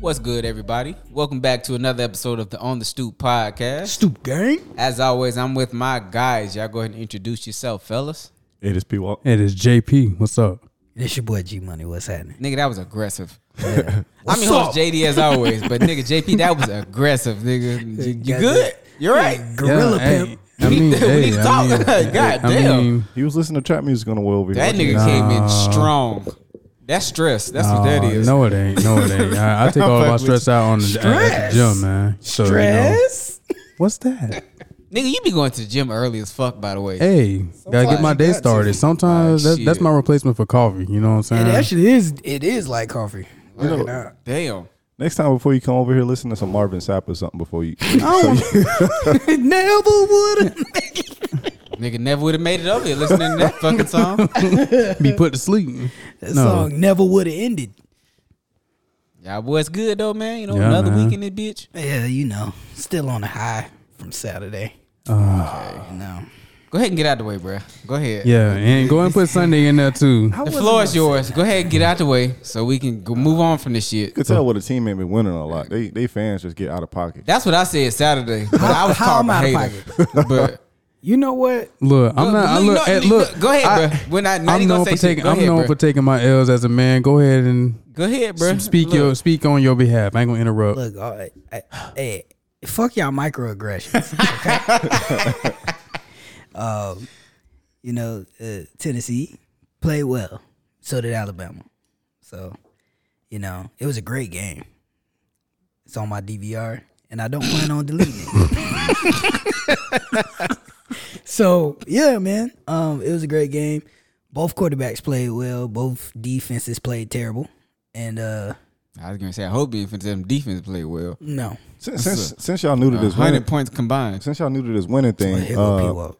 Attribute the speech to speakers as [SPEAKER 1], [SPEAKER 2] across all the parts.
[SPEAKER 1] What's good, everybody? Welcome back to another episode of the On the Stoop podcast.
[SPEAKER 2] Stoop gang.
[SPEAKER 1] As always, I'm with my guys. Y'all go ahead and introduce yourself, fellas.
[SPEAKER 3] It is P Walk.
[SPEAKER 4] It is JP. What's up?
[SPEAKER 2] This your boy G Money. What's happening?
[SPEAKER 1] Nigga, that was aggressive. I'm your host, JD, as always. But nigga, JP, that was aggressive, nigga. You- You
[SPEAKER 2] Goddamn.
[SPEAKER 1] good? You're right.
[SPEAKER 2] Gorilla
[SPEAKER 4] hey,
[SPEAKER 2] pimp.
[SPEAKER 4] I
[SPEAKER 1] We
[SPEAKER 4] mean,
[SPEAKER 1] need to- we
[SPEAKER 4] hey,
[SPEAKER 1] need to
[SPEAKER 4] I
[SPEAKER 1] talk.
[SPEAKER 4] mean,
[SPEAKER 1] God
[SPEAKER 4] I
[SPEAKER 1] damn.
[SPEAKER 4] mean,
[SPEAKER 3] He was listening to trap music on the way over here.
[SPEAKER 1] That nigga came in strong. That's stress. That's what that
[SPEAKER 4] uh,
[SPEAKER 1] is.
[SPEAKER 4] no, it ain't. No, it ain't. I, I take all my stress out on the, At the gym, man. So, You know,
[SPEAKER 2] Stress.
[SPEAKER 4] what's that?
[SPEAKER 1] Nigga, you be going to the gym early as fuck, by the way.
[SPEAKER 4] Hey, gotta get
[SPEAKER 3] Sometimes
[SPEAKER 4] my
[SPEAKER 3] you
[SPEAKER 4] day
[SPEAKER 3] got to.
[SPEAKER 4] started. Sometimes
[SPEAKER 1] Ah,
[SPEAKER 4] that, that's
[SPEAKER 1] shit.
[SPEAKER 4] my replacement for coffee. You know what I'm saying?
[SPEAKER 2] It actually is. It is like coffee. Working out.
[SPEAKER 1] Damn.
[SPEAKER 3] Next time before you come over here, listen to some Marvin Sapp or something before you. So you-
[SPEAKER 2] It never would.
[SPEAKER 1] Nigga never would have made it over here listening to that fucking song.
[SPEAKER 4] be put to sleep.
[SPEAKER 2] That
[SPEAKER 4] No.
[SPEAKER 2] song never would have ended.
[SPEAKER 1] Y'all boys good though, man. You know,
[SPEAKER 4] Yeah,
[SPEAKER 1] another
[SPEAKER 4] man.
[SPEAKER 1] week in this bitch.
[SPEAKER 2] Yeah, you know, still on a high from Saturday.
[SPEAKER 4] Uh.
[SPEAKER 2] okay. No.
[SPEAKER 1] Go ahead and get out the way, bruh. Go ahead.
[SPEAKER 4] Yeah, and go and put Sunday in there too.
[SPEAKER 1] The floor is yours. Go ahead and get out the way so we can go move on from this shit.
[SPEAKER 3] you could tell what a teammate been winning a lot. They they fans just get out of pocket.
[SPEAKER 1] That's what I said Saturday. But I was
[SPEAKER 2] How- how
[SPEAKER 1] called a
[SPEAKER 2] am I out
[SPEAKER 1] hater. But
[SPEAKER 2] You know what?
[SPEAKER 4] Look, I'm not. I
[SPEAKER 1] No,
[SPEAKER 4] look,
[SPEAKER 1] no,
[SPEAKER 4] hey,
[SPEAKER 1] no,
[SPEAKER 4] look.
[SPEAKER 1] Go ahead,
[SPEAKER 4] I-
[SPEAKER 1] bruh. We're not. not
[SPEAKER 4] I'm
[SPEAKER 1] even
[SPEAKER 4] known
[SPEAKER 1] gonna
[SPEAKER 4] for
[SPEAKER 1] say shit.
[SPEAKER 4] taking.
[SPEAKER 1] Go
[SPEAKER 4] I'm
[SPEAKER 1] ahead,
[SPEAKER 4] known
[SPEAKER 1] bruh.
[SPEAKER 4] for taking my L's as a man. Go ahead and
[SPEAKER 1] Go ahead, bruh.
[SPEAKER 4] speak
[SPEAKER 1] Look,
[SPEAKER 4] your speak on your behalf. I ain't gonna interrupt.
[SPEAKER 2] Look, all right, I, hey, fuck y'all microaggressions. okay? um, you know, uh, Tennessee played well. So did Alabama. So, you know, it was a great game. It's on my DVR, and I don't plan on deleting it. so yeah, man, um, it was a great game. Both quarterbacks played well. Both defenses played terrible, and uh,
[SPEAKER 1] I was gonna say I hope the them defense play well.
[SPEAKER 2] no,
[SPEAKER 3] Since since, since y'all new to this winning,
[SPEAKER 1] Hundred points combined.
[SPEAKER 3] since y'all new to this winning
[SPEAKER 2] I
[SPEAKER 3] thing,
[SPEAKER 2] hit my
[SPEAKER 3] uh,
[SPEAKER 2] P up.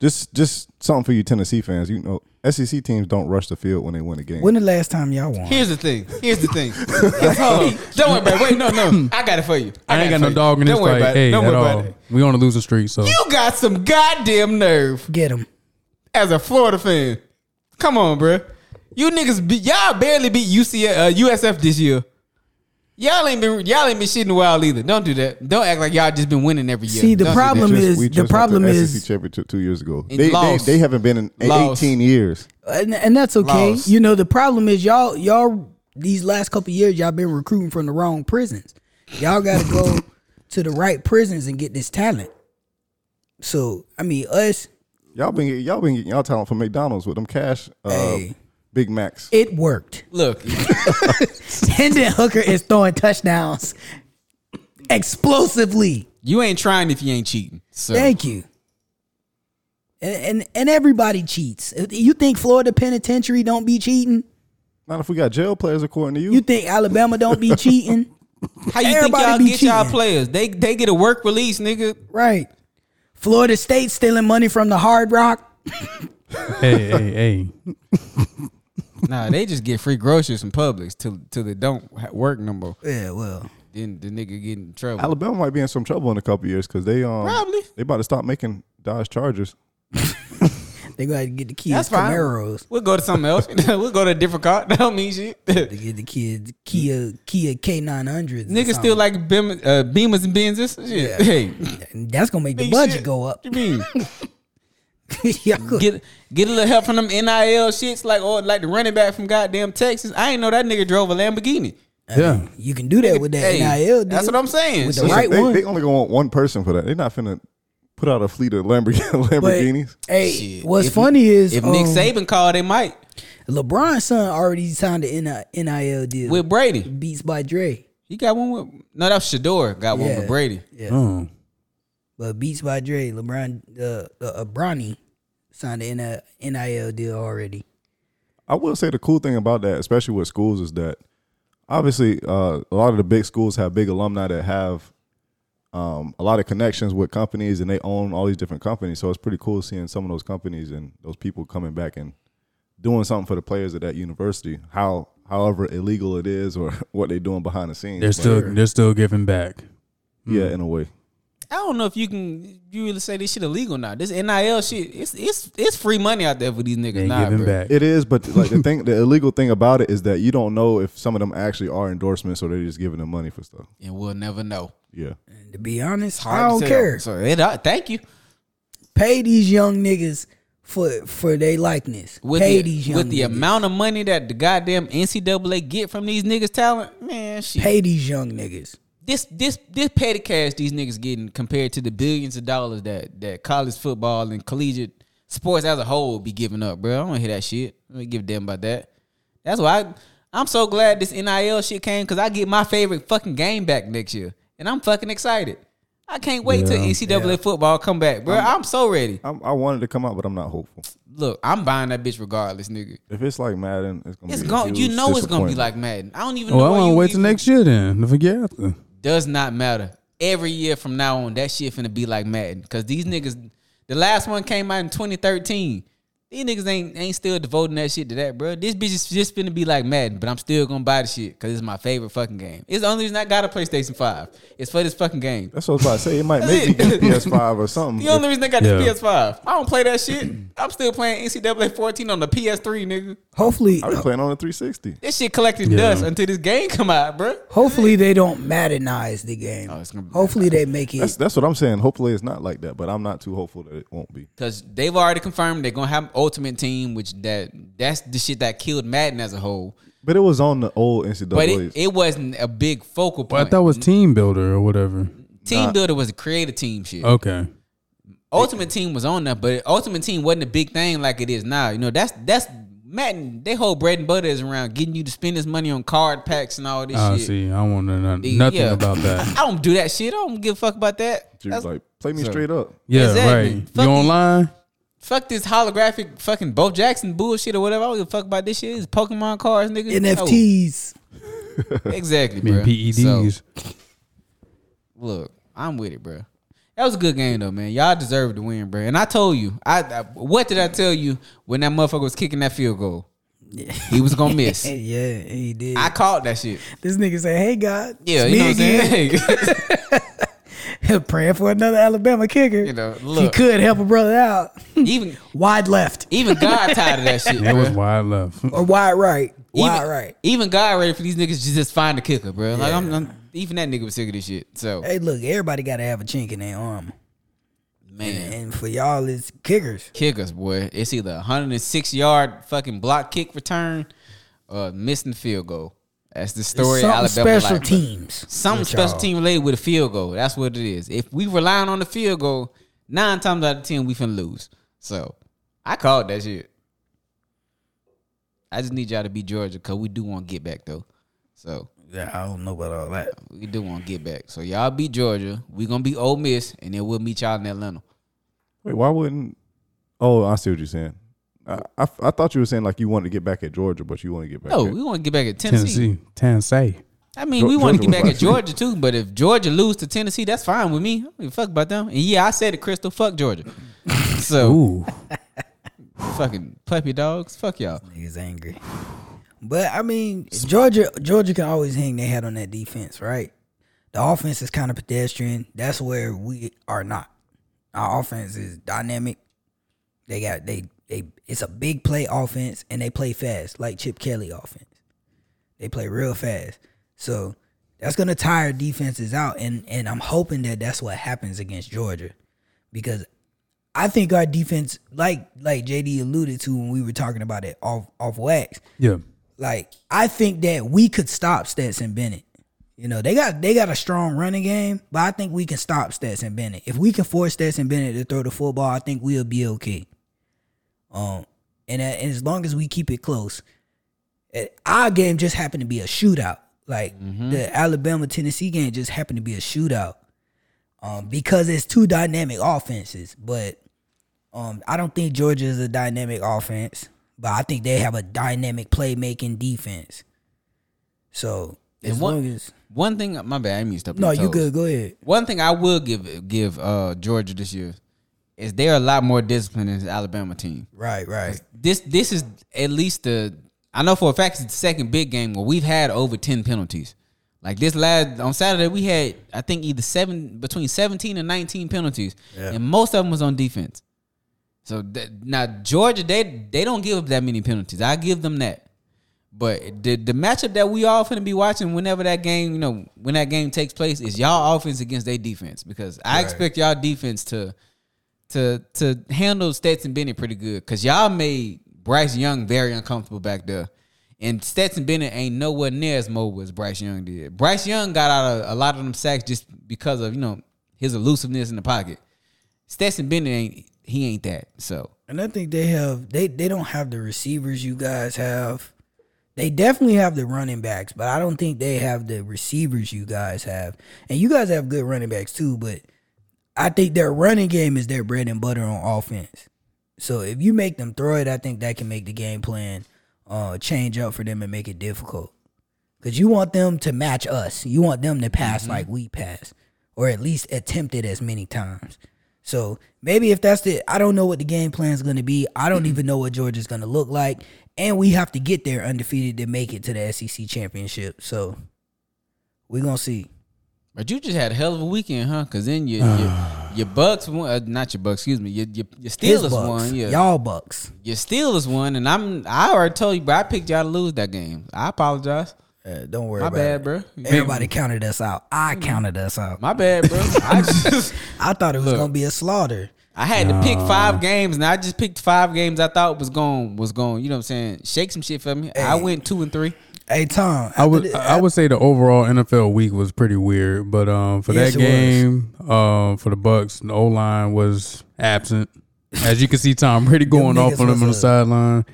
[SPEAKER 3] just just something for you Tennessee fans. You know, SEC teams don't rush the field when they win a game.
[SPEAKER 2] When the last time y'all won?
[SPEAKER 1] Here's the thing. Here's the thing. Hold on. Don't worry about it. Wait, no, no. I got it for you.
[SPEAKER 4] I ain't
[SPEAKER 1] it
[SPEAKER 4] got
[SPEAKER 1] for
[SPEAKER 4] no
[SPEAKER 1] you.
[SPEAKER 4] dog in
[SPEAKER 1] Don't
[SPEAKER 4] this
[SPEAKER 1] worry
[SPEAKER 4] fight
[SPEAKER 1] about it.
[SPEAKER 4] hey,
[SPEAKER 1] Don't
[SPEAKER 4] at
[SPEAKER 1] worry about
[SPEAKER 4] all.
[SPEAKER 1] it.
[SPEAKER 4] We on a losing streak, so
[SPEAKER 1] You got some goddamn nerve.
[SPEAKER 2] Get him.
[SPEAKER 1] as a Florida fan. Come on, bruh. You niggas, be, y'all barely beat UC, uh, USF this year. Y'all ain't been y'all ain't been shit in a while either. Don't do that. Don't act like y'all just been winning every year.
[SPEAKER 2] See, the
[SPEAKER 1] Don't do that.
[SPEAKER 2] problem
[SPEAKER 3] Just-
[SPEAKER 2] is-
[SPEAKER 3] we
[SPEAKER 2] the
[SPEAKER 3] just went to
[SPEAKER 2] problem
[SPEAKER 3] the
[SPEAKER 2] is-
[SPEAKER 3] SEC championship two years ago.
[SPEAKER 1] And
[SPEAKER 3] They, they
[SPEAKER 1] lost.
[SPEAKER 3] they haven't been in
[SPEAKER 1] Lost.
[SPEAKER 3] 18 years.
[SPEAKER 2] and, and that's okay.
[SPEAKER 1] Lost.
[SPEAKER 2] You know, the problem is y'all y'all these last couple years y'all been recruiting from the wrong prisons. Y'all got to go to the right prisons and get this talent. So I mean, us
[SPEAKER 3] Y'all been get- y'all been getting y'all talent from McDonald's with them cash uh,
[SPEAKER 2] Hey.
[SPEAKER 3] Big Macs.
[SPEAKER 2] it worked.
[SPEAKER 1] Look,
[SPEAKER 2] Hendon Hooker is throwing touchdowns explosively.
[SPEAKER 1] you ain't trying if you ain't cheating. So
[SPEAKER 2] Thank you. And, and and everybody cheats. You think Florida Penitentiary don't be cheating?
[SPEAKER 3] Not if we got jail players according to you.
[SPEAKER 2] You think Alabama don't be cheating?
[SPEAKER 1] how you think
[SPEAKER 2] Everybody
[SPEAKER 1] y'all
[SPEAKER 2] be
[SPEAKER 1] get y'all
[SPEAKER 2] cheating.
[SPEAKER 1] players? They they get a work release, nigga.
[SPEAKER 2] Right. Florida State stealing money from the Hard Rock.
[SPEAKER 4] hey, hey, hey.
[SPEAKER 1] Nah, they just get free groceries from Publix till till they don't ha- work no more.
[SPEAKER 2] Yeah, well,
[SPEAKER 1] Then the nigga get in trouble.
[SPEAKER 3] Alabama might be in some trouble in a couple years because they um
[SPEAKER 1] Probably.
[SPEAKER 3] they about to stop making Dodge Chargers.
[SPEAKER 2] they got to get the kids
[SPEAKER 1] That's fine.
[SPEAKER 2] Camaros.
[SPEAKER 1] We'll go to something else. we'll go to a different car. That don't mean shit.
[SPEAKER 2] They get the kids Kia Kia K nine hundreds.
[SPEAKER 1] Niggas still like Bim, uh, Beamers and Benzes. Shit. Hey,
[SPEAKER 2] that's gonna make the
[SPEAKER 1] big
[SPEAKER 2] budget
[SPEAKER 1] shit.
[SPEAKER 2] go up.
[SPEAKER 1] What you mean?
[SPEAKER 2] Y'all go-
[SPEAKER 1] get get a little help from them NIL shits like oh like the running back from goddamn Texas. I ain't know that nigga drove a Lamborghini.
[SPEAKER 4] Yeah.
[SPEAKER 2] you can do that with that
[SPEAKER 1] Hey,
[SPEAKER 2] NIL. Deal.
[SPEAKER 1] that's what I'm saying.
[SPEAKER 2] With the
[SPEAKER 1] Shit.
[SPEAKER 2] right-
[SPEAKER 3] they,
[SPEAKER 2] one.
[SPEAKER 3] they only gonna want one person for that. They're not finna put out a fleet of Lamborg-
[SPEAKER 2] But,
[SPEAKER 3] Lamborghinis.
[SPEAKER 2] hey,
[SPEAKER 1] Shit.
[SPEAKER 2] what's
[SPEAKER 1] If-
[SPEAKER 2] funny is
[SPEAKER 1] if Nick
[SPEAKER 2] um,
[SPEAKER 1] Saban called, they might
[SPEAKER 2] LeBron's son already signed an NIL deal
[SPEAKER 1] with Brady.
[SPEAKER 2] Beats by Dre.
[SPEAKER 1] He got one with no, that was Shador got one
[SPEAKER 2] Yeah.
[SPEAKER 1] with Brady.
[SPEAKER 2] Yeah,
[SPEAKER 1] Mm.
[SPEAKER 4] Oh.
[SPEAKER 2] but Beats by Dre, LeBron, uh, uh, uh Bronny signed an NIL deal already.
[SPEAKER 3] I will say the cool thing about that, especially with schools, is that obviously uh, a lot of the big schools have big alumni that have um, a lot of connections with companies and they own all these different companies. So it's pretty cool seeing some of those companies and those people coming back and doing something for the players at that university. How however illegal it is or what they're doing behind the scenes.
[SPEAKER 4] They're Mm.
[SPEAKER 3] But,
[SPEAKER 4] still they're still giving back.
[SPEAKER 3] yeah, in a way.
[SPEAKER 1] I don't know if you can you really say this shit illegal now. This NIL shit, it's it's it's free money out there for these niggas.
[SPEAKER 4] Ain't
[SPEAKER 1] Nah,
[SPEAKER 4] giving
[SPEAKER 1] bruh.
[SPEAKER 4] back.
[SPEAKER 3] It is, but like the thing, the illegal thing about it is that you don't know if some of them actually are endorsements or they're just giving them money for stuff.
[SPEAKER 1] and we'll never know.
[SPEAKER 3] Yeah,
[SPEAKER 2] And to be honest,
[SPEAKER 1] Hard
[SPEAKER 2] I
[SPEAKER 1] to
[SPEAKER 2] don't
[SPEAKER 1] tell.
[SPEAKER 2] care.
[SPEAKER 1] So it, uh, thank you
[SPEAKER 2] Pay these young niggas for for their likeness.
[SPEAKER 1] with
[SPEAKER 2] Pay
[SPEAKER 1] the,
[SPEAKER 2] these young
[SPEAKER 1] with the
[SPEAKER 2] niggas.
[SPEAKER 1] amount of money that the goddamn NCAA get from these niggas talent. Man, shit.
[SPEAKER 2] Pay these young niggas.
[SPEAKER 1] this this this petty cash these niggas getting compared to the billions of dollars that that college football and collegiate sports as a whole be giving up, bro. I don't wanna hear that shit. I don't give a damn about that. That's why I, I'm so glad this NIL shit came because I get my favorite fucking game back next year, and I'm fucking excited. I can't wait till
[SPEAKER 4] Yeah.
[SPEAKER 1] NCAA football come back, bro. I'm, so ready.
[SPEAKER 3] I, I wanted to come out, but I'm not hopeful.
[SPEAKER 1] Look, I'm buying that bitch regardless, nigga.
[SPEAKER 3] If it's like Madden, it's gonna
[SPEAKER 1] It's
[SPEAKER 3] be a
[SPEAKER 1] going. You
[SPEAKER 3] huge
[SPEAKER 1] know it's gonna be
[SPEAKER 3] disappointment.
[SPEAKER 1] like Madden. I don't even.
[SPEAKER 4] Oh,
[SPEAKER 1] know
[SPEAKER 4] I
[SPEAKER 1] why
[SPEAKER 4] want to
[SPEAKER 1] you
[SPEAKER 4] wait till
[SPEAKER 1] even-
[SPEAKER 4] next year then. The forget after.
[SPEAKER 1] does not matter. Every year from now on, that shit finna be like Madden. Cause these niggas, the last one came out in 2013. These niggas ain't ain't still devoting that shit to that, bro. This bitch is just finna be like Madden, but I'm still gonna buy the shit because it's my favorite fucking game. It's the only reason I got a PlayStation 5. It's for this fucking game.
[SPEAKER 3] That's what I was about to say. It might make me get PS Five or something.
[SPEAKER 1] The only reason I got this
[SPEAKER 4] Yeah.
[SPEAKER 1] PS5. I don't play that shit. I'm still playing NCAA 14 on the PS3, nigga.
[SPEAKER 2] Hopefully,
[SPEAKER 3] I be playing on the 360.
[SPEAKER 1] This shit collected
[SPEAKER 4] Yeah.
[SPEAKER 1] dust until this game come out, bro.
[SPEAKER 2] hopefully they don't Maddenize the game.
[SPEAKER 1] Oh, it's gonna be-
[SPEAKER 2] hopefully they make it.
[SPEAKER 3] That's that's what I'm saying. Hopefully it's not like that, but I'm not too hopeful that it won't be.
[SPEAKER 1] Cause they've already confirmed they're gonna have Ultimate Team, which that that's the shit that killed Madden as a whole.
[SPEAKER 3] But it was on the old NCAA.
[SPEAKER 1] But it, it wasn't a big focal
[SPEAKER 4] Well, I
[SPEAKER 1] point.
[SPEAKER 4] thought it was Team Builder or whatever.
[SPEAKER 1] team Builder was a creative team shit.
[SPEAKER 4] Okay.
[SPEAKER 1] Ultimate Team was on there, but Ultimate Team wasn't a big thing like it is now. You know, that's that's Madden. They whole bread and butter is around getting you to spend this money on card packs and all this
[SPEAKER 4] Oh, I
[SPEAKER 1] shit.
[SPEAKER 4] see. I want to know
[SPEAKER 1] Yeah.
[SPEAKER 4] nothing about that.
[SPEAKER 1] I don't do that shit. I don't give a fuck about that.
[SPEAKER 3] Dude,
[SPEAKER 1] That's-
[SPEAKER 3] like play me straight up.
[SPEAKER 4] Yeah,
[SPEAKER 1] Exactly.
[SPEAKER 4] right.
[SPEAKER 1] Fuck
[SPEAKER 4] you
[SPEAKER 1] you.
[SPEAKER 4] online?
[SPEAKER 1] fuck this holographic fucking Bo Jackson bullshit or whatever. I don't give a fuck about this shit. It's Pokemon cards, nigga.
[SPEAKER 2] NFTs.
[SPEAKER 1] No. exactly,
[SPEAKER 4] I mean, E
[SPEAKER 1] bro. So-
[SPEAKER 4] PEDs.
[SPEAKER 1] look, I'm with it, bro. That was a good game though, man. Y'all deserved to win, bro. And I told you, I, I what did I tell you when that motherfucker was kicking that field goal? He was gonna miss.
[SPEAKER 2] Hey, yeah, he did.
[SPEAKER 1] I called that shit.
[SPEAKER 2] this nigga said, "Hey God,
[SPEAKER 1] Yeah,
[SPEAKER 2] it's
[SPEAKER 1] you know
[SPEAKER 2] me
[SPEAKER 1] what I'm
[SPEAKER 2] again."
[SPEAKER 1] saying.
[SPEAKER 2] Praying for another Alabama kicker.
[SPEAKER 1] You know,
[SPEAKER 2] he
[SPEAKER 1] look.
[SPEAKER 2] could help a brother out.
[SPEAKER 1] even
[SPEAKER 2] wide left
[SPEAKER 1] even God tired of that shit.
[SPEAKER 4] It was
[SPEAKER 1] bro.
[SPEAKER 4] wide left.
[SPEAKER 2] or wide right.
[SPEAKER 1] Even,
[SPEAKER 2] Wide right.
[SPEAKER 1] Even God ready for these niggas to just find a kicker, bro. Like I'm, I'm even that nigga was sick of this shit. So
[SPEAKER 2] Hey, look, everybody got to have a chink in their arm.
[SPEAKER 1] man.
[SPEAKER 2] And for y'all, it's kickers.
[SPEAKER 1] kickers, boy. It's either a 106 yard fucking block kick return or missing field goal. That's the story. of
[SPEAKER 2] Something
[SPEAKER 1] Alabama
[SPEAKER 2] special
[SPEAKER 1] life, bro.
[SPEAKER 2] teams.
[SPEAKER 1] Something
[SPEAKER 2] with
[SPEAKER 1] special
[SPEAKER 2] y'all.
[SPEAKER 1] team related with a field goal. That's what it is. If we relying on the field goal, nine times out of ten we finna lose. So I called that shit. I just need y'all to be Georgia because we do want to get back though. So
[SPEAKER 2] Yeah, I don't know about all that.
[SPEAKER 1] we do want to get back. So y'all beat Georgia. We gonna be Ole Miss, and then we'll meet y'all in Atlanta.
[SPEAKER 3] Wait, why wouldn't? Oh, I see what you're saying. I, I, I thought you were saying like you wanted to get back at Georgia, but you want to get back.
[SPEAKER 1] No,
[SPEAKER 3] at,
[SPEAKER 1] we want to get back at Tennessee.
[SPEAKER 4] Tennessee. Tennessee.
[SPEAKER 1] I mean, we want to
[SPEAKER 3] Georgia
[SPEAKER 1] get back
[SPEAKER 3] was
[SPEAKER 1] at Georgia too, but if Georgia lose to Tennessee, that's fine with me. I don't give a fuck about them. And yeah, I said it, Crystal. Fuck Georgia. So
[SPEAKER 4] Ooh.
[SPEAKER 1] fucking puppy dogs. Fuck y'all.
[SPEAKER 2] He's angry. But I mean, Georgia Georgia can always hang their hat on that defense, right? The offense is kind of pedestrian. That's where we are not. Our offense is dynamic. They got they they it's a big play offense and they play fast, like Chip Kelly offense. They play real fast. So that's gonna tire defenses out and and I'm hoping that that's what happens against Georgia because I think our defense, like like JD alluded to when we were talking about it off off wax,
[SPEAKER 4] Yeah.
[SPEAKER 2] like I think that we could stop Stetson Bennett. You know, they got they got a strong running game, but I think we can stop Stetson Bennett. If we can force Stetson Bennett to throw the football, I think we'll be okay. Um, and, a- and as long as we keep it close, eh, our game just happened to be a shootout. Like
[SPEAKER 1] Mm-hmm.
[SPEAKER 2] the Alabama Tennessee game just happened to be a shootout. Um, because it's two dynamic offenses, but um, I don't think Georgia is a dynamic offense, but I think they have a dynamic playmaking defense. So
[SPEAKER 1] And
[SPEAKER 2] as
[SPEAKER 1] what-
[SPEAKER 2] long as
[SPEAKER 1] One thing, my bad, I didn't mean to step on
[SPEAKER 2] no,
[SPEAKER 1] your
[SPEAKER 2] you
[SPEAKER 1] toes.
[SPEAKER 2] good. Go ahead.
[SPEAKER 1] One thing I will give give uh, Georgia this year is they're a lot more disciplined than the Alabama team.
[SPEAKER 2] Right, right.
[SPEAKER 1] This this is at least the I know for a fact it's the second big game where we've had over ten penalties. Like this last on Saturday, we had I think either seven between seventeen and nineteen penalties, and most of them was on defense. So th- now Georgia, they they don't give up that many penalties. I give them that. But the the matchup that we all finna be watching whenever that game, you know, when that game takes place, is y'all offense against their defense because I expect y'all defense to to to handle Stetson Bennett pretty good because y'all made Bryce Young very uncomfortable back there, and Stetson Bennett ain't nowhere near as mobile as Bryce Young did. Bryce Young got out of a lot of them sacks just because of you know his elusiveness in the pocket. Stetson Bennett ain't he ain't that so.
[SPEAKER 2] And I think they have they they don't have the receivers you guys have. They definitely have the running backs, but I don't think they have the receivers you guys have. And you guys have good running backs too, but I think their running game is their bread and butter on offense. So if you make them throw it, I think that can make the game plan uh, change up for them and make it difficult. Because you want them to match us. You want them to pass
[SPEAKER 1] Mm-hmm.
[SPEAKER 2] like we pass, or at least attempt it as many times. So maybe if that's the, I don't know what the game plan is going to be. I
[SPEAKER 1] Mm-hmm.
[SPEAKER 2] don't even know what Georgia's going to look like. And we have to get there undefeated to make it to the SEC championship. So we're going to see.
[SPEAKER 1] But you just had a hell of a weekend, huh? Because then your, your your Bucks won, uh, not your Bucks, excuse me, your your, your
[SPEAKER 2] His
[SPEAKER 1] Steelers
[SPEAKER 2] bucks,
[SPEAKER 1] won, yeah.
[SPEAKER 2] y'all bucks.
[SPEAKER 1] your Steelers won, and I'm I already told you, but I picked y'all to lose that game. I apologize.
[SPEAKER 2] Uh, don't worry.
[SPEAKER 1] My
[SPEAKER 2] about
[SPEAKER 1] bad, Mm-hmm.
[SPEAKER 2] it.
[SPEAKER 1] bro.
[SPEAKER 2] Everybody counted us out. I counted us out.
[SPEAKER 1] My bad, bro. I just
[SPEAKER 2] I thought it was
[SPEAKER 1] Look.
[SPEAKER 2] gonna be a slaughter.
[SPEAKER 1] I had to pick five games, and I just picked five games I thought was going was going. You know what I'm saying? Shake some shit for me. I went two and three.
[SPEAKER 2] Hey
[SPEAKER 4] I
[SPEAKER 2] Tom, after
[SPEAKER 4] would
[SPEAKER 2] thi-
[SPEAKER 4] I would say the overall NFL week was pretty weird, but um for
[SPEAKER 2] Yes,
[SPEAKER 4] that
[SPEAKER 2] it was.
[SPEAKER 4] game, um for the Bucks, the O line was absent. As you can see, Tom Brady going
[SPEAKER 2] Them
[SPEAKER 4] off
[SPEAKER 2] niggas
[SPEAKER 4] on him
[SPEAKER 2] was
[SPEAKER 4] on the
[SPEAKER 2] a-
[SPEAKER 4] sideline.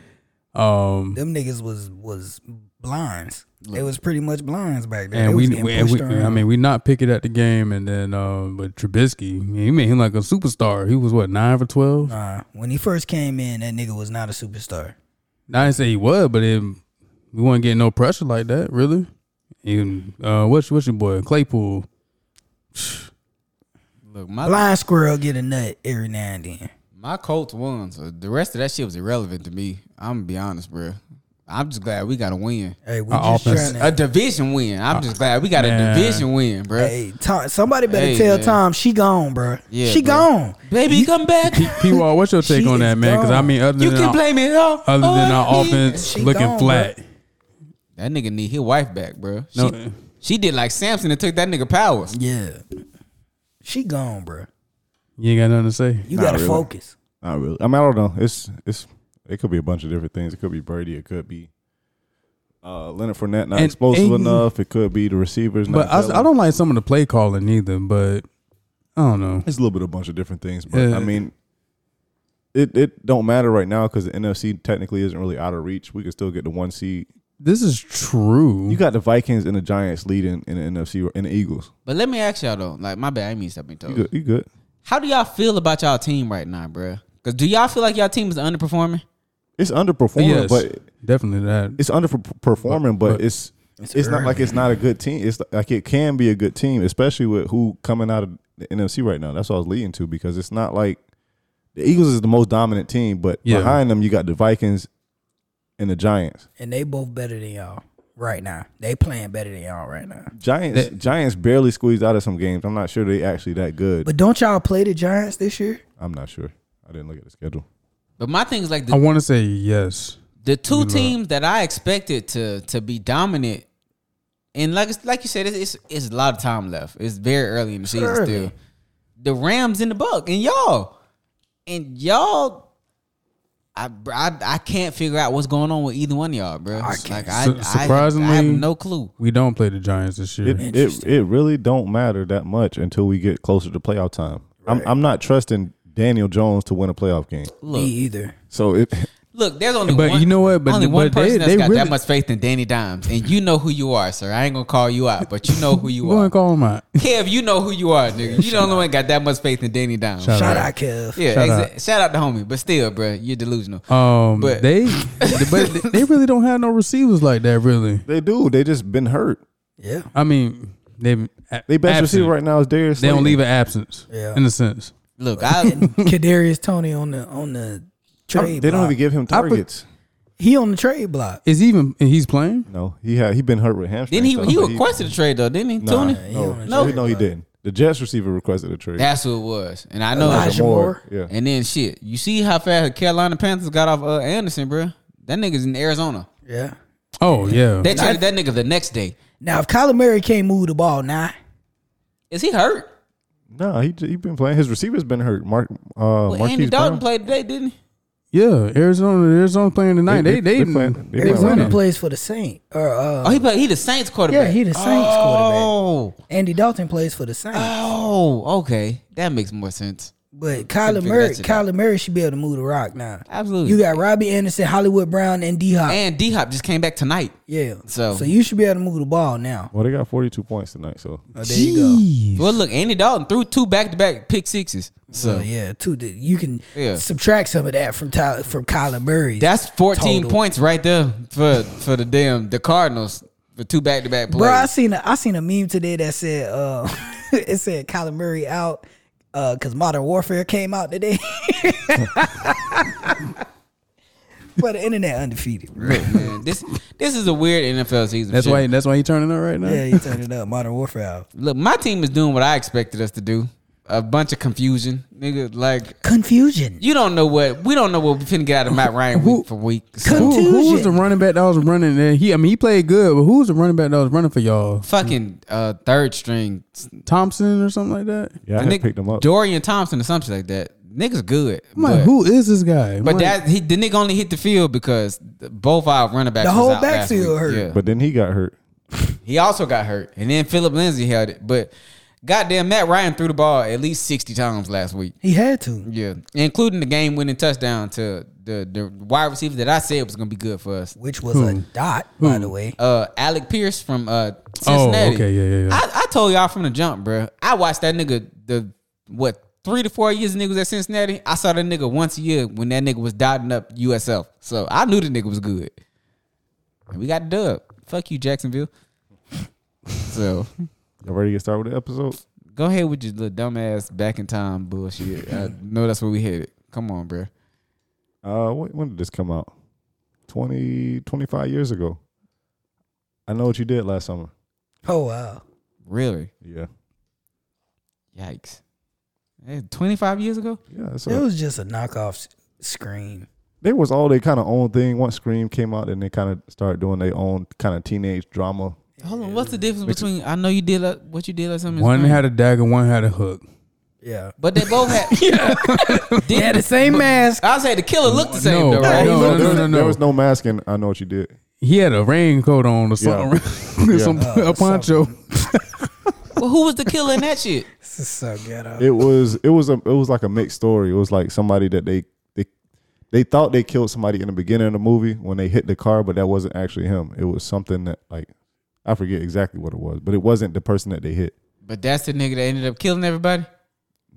[SPEAKER 4] Um,
[SPEAKER 2] them niggas was was blinds. It was pretty much blinds back then.
[SPEAKER 4] and
[SPEAKER 2] They was
[SPEAKER 4] we,
[SPEAKER 2] getting
[SPEAKER 4] we, and
[SPEAKER 2] pushed
[SPEAKER 4] we I
[SPEAKER 2] around.
[SPEAKER 4] mean, we not pick it at the game, and then um, but Trubisky, he made him like a superstar. He was what nine for twelve.
[SPEAKER 2] Nah, Uh, when he first came in, that nigga was not a superstar.
[SPEAKER 4] I didn't say he was, but it, we wasn't getting no pressure like that, really. And uh, what's what's your boy Claypool?
[SPEAKER 1] Look, my
[SPEAKER 2] Blind squirrel get a nut every now and then.
[SPEAKER 1] my Colts won, so the rest of that shit was irrelevant to me. I'm gonna be honest, bro. I'm just glad we got a win,
[SPEAKER 2] Hey, we
[SPEAKER 4] Our
[SPEAKER 2] just
[SPEAKER 4] offense-
[SPEAKER 2] trying
[SPEAKER 1] a
[SPEAKER 2] to.
[SPEAKER 1] division win. I'm just glad we got
[SPEAKER 4] Man.
[SPEAKER 1] a division win, bro.
[SPEAKER 2] Hey, Tom, somebody better
[SPEAKER 1] Hey,
[SPEAKER 2] tell
[SPEAKER 1] man.
[SPEAKER 2] Tom she gone, bro.
[SPEAKER 1] Yeah,
[SPEAKER 2] she
[SPEAKER 1] bruh.
[SPEAKER 2] gone.
[SPEAKER 1] Baby, come back.
[SPEAKER 4] P. P- Wall, what's your take
[SPEAKER 2] She
[SPEAKER 4] on that,
[SPEAKER 2] is
[SPEAKER 4] man? Because I
[SPEAKER 2] gone.
[SPEAKER 4] mean, other
[SPEAKER 1] You
[SPEAKER 4] than
[SPEAKER 1] can
[SPEAKER 4] our,
[SPEAKER 1] blame it all
[SPEAKER 4] other
[SPEAKER 1] on
[SPEAKER 4] than our
[SPEAKER 1] me.
[SPEAKER 4] offense
[SPEAKER 2] Oh, She
[SPEAKER 4] looking
[SPEAKER 2] gone,
[SPEAKER 4] flat.
[SPEAKER 1] That nigga need his wife back, bro. She,
[SPEAKER 4] No.
[SPEAKER 1] she did like Samson and took that nigga powers.
[SPEAKER 2] Yeah, she gone, bro.
[SPEAKER 4] You ain't got nothing to say.
[SPEAKER 2] You
[SPEAKER 3] Not
[SPEAKER 2] gotta
[SPEAKER 3] really.
[SPEAKER 2] focus.
[SPEAKER 3] Not really. I mean, I don't know. It's it's it could be a bunch of different things. It could be Brady. It could be uh, Leonard Fournette not
[SPEAKER 4] And-
[SPEAKER 3] explosive
[SPEAKER 4] and-
[SPEAKER 3] enough. It could be the receivers. Not
[SPEAKER 4] But I, I don't like some of the play calling either. But I don't know.
[SPEAKER 3] It's a little bit of a bunch of different things. But
[SPEAKER 4] Yeah.
[SPEAKER 3] I mean, it it don't matter right now because the NFC technically isn't really out of reach. We could still get the one seed.
[SPEAKER 4] This is true.
[SPEAKER 3] You got the Vikings and the Giants leading in the NFC and the Eagles.
[SPEAKER 1] But let me ask y'all though, like my bad, I didn't mean to step in
[SPEAKER 3] You
[SPEAKER 1] toes.
[SPEAKER 3] good? You good?
[SPEAKER 1] How do y'all feel about y'all team right now, bruh? Cause do y'all feel like y'all team is underperforming?
[SPEAKER 3] It's underperforming,
[SPEAKER 4] yes,
[SPEAKER 3] but
[SPEAKER 4] definitely that.
[SPEAKER 3] it's underperforming, but,
[SPEAKER 4] But-
[SPEAKER 3] it's it's, not like it's not a good team. It's like it can be a good team, especially with who coming out of the NFC right now. That's what I was leading to because it's not like the Eagles is the most dominant team, but
[SPEAKER 4] Yeah.
[SPEAKER 3] behind them you got the Vikings and the Giants.
[SPEAKER 2] And they both better than y'all right now. They playing better than y'all right now.
[SPEAKER 3] Giants Giants barely squeezed out of some games. I'm not sure they actually that good.
[SPEAKER 2] But don't y'all play the Giants this year?
[SPEAKER 3] I'm not sure. I didn't look at the schedule.
[SPEAKER 1] But my thing is like
[SPEAKER 4] I
[SPEAKER 1] the,
[SPEAKER 4] want to say yes.
[SPEAKER 1] the two teams that I expected to to be dominant, and like it's- like you said, it's it's, it's a lot of time left. It's very early in the season
[SPEAKER 2] early.
[SPEAKER 1] still. The Rams and the Buck and y'all, and y'all, I, I I can't figure out what's going on with either one of y'all, bro. Like I,
[SPEAKER 4] Su-
[SPEAKER 1] I- I have
[SPEAKER 4] surprisingly-
[SPEAKER 1] no clue.
[SPEAKER 4] We don't play the Giants this year.
[SPEAKER 3] It it, it really don't matter that much until we get closer to playoff time. I'm I'm not trusting Daniel Jones to win a playoff game.
[SPEAKER 2] Me
[SPEAKER 1] Look,
[SPEAKER 2] either.
[SPEAKER 3] So it
[SPEAKER 1] Look, there's only
[SPEAKER 4] But
[SPEAKER 1] one,
[SPEAKER 4] you know what? But-
[SPEAKER 1] only one
[SPEAKER 4] but they-
[SPEAKER 1] person that's
[SPEAKER 4] they
[SPEAKER 1] got that
[SPEAKER 4] really-
[SPEAKER 1] much faith in Danny Dimes, and you know who you are, sir. I ain't gonna call you out, but you know who you
[SPEAKER 4] Go ahead
[SPEAKER 1] are.
[SPEAKER 4] and call him out.
[SPEAKER 1] Kev, you know who you are, nigga. You the only one got that much faith in Danny Dimes.
[SPEAKER 4] Shout
[SPEAKER 2] Shout
[SPEAKER 4] out.
[SPEAKER 2] out, Kev.
[SPEAKER 1] yeah,
[SPEAKER 4] shout
[SPEAKER 1] shout, out. shout out to homie, but still, bruh, you're delusional.
[SPEAKER 4] Um,
[SPEAKER 1] But-
[SPEAKER 4] they, but they really don't have no receivers like that. Really,
[SPEAKER 3] they do. They just been hurt.
[SPEAKER 2] Yeah.
[SPEAKER 4] I mean, they
[SPEAKER 3] They best
[SPEAKER 4] absent.
[SPEAKER 3] receiver right now is Darius.
[SPEAKER 4] They don't
[SPEAKER 3] Slayton.
[SPEAKER 4] leave an absence,
[SPEAKER 2] Yeah.
[SPEAKER 4] in a sense.
[SPEAKER 1] Look, I
[SPEAKER 2] Kadarius Tony on the on the
[SPEAKER 3] I don't-
[SPEAKER 2] trade.
[SPEAKER 3] They don't
[SPEAKER 2] block.
[SPEAKER 3] even give him
[SPEAKER 4] I put-
[SPEAKER 3] targets.
[SPEAKER 2] He on the trade block.
[SPEAKER 4] Is he even and he's playing?
[SPEAKER 3] No, he had he been hurt with hamstring.
[SPEAKER 1] Then he
[SPEAKER 3] stuff,
[SPEAKER 1] he
[SPEAKER 3] but
[SPEAKER 1] requested a trade though, didn't he?
[SPEAKER 3] Nah,
[SPEAKER 1] Tony,
[SPEAKER 3] no,
[SPEAKER 2] Yeah,
[SPEAKER 3] no,
[SPEAKER 1] no.
[SPEAKER 3] he, no, he didn't. The Jets receiver requested a trade.
[SPEAKER 1] that's who it was, and I know.
[SPEAKER 2] Elijah Moore.
[SPEAKER 3] Yeah.
[SPEAKER 1] And then shit, you see how fast the Carolina Panthers got off uh, Anderson, bro. That nigga's in Arizona.
[SPEAKER 2] Yeah.
[SPEAKER 4] Oh yeah.
[SPEAKER 1] They traded that nigga the next day.
[SPEAKER 2] Now if Kyler Murray can't move the ball now,
[SPEAKER 1] Is he hurt?
[SPEAKER 3] No, he he been playing. His receiver's been hurt. Mark uh,
[SPEAKER 4] Oh,
[SPEAKER 1] Well, Andy
[SPEAKER 3] Marquise
[SPEAKER 1] Dalton
[SPEAKER 3] Brown.
[SPEAKER 1] played today, didn't he?
[SPEAKER 4] yeah. Arizona Arizona playing tonight. They they, they,
[SPEAKER 3] playing- they playing
[SPEAKER 2] Arizona
[SPEAKER 3] right now.
[SPEAKER 2] plays for the Saint. Or uh,
[SPEAKER 1] Oh, he played. He the Saints quarterback.
[SPEAKER 2] yeah, he the Saints quarterback.
[SPEAKER 1] Oh,
[SPEAKER 2] Andy Dalton plays for the Saints,
[SPEAKER 1] oh, okay, that makes more sense.
[SPEAKER 2] but
[SPEAKER 1] figure
[SPEAKER 2] Kyler
[SPEAKER 1] that
[SPEAKER 2] Murray,
[SPEAKER 1] shit out.
[SPEAKER 2] Kyler Murray should be able to move the rock now.
[SPEAKER 1] Absolutely.
[SPEAKER 2] You got Robbie Anderson, Hollywood Brown, and D Hop.
[SPEAKER 1] and D Hop just came back tonight.
[SPEAKER 2] Yeah.
[SPEAKER 1] So-
[SPEAKER 2] you should be able to move the ball now.
[SPEAKER 3] Well, they got forty two points tonight. So
[SPEAKER 2] Oh,
[SPEAKER 4] Uh,
[SPEAKER 2] there you
[SPEAKER 1] Well, look, Andy Dalton threw two back to back pick sixes.
[SPEAKER 2] go.
[SPEAKER 1] So
[SPEAKER 2] So yeah, two. di- You can
[SPEAKER 1] Yeah.
[SPEAKER 2] subtract some of that from Tyler, from Kyler Murray.
[SPEAKER 1] that's fourteen
[SPEAKER 2] Total.
[SPEAKER 1] points right there for for the damn the Cardinals for two back to back plays.
[SPEAKER 2] Bro, I seen a, I seen a meme today that said uh, it said Kyler Murray out uh, cause Modern Warfare came out today. but the internet undefeated. bro.
[SPEAKER 1] Look, man, this this is a weird NFL season.
[SPEAKER 4] that's
[SPEAKER 1] shit.
[SPEAKER 4] why that's why he turning up right now.
[SPEAKER 2] Yeah, you turned it up. Modern Warfare out.
[SPEAKER 1] Look, my team is doing what I expected us to do. A bunch of confusion, nigga. Like
[SPEAKER 2] Confusion.
[SPEAKER 1] you don't know what we don't know what we finna get out of Matt Ryan week for week. So
[SPEAKER 4] Who, who was the
[SPEAKER 2] Contusion.
[SPEAKER 4] running back that was running there? He I mean he played good, but who was the running back that was running for y'all?
[SPEAKER 1] fucking uh, third string.
[SPEAKER 4] Thompson or something like that?
[SPEAKER 3] yeah, I
[SPEAKER 1] Nigga-
[SPEAKER 3] had picked them up.
[SPEAKER 1] Dorian Thompson or something like that. Niggas good.
[SPEAKER 4] I'm like,
[SPEAKER 1] but-
[SPEAKER 4] who is this guy? I'm
[SPEAKER 1] But
[SPEAKER 4] like,
[SPEAKER 1] that he the nigga only hit the field because the- both our running backs
[SPEAKER 2] The
[SPEAKER 1] was
[SPEAKER 2] whole
[SPEAKER 1] out last
[SPEAKER 2] backfield
[SPEAKER 1] week.
[SPEAKER 2] hurt.
[SPEAKER 1] Yeah.
[SPEAKER 3] But then he got hurt.
[SPEAKER 1] He also got hurt, and then Philip Lindsay held it. But goddamn, Matt Ryan threw the ball at least sixty times last week.
[SPEAKER 2] He had to.
[SPEAKER 1] Yeah, including the game winning touchdown to the the wide receiver that I said was gonna be good for us.
[SPEAKER 2] Which was a dot, by the way.
[SPEAKER 1] Uh, Alec Pierce from uh
[SPEAKER 4] Oh,
[SPEAKER 1] Cincinnati.
[SPEAKER 4] okay, yeah, yeah, yeah.
[SPEAKER 1] I, I told y'all from the jump, bruh. I watched that nigga the what three to four years nigga was at Cincinnati. I saw that nigga once a year when that nigga was dotting up USF. So I knew the nigga was good. And we got the dub. Fuck you, Jacksonville. so
[SPEAKER 3] Y'all ready to get started with the episode?
[SPEAKER 1] go ahead with your little dumbass back in time bullshit. I know that's where we headed. Come on, bruh.
[SPEAKER 3] Uh, when, when did this come out? 20, 25 years ago. I know what you did last summer.
[SPEAKER 2] Oh wow.
[SPEAKER 1] Really?
[SPEAKER 3] Yeah,
[SPEAKER 1] Yikes. Twenty five years ago?
[SPEAKER 3] yeah. That's
[SPEAKER 2] It
[SPEAKER 3] all.
[SPEAKER 2] was just a knockoff s- screen.
[SPEAKER 3] they was all their kind of own thing. Once Scream came out, then they kind of started doing their own kind of teenage drama.
[SPEAKER 1] Hold on, what's the difference between I know you did like, what you did or something?
[SPEAKER 4] one had a dagger, one had a hook.
[SPEAKER 2] Yeah.
[SPEAKER 1] but they both had
[SPEAKER 2] They had the same mask.
[SPEAKER 1] I say the killer looked the same
[SPEAKER 4] No,
[SPEAKER 1] though, right?
[SPEAKER 4] no,
[SPEAKER 1] He
[SPEAKER 4] no,
[SPEAKER 1] looked-
[SPEAKER 4] no,
[SPEAKER 3] there,
[SPEAKER 4] no, no.
[SPEAKER 3] there was no mask in I know what you did.
[SPEAKER 4] He had a raincoat on or
[SPEAKER 3] Yeah.
[SPEAKER 4] something, some a poncho.
[SPEAKER 1] Well, who was the killer in that shit?
[SPEAKER 2] This is so ghetto.
[SPEAKER 3] It was it was a it was like a mixed story. It was like somebody that they they they thought they killed somebody in the beginning of the movie when they hit the car, but that wasn't actually him. It was something that like I forget exactly what it was, but it wasn't the person that they hit.
[SPEAKER 1] But that's the nigga that ended up killing everybody.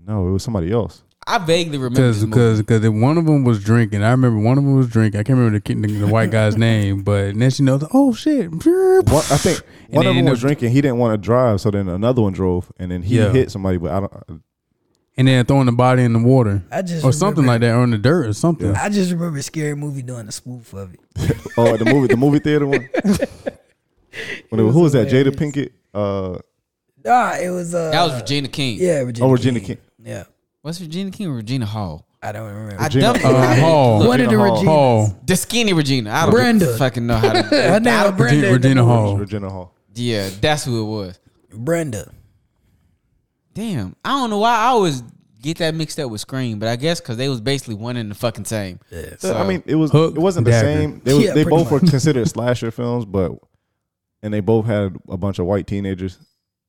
[SPEAKER 3] No, it was somebody else.
[SPEAKER 1] I vaguely remember
[SPEAKER 4] Because
[SPEAKER 1] this movie.
[SPEAKER 4] because because one of them was drinking. I remember one of them was drinking. I can't remember the, kid, the, the white guy's name, but then she knows. Oh shit!
[SPEAKER 3] One, I think
[SPEAKER 4] And
[SPEAKER 3] one
[SPEAKER 4] they
[SPEAKER 3] of them
[SPEAKER 4] end
[SPEAKER 3] was
[SPEAKER 4] up-
[SPEAKER 3] drinking. He didn't want to drive, so then another one drove, and then he
[SPEAKER 4] Yeah.
[SPEAKER 3] hit somebody. But I don't.
[SPEAKER 4] And then throwing the body in the water
[SPEAKER 2] I just
[SPEAKER 4] or something
[SPEAKER 2] remember-
[SPEAKER 4] like that, or in the dirt or something.
[SPEAKER 2] I just remember scary movie doing a spoof of it.
[SPEAKER 3] Oh, the movie, the movie theater one. when it, who was that? Jada Pinkett. Uh,
[SPEAKER 2] Nah, it was uh
[SPEAKER 1] That was Regina King.
[SPEAKER 2] yeah, Virginia.
[SPEAKER 3] Oh, Virginia King.
[SPEAKER 2] Yeah.
[SPEAKER 1] What's Regina King or Regina Hall?
[SPEAKER 2] I don't remember.
[SPEAKER 1] I
[SPEAKER 3] Regina-
[SPEAKER 1] dumped
[SPEAKER 4] Uh, Hall.
[SPEAKER 2] One of the
[SPEAKER 3] Regina Hall.
[SPEAKER 2] Regina
[SPEAKER 4] Paul.
[SPEAKER 1] the skinny Regina. I don't
[SPEAKER 2] Brenda.
[SPEAKER 1] fucking know how to.
[SPEAKER 2] Her name was Brenda.
[SPEAKER 4] Regina,
[SPEAKER 2] in the
[SPEAKER 4] Regina
[SPEAKER 2] movie.
[SPEAKER 4] Hall.
[SPEAKER 3] Regina Hall.
[SPEAKER 1] yeah, that's who it was.
[SPEAKER 2] Brenda.
[SPEAKER 1] Damn, I don't know why I always get that mixed up with Scream, but I guess because they was basically one and the fucking same.
[SPEAKER 2] Yeah.
[SPEAKER 3] So, Uh, I mean, it was
[SPEAKER 4] Hook,
[SPEAKER 3] it wasn't the
[SPEAKER 4] dagger.
[SPEAKER 3] same. They, was,
[SPEAKER 2] Yeah,
[SPEAKER 3] they
[SPEAKER 2] pretty
[SPEAKER 3] both
[SPEAKER 2] much.
[SPEAKER 3] were considered slasher films, but and they both had a bunch of white teenagers,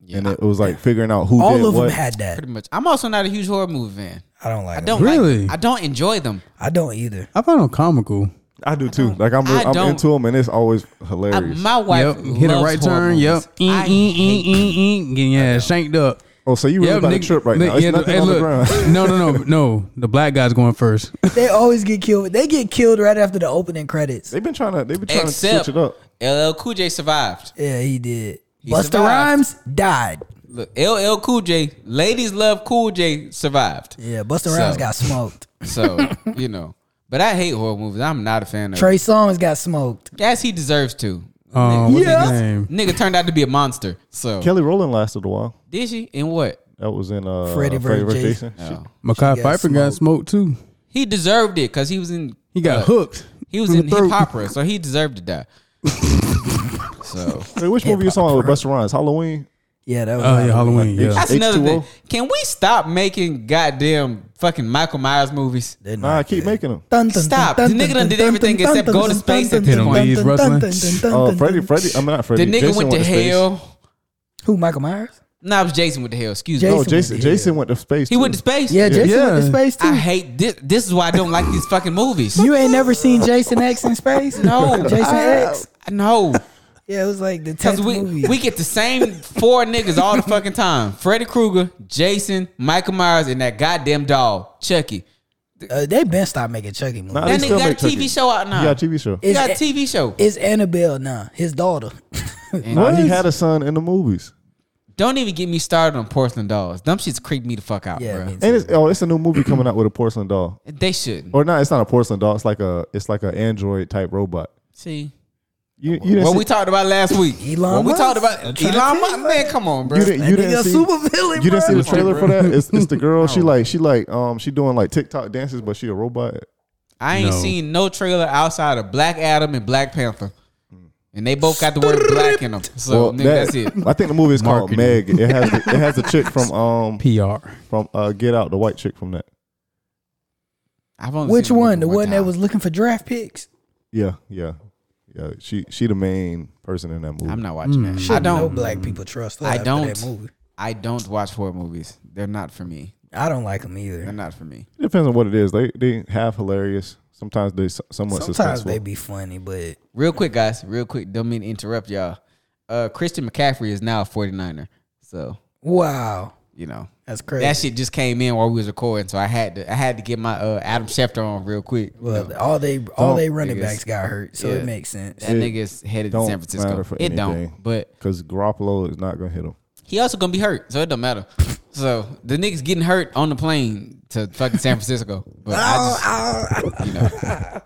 [SPEAKER 1] Yeah,
[SPEAKER 3] and it was like figuring out who did
[SPEAKER 2] All of
[SPEAKER 3] what.
[SPEAKER 2] them had that.
[SPEAKER 1] pretty much. I'm also not a huge horror movie fan.
[SPEAKER 2] I don't like
[SPEAKER 1] I
[SPEAKER 2] them.
[SPEAKER 1] don't like-
[SPEAKER 4] Really?
[SPEAKER 1] I don't enjoy them.
[SPEAKER 2] I don't either.
[SPEAKER 4] I found him comical.
[SPEAKER 3] I do too. like I'm,
[SPEAKER 1] I
[SPEAKER 3] I'm
[SPEAKER 1] don't-
[SPEAKER 3] into them, and it's always
[SPEAKER 1] I-
[SPEAKER 3] hilarious.
[SPEAKER 1] Uh, my wife
[SPEAKER 4] Yep, hit a
[SPEAKER 1] loves
[SPEAKER 4] right
[SPEAKER 1] horror
[SPEAKER 4] turn.
[SPEAKER 1] Movies.
[SPEAKER 4] Yep,
[SPEAKER 1] I
[SPEAKER 4] mm, mm, mm,
[SPEAKER 1] hate
[SPEAKER 4] mm, mm, getting your ass shanked up.
[SPEAKER 3] oh, so you really
[SPEAKER 4] Yep,
[SPEAKER 3] about
[SPEAKER 4] nigga-
[SPEAKER 3] to trip right
[SPEAKER 4] nigga,
[SPEAKER 3] now? It's
[SPEAKER 4] yeah,
[SPEAKER 3] nothing
[SPEAKER 4] hey,
[SPEAKER 3] on the
[SPEAKER 4] look.
[SPEAKER 3] ground.
[SPEAKER 4] no, no, no, no. The black guy's going first. Um,
[SPEAKER 2] They always get killed. They get killed right after the opening credits.
[SPEAKER 3] They've been trying to. They've been trying
[SPEAKER 1] Except
[SPEAKER 3] to switch it up.
[SPEAKER 1] LL Cool J survived.
[SPEAKER 2] Yeah, he did. Buster
[SPEAKER 1] survived.
[SPEAKER 2] Rhymes died.
[SPEAKER 1] Look, LL Cool J, ladies love Cool J survived.
[SPEAKER 2] Yeah, Buster Rhymes
[SPEAKER 1] So-
[SPEAKER 2] got smoked.
[SPEAKER 1] So you know, But I hate horror movies. I'm not a fan of.
[SPEAKER 2] Trey Songz got smoked.
[SPEAKER 1] As he deserves to.
[SPEAKER 4] Um, what's
[SPEAKER 2] Yeah.
[SPEAKER 4] his name?
[SPEAKER 1] Nigga turned out to be a monster. So
[SPEAKER 3] Kelly Rowland lasted a while.
[SPEAKER 1] did she? And what?
[SPEAKER 3] That was in uh,
[SPEAKER 2] Freddy versus Jason.
[SPEAKER 3] She-
[SPEAKER 1] No.
[SPEAKER 4] Makai
[SPEAKER 2] got
[SPEAKER 4] Pfeiffer got smoked too.
[SPEAKER 1] He deserved it because he was in.
[SPEAKER 4] He got
[SPEAKER 1] uh,
[SPEAKER 4] hooked.
[SPEAKER 1] He was
[SPEAKER 4] from
[SPEAKER 1] in
[SPEAKER 4] the
[SPEAKER 1] hip
[SPEAKER 4] throat.
[SPEAKER 1] opera, so he deserved to die. so
[SPEAKER 3] Hey, which movie you saw with Busta Rhymes? Halloween.
[SPEAKER 2] Yeah, that was.
[SPEAKER 4] Oh yeah, Halloween.
[SPEAKER 3] Yeah.
[SPEAKER 4] Yeah,
[SPEAKER 1] that's another
[SPEAKER 3] H2O?
[SPEAKER 1] thing. Can we stop making goddamn fucking Michael Myers movies?
[SPEAKER 2] They're not
[SPEAKER 3] Nah, I keep
[SPEAKER 2] good.
[SPEAKER 3] making them.
[SPEAKER 2] Dun,
[SPEAKER 1] Stop. The nigga done did everything except go to space at this
[SPEAKER 4] point. Hit 'em, Leeds, wrestling. Oh,
[SPEAKER 3] Uh, Freddy, Freddy. I'm mean, not
[SPEAKER 1] The
[SPEAKER 3] Freddy.
[SPEAKER 1] nigga
[SPEAKER 3] Jason
[SPEAKER 1] went to
[SPEAKER 3] space.
[SPEAKER 1] hell.
[SPEAKER 2] Who? Michael Myers?
[SPEAKER 1] Nah, it was Jason went to hell. Excuse
[SPEAKER 2] Jason
[SPEAKER 1] me.
[SPEAKER 3] No,
[SPEAKER 2] went
[SPEAKER 3] Jason.
[SPEAKER 2] to
[SPEAKER 3] Jason went to space.
[SPEAKER 1] He
[SPEAKER 3] too.
[SPEAKER 1] went to space.
[SPEAKER 2] Yeah, Jason went
[SPEAKER 4] Yeah.
[SPEAKER 2] to space
[SPEAKER 1] I
[SPEAKER 2] too.
[SPEAKER 1] hate this. This is why I don't like these fucking movies.
[SPEAKER 2] You ain't never seen Jason X in space?
[SPEAKER 1] No,
[SPEAKER 2] Jason
[SPEAKER 1] I-
[SPEAKER 2] X.
[SPEAKER 1] No,
[SPEAKER 2] Yeah, it was like the
[SPEAKER 1] because
[SPEAKER 2] tenth
[SPEAKER 1] we
[SPEAKER 2] movie.
[SPEAKER 1] we get the same four niggas all the fucking time: Freddy Krueger, Jason, Michael Myers, and that goddamn doll, Chucky.
[SPEAKER 2] uh, they been stopped making Chucky movies.
[SPEAKER 3] Nah, they
[SPEAKER 1] That
[SPEAKER 3] still
[SPEAKER 1] nigga got a
[SPEAKER 3] make
[SPEAKER 1] TV
[SPEAKER 3] Chucky.
[SPEAKER 1] show out now.
[SPEAKER 3] He got a TV show.
[SPEAKER 1] He
[SPEAKER 2] Is
[SPEAKER 1] got a
[SPEAKER 2] it-
[SPEAKER 1] TV show.
[SPEAKER 2] It's Annabelle now, his daughter.
[SPEAKER 3] Nah, he had a son in the movies.
[SPEAKER 1] Don't even get me started on porcelain dolls. Them shits creep me the fuck out,
[SPEAKER 2] Yeah,
[SPEAKER 1] bruh.
[SPEAKER 2] me too.
[SPEAKER 3] And it's, oh, it's a new movie coming out with a porcelain doll,
[SPEAKER 1] They shouldn't.
[SPEAKER 3] or not? It's not a porcelain doll. It's like a it's like an android type robot.
[SPEAKER 1] See
[SPEAKER 3] You you didn't
[SPEAKER 1] what
[SPEAKER 3] see,
[SPEAKER 1] we talked about last week.
[SPEAKER 2] Elon
[SPEAKER 1] what we
[SPEAKER 2] Musk.
[SPEAKER 1] talked about
[SPEAKER 2] I'm trying
[SPEAKER 1] Elon
[SPEAKER 2] to tell you,
[SPEAKER 1] Musk. Man, come on, bro.
[SPEAKER 3] you didn't you
[SPEAKER 2] That nigga
[SPEAKER 3] didn't
[SPEAKER 2] a
[SPEAKER 3] see
[SPEAKER 2] super villain,
[SPEAKER 3] you didn't see
[SPEAKER 2] bro.
[SPEAKER 3] the trailer for that. It's, it's the girl. She like she like um she doing like TikTok dances, but she a robot.
[SPEAKER 1] I ain't
[SPEAKER 4] No.
[SPEAKER 1] seen no trailer outside of Black Adam and Black Panther, and they both got the word black in them. So
[SPEAKER 3] Well,
[SPEAKER 1] nigga,
[SPEAKER 3] that-
[SPEAKER 1] that's it.
[SPEAKER 3] I think the movie is called
[SPEAKER 4] Marketing.
[SPEAKER 3] Meg. It has the, it has the chick from um
[SPEAKER 4] PR.
[SPEAKER 3] from uh Get Out, the white chick from that.
[SPEAKER 1] I've only
[SPEAKER 2] Which
[SPEAKER 1] seen the movie
[SPEAKER 2] one? The one that
[SPEAKER 1] time.
[SPEAKER 2] was looking for draft picks?
[SPEAKER 3] Yeah, yeah, yeah. She she the main person in that movie.
[SPEAKER 1] I'm not watching
[SPEAKER 3] Mm.
[SPEAKER 1] that. I
[SPEAKER 2] Shouldn't No
[SPEAKER 1] don't.
[SPEAKER 2] black people trust. her
[SPEAKER 1] I
[SPEAKER 2] after
[SPEAKER 1] don't.
[SPEAKER 2] That movie.
[SPEAKER 1] I don't watch horror movies. They're not for me.
[SPEAKER 2] I don't like them
[SPEAKER 1] They're
[SPEAKER 2] either.
[SPEAKER 1] not for me.
[SPEAKER 3] It depends on what it is. They they have hilarious. Sometimes they s- somewhat
[SPEAKER 2] Sometimes
[SPEAKER 3] suspenseful.
[SPEAKER 2] they be funny, but
[SPEAKER 1] Real quick, guys. Real quick. Don't mean to interrupt y'all. Uh, Christian McCaffrey is now a 49er. So
[SPEAKER 2] wow,
[SPEAKER 1] you know
[SPEAKER 2] that's crazy.
[SPEAKER 1] that shit just came in while we was recording, so I had to I had to get my uh, Adam Schefter on real quick.
[SPEAKER 2] well, all they all they running
[SPEAKER 1] niggas.
[SPEAKER 2] backs got hurt, so
[SPEAKER 1] Yeah.
[SPEAKER 2] it makes sense.
[SPEAKER 1] That nigga's headed to
[SPEAKER 3] don't
[SPEAKER 1] San Francisco.
[SPEAKER 3] matter for
[SPEAKER 1] It don't,
[SPEAKER 3] anything.
[SPEAKER 1] but
[SPEAKER 3] Because Garoppolo is not gonna hit him.
[SPEAKER 1] he also gonna be hurt, so it don't matter. so the niggas getting hurt on the plane to fucking San Francisco. But I
[SPEAKER 2] Oh,
[SPEAKER 1] just, you know,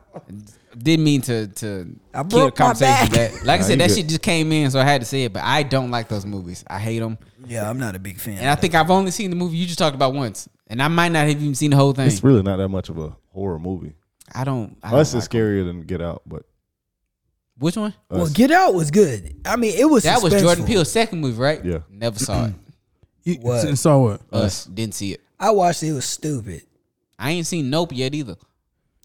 [SPEAKER 1] didn't mean to to
[SPEAKER 2] I
[SPEAKER 1] kill the
[SPEAKER 2] broke my
[SPEAKER 1] conversation.
[SPEAKER 2] back.
[SPEAKER 1] That, like
[SPEAKER 3] Nah,
[SPEAKER 1] I said,
[SPEAKER 3] you
[SPEAKER 1] that
[SPEAKER 3] good.
[SPEAKER 1] shit just came in, so I had to say it. But I don't like those movies. I hate them,
[SPEAKER 2] Yeah, I'm not a big fan.
[SPEAKER 1] and I think I've only seen the movie you just talked about once, and I might not have even seen the whole thing.
[SPEAKER 3] It's really not that much of a horror movie.
[SPEAKER 1] I don't. I don't
[SPEAKER 3] Us is
[SPEAKER 1] like 'em.
[SPEAKER 3] scarier than Get Out, but
[SPEAKER 1] Which one?
[SPEAKER 2] well,
[SPEAKER 3] us-
[SPEAKER 2] Get Out was good. I mean, it was
[SPEAKER 1] That was
[SPEAKER 2] suspenseful.
[SPEAKER 1] Jordan Peele's second movie, right?
[SPEAKER 3] Yeah.
[SPEAKER 1] Never saw it.
[SPEAKER 4] You,
[SPEAKER 2] What?
[SPEAKER 4] s- Saw what?
[SPEAKER 1] Us didn't see it.
[SPEAKER 2] I watched it. It was stupid.
[SPEAKER 1] I ain't seen Nope yet either.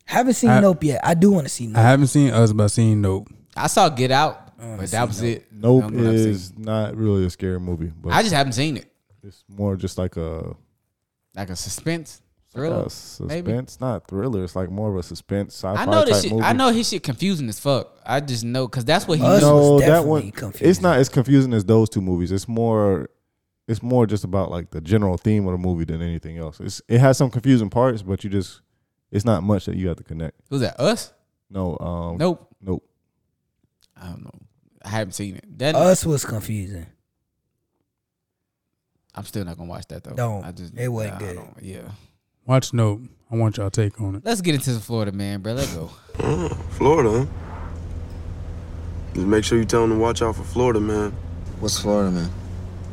[SPEAKER 2] Haven't seen
[SPEAKER 4] I-
[SPEAKER 2] Nope yet. I do want to see
[SPEAKER 4] I
[SPEAKER 2] Nope.
[SPEAKER 4] haven't seen Us, but I seen Nope.
[SPEAKER 1] I saw Get Out,
[SPEAKER 2] Oh,
[SPEAKER 1] but that was it.
[SPEAKER 3] Nope
[SPEAKER 1] That's what I've seen.
[SPEAKER 3] is not really a scary movie, but
[SPEAKER 1] I just haven't seen it.
[SPEAKER 3] it's more just like a
[SPEAKER 1] Like a suspense
[SPEAKER 3] uh,
[SPEAKER 1] thriller. maybe.
[SPEAKER 3] suspense, not thriller. It's like more of a suspense sci-fi
[SPEAKER 1] I know
[SPEAKER 3] type
[SPEAKER 1] this shit.
[SPEAKER 3] movie.
[SPEAKER 1] I know his shit confusing as fuck. I just know because that's what he knows.
[SPEAKER 2] Us-
[SPEAKER 3] No,
[SPEAKER 2] was
[SPEAKER 3] that
[SPEAKER 2] definitely
[SPEAKER 3] one. It's
[SPEAKER 2] confusing.
[SPEAKER 3] not as confusing as those two movies. It's more. It's more just about like the general theme of the movie than anything else. It's it has some confusing parts, but you just it's not much that you have to connect.
[SPEAKER 1] Who's that? Us?
[SPEAKER 3] No, um,
[SPEAKER 1] Nope.
[SPEAKER 3] nope.
[SPEAKER 1] I don't know. I haven't seen it. That
[SPEAKER 2] Us was confusing.
[SPEAKER 1] I'm still not gonna watch that though.
[SPEAKER 2] Don't.
[SPEAKER 1] I just
[SPEAKER 2] It wasn't
[SPEAKER 1] nah, I
[SPEAKER 2] good.
[SPEAKER 1] don't- Yeah.
[SPEAKER 4] Watch Nope. I want y'all take on it.
[SPEAKER 1] Let's get into the Florida man, bro. Let's go.
[SPEAKER 5] Florida, huh? Just make sure you tell them to watch out for Florida, man.
[SPEAKER 6] What's Florida, man?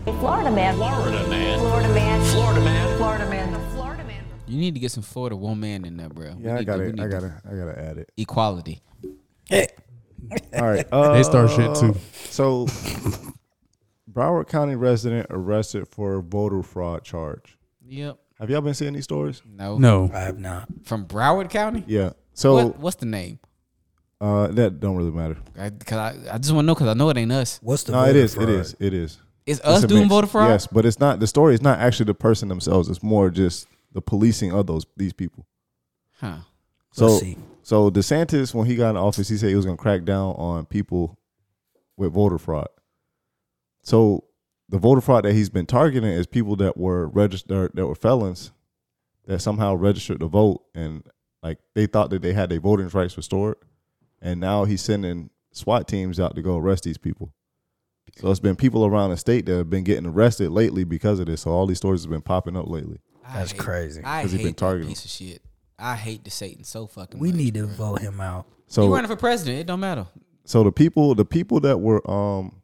[SPEAKER 7] Florida man. Florida man. Florida man. Florida man. Florida man. Florida man.
[SPEAKER 1] You need to get some Florida woman in there, bro. We
[SPEAKER 3] Yeah, I
[SPEAKER 1] need
[SPEAKER 3] got
[SPEAKER 1] to- we
[SPEAKER 3] it.
[SPEAKER 1] need
[SPEAKER 3] I
[SPEAKER 1] to-
[SPEAKER 3] got to I got to add it.
[SPEAKER 1] Equality.
[SPEAKER 3] All right. Uh,
[SPEAKER 4] They start shit too.
[SPEAKER 3] So, Broward County resident arrested for voter fraud charge.
[SPEAKER 1] Yep.
[SPEAKER 3] Have y'all been seeing these stories?
[SPEAKER 1] No.
[SPEAKER 4] No.
[SPEAKER 2] I have not.
[SPEAKER 1] From Broward County.
[SPEAKER 3] Yeah. So
[SPEAKER 1] What, what's the name?
[SPEAKER 3] uh, that don't really matter.
[SPEAKER 1] Because I, I, just want to know because I know it ain't us.
[SPEAKER 2] What's the?
[SPEAKER 3] No, it
[SPEAKER 2] voter
[SPEAKER 3] is.
[SPEAKER 2] fraud?
[SPEAKER 3] It is. It is.
[SPEAKER 1] It's
[SPEAKER 3] It's
[SPEAKER 1] us
[SPEAKER 3] a
[SPEAKER 1] doing
[SPEAKER 3] mix.
[SPEAKER 1] voter fraud.
[SPEAKER 3] Yes, but it's not the story. It's not actually the person themselves. It's more just the policing of those these people.
[SPEAKER 1] Huh.
[SPEAKER 3] So
[SPEAKER 2] Let's see.
[SPEAKER 3] so DeSantis when he got in office, he said he was going to crack down on people with voter fraud. So the voter fraud that he's been targeting is people that were registered that were felons that somehow registered to vote and like they thought that they had their voting rights restored, and now he's sending SWAT teams out to go arrest these people. So it's been people around the state that have been getting arrested lately because of this. So all these stories have been popping up lately.
[SPEAKER 1] I
[SPEAKER 2] That's
[SPEAKER 1] hate-
[SPEAKER 2] crazy.
[SPEAKER 1] I
[SPEAKER 3] 'Cause
[SPEAKER 1] hate
[SPEAKER 3] he been
[SPEAKER 1] been
[SPEAKER 3] targeted.
[SPEAKER 1] piece of shit. I hate the Satan so fucking.
[SPEAKER 2] We
[SPEAKER 1] much.
[SPEAKER 2] need to vote him out.
[SPEAKER 3] So
[SPEAKER 1] You running for president? It don't matter.
[SPEAKER 3] so the people the people that were um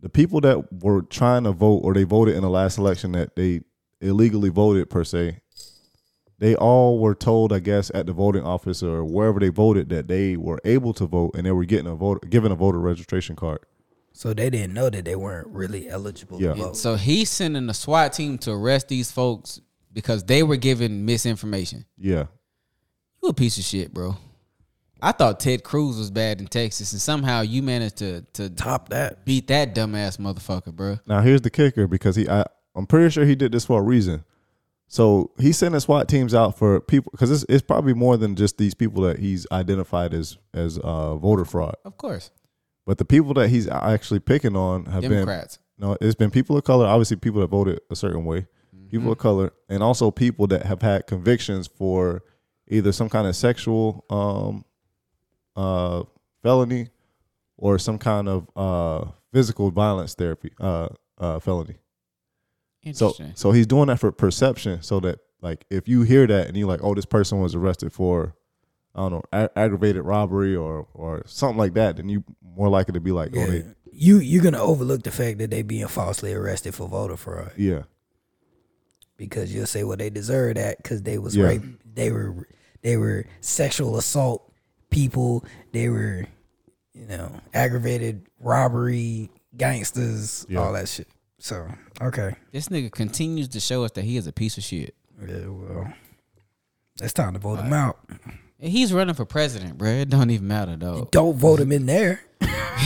[SPEAKER 3] the people that were trying to vote or they voted in the last election that they illegally voted per se they all were told i guess at the voting office or wherever they voted that they were able to vote and they were getting a vote given a voter registration card
[SPEAKER 2] So they didn't know that they weren't really eligible
[SPEAKER 3] Yeah.
[SPEAKER 2] to vote.
[SPEAKER 1] So he's sending a SWAT team to arrest these folks because they were given misinformation.
[SPEAKER 3] yeah
[SPEAKER 1] You a piece of shit, bro. I thought Ted Cruz was bad in Texas, and somehow you managed to to
[SPEAKER 2] Top that.
[SPEAKER 1] beat that dumbass motherfucker, bro.
[SPEAKER 3] now here's the kicker because he I, i'm pretty sure he did this for a reason so he's sending swat teams out for people because it's, it's probably more than just these people that he's identified as as uh, voter fraud
[SPEAKER 1] Of course,
[SPEAKER 3] But the people that he's actually picking on have
[SPEAKER 1] Democrats.
[SPEAKER 3] been no, it's been people of color. Obviously, people that voted a certain way, people of color, and also people that have had convictions for either some kind of sexual um, uh, felony or some kind of uh, physical violence therapy uh, uh, felony. So,
[SPEAKER 1] Interesting.
[SPEAKER 3] so he's doing that for perception, so that like if you hear that and you're like, oh, this person was arrested for, I don't know, a- aggravated robbery or or something like that, then you more likely to be like, oh, they,
[SPEAKER 2] You you're gonna overlook the fact that they being falsely arrested for voter fraud
[SPEAKER 3] yeah,
[SPEAKER 2] because you'll say, well, they deserve that because they was
[SPEAKER 3] Yeah.
[SPEAKER 2] rape, they were they were sexual assault people, they were you know aggravated robbery gangsters, all that shit. So okay,
[SPEAKER 1] this nigga continues to show us that he is a piece of shit.
[SPEAKER 2] yeah, well, it's time to vote them out.
[SPEAKER 1] And he's running for president, bro. It don't even matter though.
[SPEAKER 2] Don't vote them in there.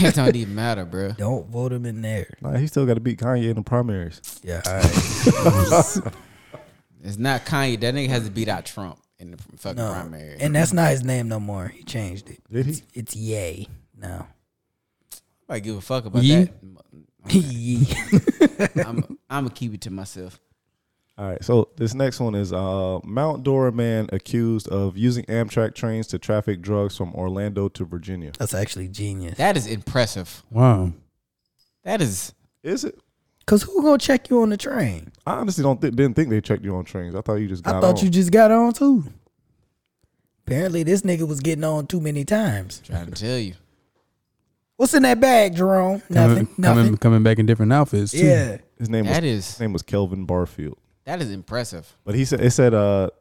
[SPEAKER 1] it don't even matter, bro.
[SPEAKER 2] Don't vote them in there.
[SPEAKER 3] nah, he still got to beat Kanye in the primaries.
[SPEAKER 2] Yeah, all right.
[SPEAKER 1] It's not Kanye. That nigga has to beat out Trump in the fucking
[SPEAKER 2] no,
[SPEAKER 1] primary.
[SPEAKER 2] and that's not his name no more. He changed it.
[SPEAKER 3] Did he?
[SPEAKER 2] It's, it's Yay now.
[SPEAKER 1] I give a fuck about
[SPEAKER 4] Ye?
[SPEAKER 1] that.
[SPEAKER 2] Yee.
[SPEAKER 1] I'm, I'm gonna keep it to myself.
[SPEAKER 3] All right, so this next one is uh, Mount Dora man accused of using Amtrak trains to traffic drugs from Orlando to Virginia.
[SPEAKER 2] That's actually genius.
[SPEAKER 1] That is impressive.
[SPEAKER 4] Wow.
[SPEAKER 1] That is
[SPEAKER 3] Is it?
[SPEAKER 2] Cause who gonna check you on the train?
[SPEAKER 3] I honestly don't think didn't think they checked you on trains. I thought you just got
[SPEAKER 2] I thought
[SPEAKER 3] on.
[SPEAKER 2] you just got on too. Apparently, this nigga was getting on too many times.
[SPEAKER 1] trying to tell you.
[SPEAKER 2] What's in that bag, Jerome? Nothing.
[SPEAKER 4] coming,
[SPEAKER 2] nothing.
[SPEAKER 4] Coming, coming back in different outfits too.
[SPEAKER 2] yeah.
[SPEAKER 3] his name
[SPEAKER 1] That
[SPEAKER 3] was
[SPEAKER 1] is-
[SPEAKER 3] his name was Kelvin Barfield.
[SPEAKER 1] That is impressive.
[SPEAKER 3] But he said it said uh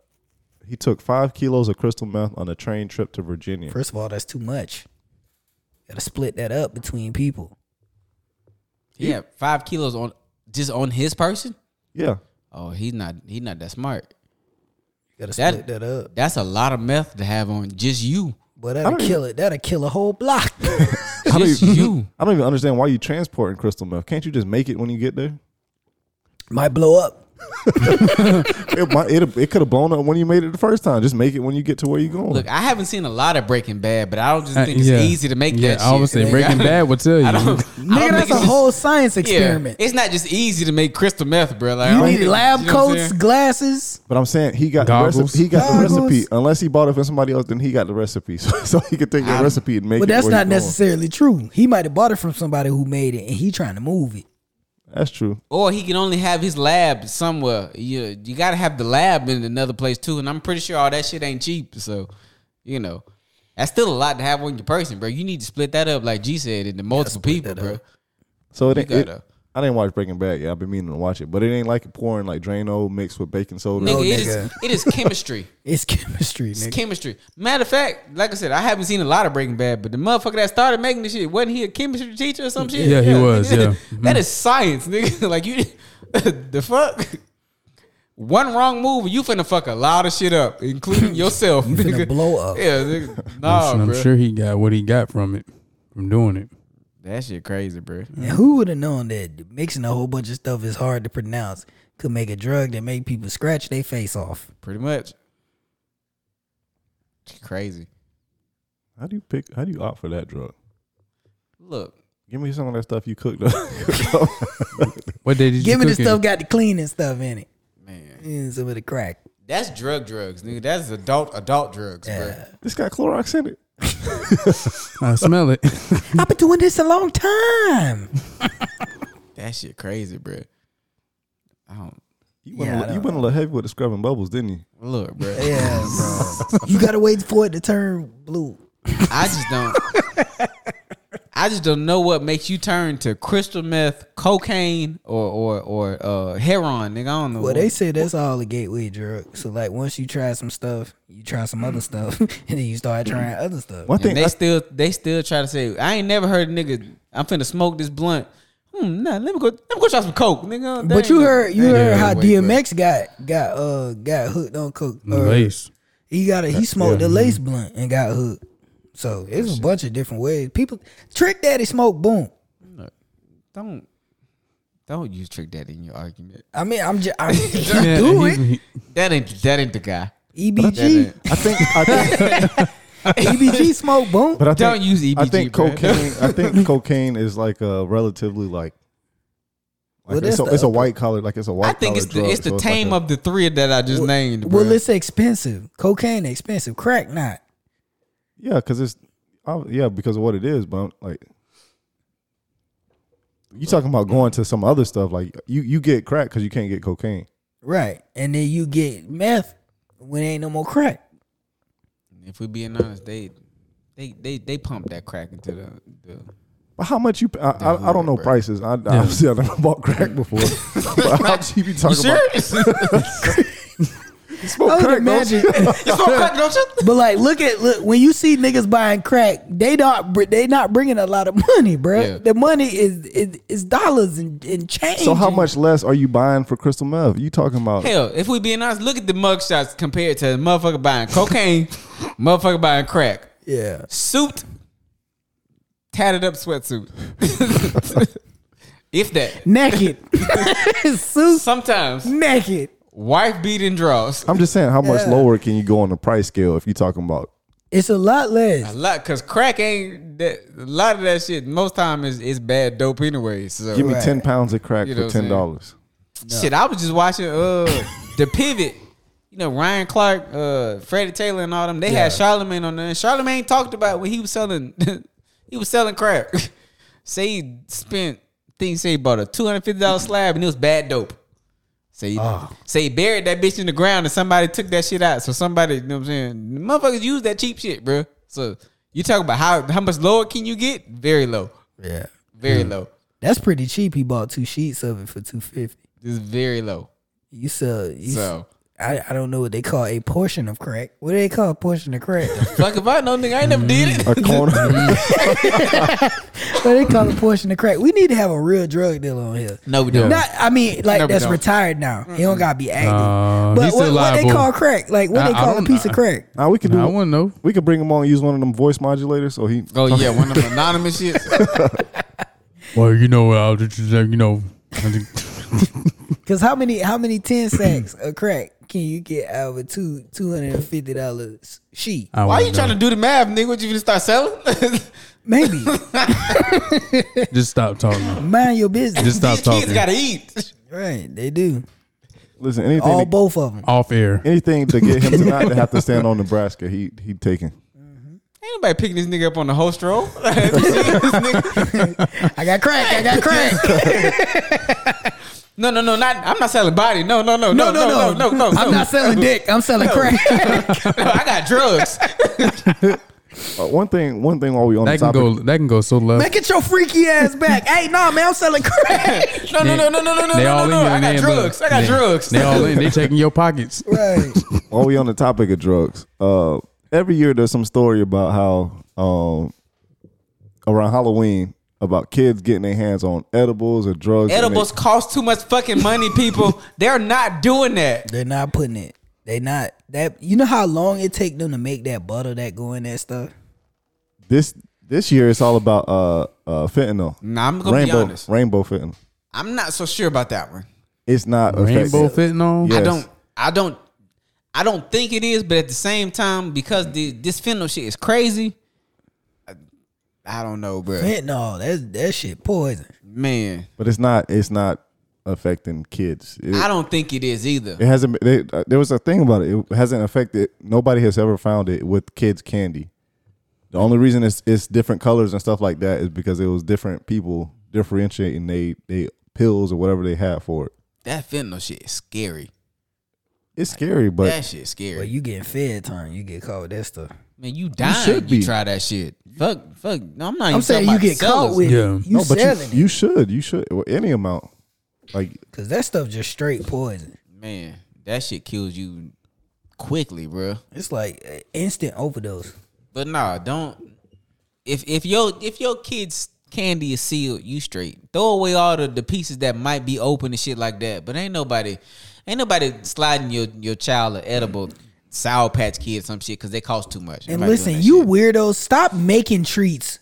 [SPEAKER 3] he took five kilos of crystal meth on a train trip to Virginia.
[SPEAKER 2] First of all, that's too much. Gotta split that up between people.
[SPEAKER 1] He had five kilos on just on his person.
[SPEAKER 3] Yeah.
[SPEAKER 1] Oh, he's not. He's not that smart.
[SPEAKER 2] Gotta split
[SPEAKER 1] That-
[SPEAKER 2] that, up.
[SPEAKER 1] That's a lot of meth to have on just you.
[SPEAKER 2] But that'll kill it. That'll kill a whole block.
[SPEAKER 1] Just you.
[SPEAKER 3] I don't even understand why you transporting crystal meth. Can't you just make it when you get there?
[SPEAKER 2] Might blow up.
[SPEAKER 3] It might, it, it could have blown up when you made it the first time. Just make it when you get to where you're going.
[SPEAKER 1] Look, I haven't seen a lot of Breaking Bad, but I don't just
[SPEAKER 4] Uh,
[SPEAKER 1] think it's
[SPEAKER 4] yeah.
[SPEAKER 1] easy to make
[SPEAKER 4] Yeah,
[SPEAKER 1] that.
[SPEAKER 4] I always
[SPEAKER 1] shit.
[SPEAKER 4] say Breaking Bad will tell
[SPEAKER 1] I
[SPEAKER 4] you.
[SPEAKER 1] don't, I
[SPEAKER 2] Nigga,
[SPEAKER 1] don't think
[SPEAKER 2] that's a
[SPEAKER 1] it's just-
[SPEAKER 2] whole science
[SPEAKER 1] yeah,
[SPEAKER 2] experiment.
[SPEAKER 1] it's not just easy to make crystal meth, bro. Like, I
[SPEAKER 2] you
[SPEAKER 1] don't
[SPEAKER 2] need
[SPEAKER 1] think-
[SPEAKER 2] lab
[SPEAKER 1] you know what I'm
[SPEAKER 2] coats,
[SPEAKER 1] saying?
[SPEAKER 2] glasses.
[SPEAKER 3] but I'm saying he got the
[SPEAKER 4] Goggles.
[SPEAKER 3] recipe. He got the
[SPEAKER 2] Goggles.
[SPEAKER 3] recipe. Unless he bought it from somebody else, then he got the recipe. So, so he could take the recipe and make
[SPEAKER 2] But
[SPEAKER 3] it.
[SPEAKER 2] that's
[SPEAKER 3] where he
[SPEAKER 2] not
[SPEAKER 3] going.
[SPEAKER 2] necessarily true. He might have bought it from somebody who made it, and he trying to move it.
[SPEAKER 3] That's true.
[SPEAKER 1] Or he can only have his lab somewhere. You you gotta have the lab in another place too. And I'm pretty sure all that shit ain't cheap. So, you know, that's still a lot to have on your person, bro. You need to split that up, like G said, into multiple people,
[SPEAKER 2] that
[SPEAKER 1] bro.
[SPEAKER 2] up.
[SPEAKER 3] So it, ain't- it-
[SPEAKER 1] gotta-
[SPEAKER 3] I didn't watch Breaking Bad. Yeah, I've been meaning to watch it, but it ain't like pouring like Drano mixed with baking soda.
[SPEAKER 1] Nigga, it is
[SPEAKER 2] nigga.
[SPEAKER 1] it is chemistry.
[SPEAKER 2] It's chemistry,
[SPEAKER 1] It's
[SPEAKER 2] nigga.
[SPEAKER 1] chemistry. Matter of fact, like I said, I haven't seen a lot of Breaking Bad, but the motherfucker that started making this shit wasn't he a chemistry teacher or some shit?
[SPEAKER 4] Yeah, he was,
[SPEAKER 1] nigga.
[SPEAKER 4] yeah.
[SPEAKER 2] Mm-hmm.
[SPEAKER 1] That is science, nigga. like you, the fuck. One wrong move, you finna fuck a lot of shit up, including yourself.
[SPEAKER 2] You finna
[SPEAKER 1] nigga.
[SPEAKER 2] blow up.
[SPEAKER 1] Yeah, nigga.
[SPEAKER 4] I'm, sure,
[SPEAKER 1] nah,
[SPEAKER 4] I'm
[SPEAKER 1] bro.
[SPEAKER 4] sure he got what he got from it, from doing it.
[SPEAKER 1] That shit crazy, bro.
[SPEAKER 2] And who would have known that mixing a whole bunch of stuff is hard to pronounce could make a drug that make people scratch their face off?
[SPEAKER 1] Pretty much. Shit Crazy.
[SPEAKER 3] How do you pick? How do you opt for that drug?
[SPEAKER 1] Look,
[SPEAKER 3] Give me some of that stuff you cooked up.
[SPEAKER 4] What day did
[SPEAKER 2] Give
[SPEAKER 4] you
[SPEAKER 2] me the
[SPEAKER 4] cook it?
[SPEAKER 2] stuff got the cleaning stuff in it.
[SPEAKER 1] man,
[SPEAKER 2] Mm, some of the crack.
[SPEAKER 1] that's drug drugs, nigga. That's adult adult drugs, bro.
[SPEAKER 3] this got Clorox in it.
[SPEAKER 4] I smell it.
[SPEAKER 2] I've been doing this a long time.
[SPEAKER 1] That shit crazy, bro. I don't.
[SPEAKER 3] You
[SPEAKER 2] Yeah, I
[SPEAKER 3] went,
[SPEAKER 2] don't
[SPEAKER 3] you went a little heavy with the scrubbing bubbles, didn't you?
[SPEAKER 1] Look, bro.
[SPEAKER 2] Yeah, bro. you gotta wait for it to turn blue.
[SPEAKER 1] I just don't. I just don't know what makes you turn to crystal meth, cocaine, or or or uh, heroin, nigga. I don't know.
[SPEAKER 2] Well, they say that's all a gateway drug. So like once you try some stuff, you try some other stuff, and then you start trying other stuff.
[SPEAKER 3] One
[SPEAKER 1] and
[SPEAKER 3] thing,
[SPEAKER 1] they
[SPEAKER 3] I,
[SPEAKER 1] still they still try to say I ain't never heard a nigga. I'm finna smoke this blunt. Hmm, nah, let me go. Let me go try some coke, nigga. That
[SPEAKER 2] But
[SPEAKER 1] ain't
[SPEAKER 2] you
[SPEAKER 1] no-
[SPEAKER 2] heard you
[SPEAKER 1] that ain't
[SPEAKER 2] heard
[SPEAKER 1] no
[SPEAKER 2] how
[SPEAKER 1] way, bro.
[SPEAKER 2] DMX got got uh got hooked on coke. or-
[SPEAKER 4] Lace.
[SPEAKER 2] He got a, he smoked the lace blunt and got hooked. So it's a bunch of different ways. People trick daddy smoked boom.
[SPEAKER 1] Don't don't use trick daddy in your argument.
[SPEAKER 2] I mean, I'm just I'm, he
[SPEAKER 4] Yeah,
[SPEAKER 2] do
[SPEAKER 4] he-
[SPEAKER 2] it. E
[SPEAKER 4] he-
[SPEAKER 1] That ain't that ain't the guy.
[SPEAKER 2] EBG
[SPEAKER 3] I think, I think,
[SPEAKER 2] EBG smoke boom.
[SPEAKER 3] but I think,
[SPEAKER 1] Don't use E EBG.
[SPEAKER 3] I think
[SPEAKER 1] bro.
[SPEAKER 3] cocaine, I think cocaine is like a relatively like, like
[SPEAKER 2] Well,
[SPEAKER 3] it's,
[SPEAKER 2] that's
[SPEAKER 3] a,
[SPEAKER 2] the
[SPEAKER 3] it's a
[SPEAKER 2] upper-
[SPEAKER 3] white collar, like it's a white.
[SPEAKER 1] I think it's
[SPEAKER 3] collar
[SPEAKER 1] the
[SPEAKER 3] drug,
[SPEAKER 1] it's the
[SPEAKER 3] so like
[SPEAKER 1] tame
[SPEAKER 3] a-
[SPEAKER 1] of the three that I just named. Bro.
[SPEAKER 2] Well, it's expensive. Cocaine expensive. Crack not.
[SPEAKER 3] Yeah, because it's oh, yeah because of what it is. But I'm, like, you talking about going to some other stuff like you you get crack because you can't get cocaine.
[SPEAKER 2] Right. And then you get meth when ain't no more crack.
[SPEAKER 1] if we being honest, they they they they pump that crack into the, the
[SPEAKER 3] But how much you? I, I, I don't know prices. I, I obviously I never bought crack before. but how cheap you talking about?
[SPEAKER 1] you sure?
[SPEAKER 3] Smoke
[SPEAKER 2] I would
[SPEAKER 3] crack, don't
[SPEAKER 2] imagine.
[SPEAKER 3] you?
[SPEAKER 1] you smoke crack, don't you?
[SPEAKER 2] Oh, But like, look at look when you see niggas buying crack, they not br- they not bringing a lot of money, bruh.
[SPEAKER 1] Yeah.
[SPEAKER 2] The money is is, is dollars and, and change.
[SPEAKER 3] So how much less are you buying for crystal meth? You talking about?
[SPEAKER 1] Hell, if we being honest, look at the mugshots compared to the motherfucker buying cocaine, motherfucker buying crack,
[SPEAKER 2] Yeah,
[SPEAKER 1] suit, tatted up sweatsuit. if that,
[SPEAKER 2] naked, suits
[SPEAKER 1] sometimes
[SPEAKER 2] naked.
[SPEAKER 1] wife beating draws
[SPEAKER 3] I'm just saying, how much
[SPEAKER 2] Yeah.
[SPEAKER 3] lower can you go on the price scale if you talking about?
[SPEAKER 2] It's a lot
[SPEAKER 1] a
[SPEAKER 2] less.
[SPEAKER 1] lot because crack ain't that. A lot of that shit most time is is bad dope anyway. So
[SPEAKER 3] Give me
[SPEAKER 2] Right.
[SPEAKER 3] ten pounds of crack
[SPEAKER 1] You know
[SPEAKER 3] for
[SPEAKER 1] what I'm
[SPEAKER 3] ten
[SPEAKER 1] saying?
[SPEAKER 3] dollars.
[SPEAKER 1] Shit, I was just watching uh the pivot. You know, Ryan Clark, uh, Freddie Taylor and all them, they had Charlemagne on there. Charlemagne talked about when he was selling he was selling crack. say he spent things say he bought a two hundred fifty dollar slab and it was bad dope. Say he, say he buried that bitch in the ground and somebody took that shit out. So somebody, you know what I'm saying? Motherfuckers use that cheap shit, bro. So you talk about how how much lower can you get? Very low.
[SPEAKER 2] Yeah,
[SPEAKER 1] Very low.
[SPEAKER 2] that's pretty cheap. He bought two sheets of it for two fifty.
[SPEAKER 1] Just very low.
[SPEAKER 2] You sell. You
[SPEAKER 1] So
[SPEAKER 2] I, I don't know what they call a portion of crack. What do they call a portion of crack?
[SPEAKER 1] Fuck if I know, nigga. I ain't never did it.
[SPEAKER 3] A corner.
[SPEAKER 2] what do they call a portion of crack? We need to have a real drug dealer on here.
[SPEAKER 1] No, we don't.
[SPEAKER 2] Not, I mean, like
[SPEAKER 1] No, we
[SPEAKER 2] that's
[SPEAKER 1] don't.
[SPEAKER 2] retired now. He don't gotta be active.
[SPEAKER 4] Uh,
[SPEAKER 2] but
[SPEAKER 4] he's
[SPEAKER 2] what,
[SPEAKER 4] still
[SPEAKER 2] what they
[SPEAKER 4] liable.
[SPEAKER 2] call crack? Like what
[SPEAKER 4] I-
[SPEAKER 2] they
[SPEAKER 4] I
[SPEAKER 2] call a
[SPEAKER 4] don't-
[SPEAKER 2] piece of crack?
[SPEAKER 3] now we could do.
[SPEAKER 4] Nah, I wouldn't know.
[SPEAKER 3] we could bring him on, use one of them voice modulators. So he.
[SPEAKER 1] Oh yeah, one of them anonymous shit.
[SPEAKER 4] Well, you know, I'll just uh, you know, I think
[SPEAKER 2] Because how many how many ten sacks of crack can you get out of a two two hundred and fifty dollars sheet?
[SPEAKER 4] I
[SPEAKER 1] Why you
[SPEAKER 4] wouldn't
[SPEAKER 1] trying to
[SPEAKER 4] know.
[SPEAKER 1] do the math, nigga? What you gonna start selling? These
[SPEAKER 2] Maybe
[SPEAKER 4] just stop talking?
[SPEAKER 2] mind your business.
[SPEAKER 4] Just stop
[SPEAKER 1] kids
[SPEAKER 4] talking.
[SPEAKER 1] gotta eat.
[SPEAKER 2] right, they do
[SPEAKER 3] Listen, anything.
[SPEAKER 2] all
[SPEAKER 3] to,
[SPEAKER 2] both of them.
[SPEAKER 4] Off air.
[SPEAKER 3] anything to get him to not to have to stand on Nebraska. He he taking.
[SPEAKER 1] Ain't nobody picking this nigga up on the host roll. Have you seen this nigga?
[SPEAKER 2] I got crack. I got crack.
[SPEAKER 1] no, no, no, not. I'm not selling body. No, no, no,
[SPEAKER 2] No, no, no,
[SPEAKER 1] no, no, no.
[SPEAKER 2] I'm not selling dick. I'm selling crack.
[SPEAKER 1] no, I got drugs.
[SPEAKER 3] Uh, one thing. One thing. While we on
[SPEAKER 4] That
[SPEAKER 3] the
[SPEAKER 4] can
[SPEAKER 3] topic,
[SPEAKER 4] go. That can go so left.
[SPEAKER 2] Man, get your freaky ass back. hey, nah, man, I'm selling crack.
[SPEAKER 1] No, no, no, no, no, no, no,
[SPEAKER 4] They
[SPEAKER 1] no,
[SPEAKER 4] all
[SPEAKER 1] no.
[SPEAKER 4] in there.
[SPEAKER 1] I
[SPEAKER 4] and
[SPEAKER 1] got
[SPEAKER 4] they-
[SPEAKER 1] drugs. I got
[SPEAKER 4] they-
[SPEAKER 1] drugs.
[SPEAKER 4] They all in. They checking your pockets.
[SPEAKER 2] right.
[SPEAKER 3] while we on the topic of drugs, uh, every year there's some story about how um, around Halloween about kids getting their hands on edibles or drugs. and they-
[SPEAKER 1] Edibles cost too much fucking money, people. They're not doing that.
[SPEAKER 2] They're not putting it. They not that. You know how long it take them to make that butter that go in that stuff.
[SPEAKER 3] this this year it's all about uh, uh, fentanyl.
[SPEAKER 1] Nah, I'm gonna be
[SPEAKER 3] rainbow,
[SPEAKER 1] honest.
[SPEAKER 3] Rainbow fentanyl.
[SPEAKER 1] I'm not so sure about that one.
[SPEAKER 3] It's not
[SPEAKER 4] Rainbow
[SPEAKER 3] effective.
[SPEAKER 4] fitting on.
[SPEAKER 3] Yeah.
[SPEAKER 1] I
[SPEAKER 3] Yes.
[SPEAKER 1] don't. I don't. I don't think it is, but at the same time, because the, this fentanyl shit is crazy, I, I don't know, bro.
[SPEAKER 2] Fentanyl, that's that shit poison.
[SPEAKER 1] Man,
[SPEAKER 3] but it's not. It's not affecting kids. It-
[SPEAKER 1] I don't think it is either.
[SPEAKER 3] It hasn't. been- They, uh, there was a thing about it. It hasn't affected. Nobody has ever found it with kids' candy. The only reason it's it's different colors and stuff like that is because it was different people differentiating they they pills or whatever they had for it.
[SPEAKER 1] That fentanyl shit is scary.
[SPEAKER 3] It's scary, but
[SPEAKER 1] that shit scary.
[SPEAKER 2] Well, you getting fed time, you get caught with that stuff.
[SPEAKER 1] Man, you dying.
[SPEAKER 3] should
[SPEAKER 1] You
[SPEAKER 3] be.
[SPEAKER 1] try that shit. Fuck, fuck. No, I'm not.
[SPEAKER 2] I'm
[SPEAKER 1] even
[SPEAKER 2] saying
[SPEAKER 1] talking
[SPEAKER 2] you
[SPEAKER 1] about
[SPEAKER 2] get
[SPEAKER 1] sellers.
[SPEAKER 2] caught with
[SPEAKER 4] Yeah.
[SPEAKER 2] it. You
[SPEAKER 3] no, but
[SPEAKER 2] selling
[SPEAKER 3] you, you should, you should, well, any amount. Like
[SPEAKER 2] because that stuff just straight poison.
[SPEAKER 1] Man, that shit kills you quickly, bruh.
[SPEAKER 2] It's like uh, instant overdose.
[SPEAKER 1] But nah, don't. If if your if your kids candy is sealed, you straight. Throw away all the, the pieces that might be open and shit like that. But ain't nobody, ain't nobody sliding your your child an edible sour patch kid or some shit because they cost too much. Nobody
[SPEAKER 2] And
[SPEAKER 1] doing
[SPEAKER 2] listen,
[SPEAKER 1] that
[SPEAKER 2] you
[SPEAKER 1] shit.
[SPEAKER 2] weirdos, stop making treats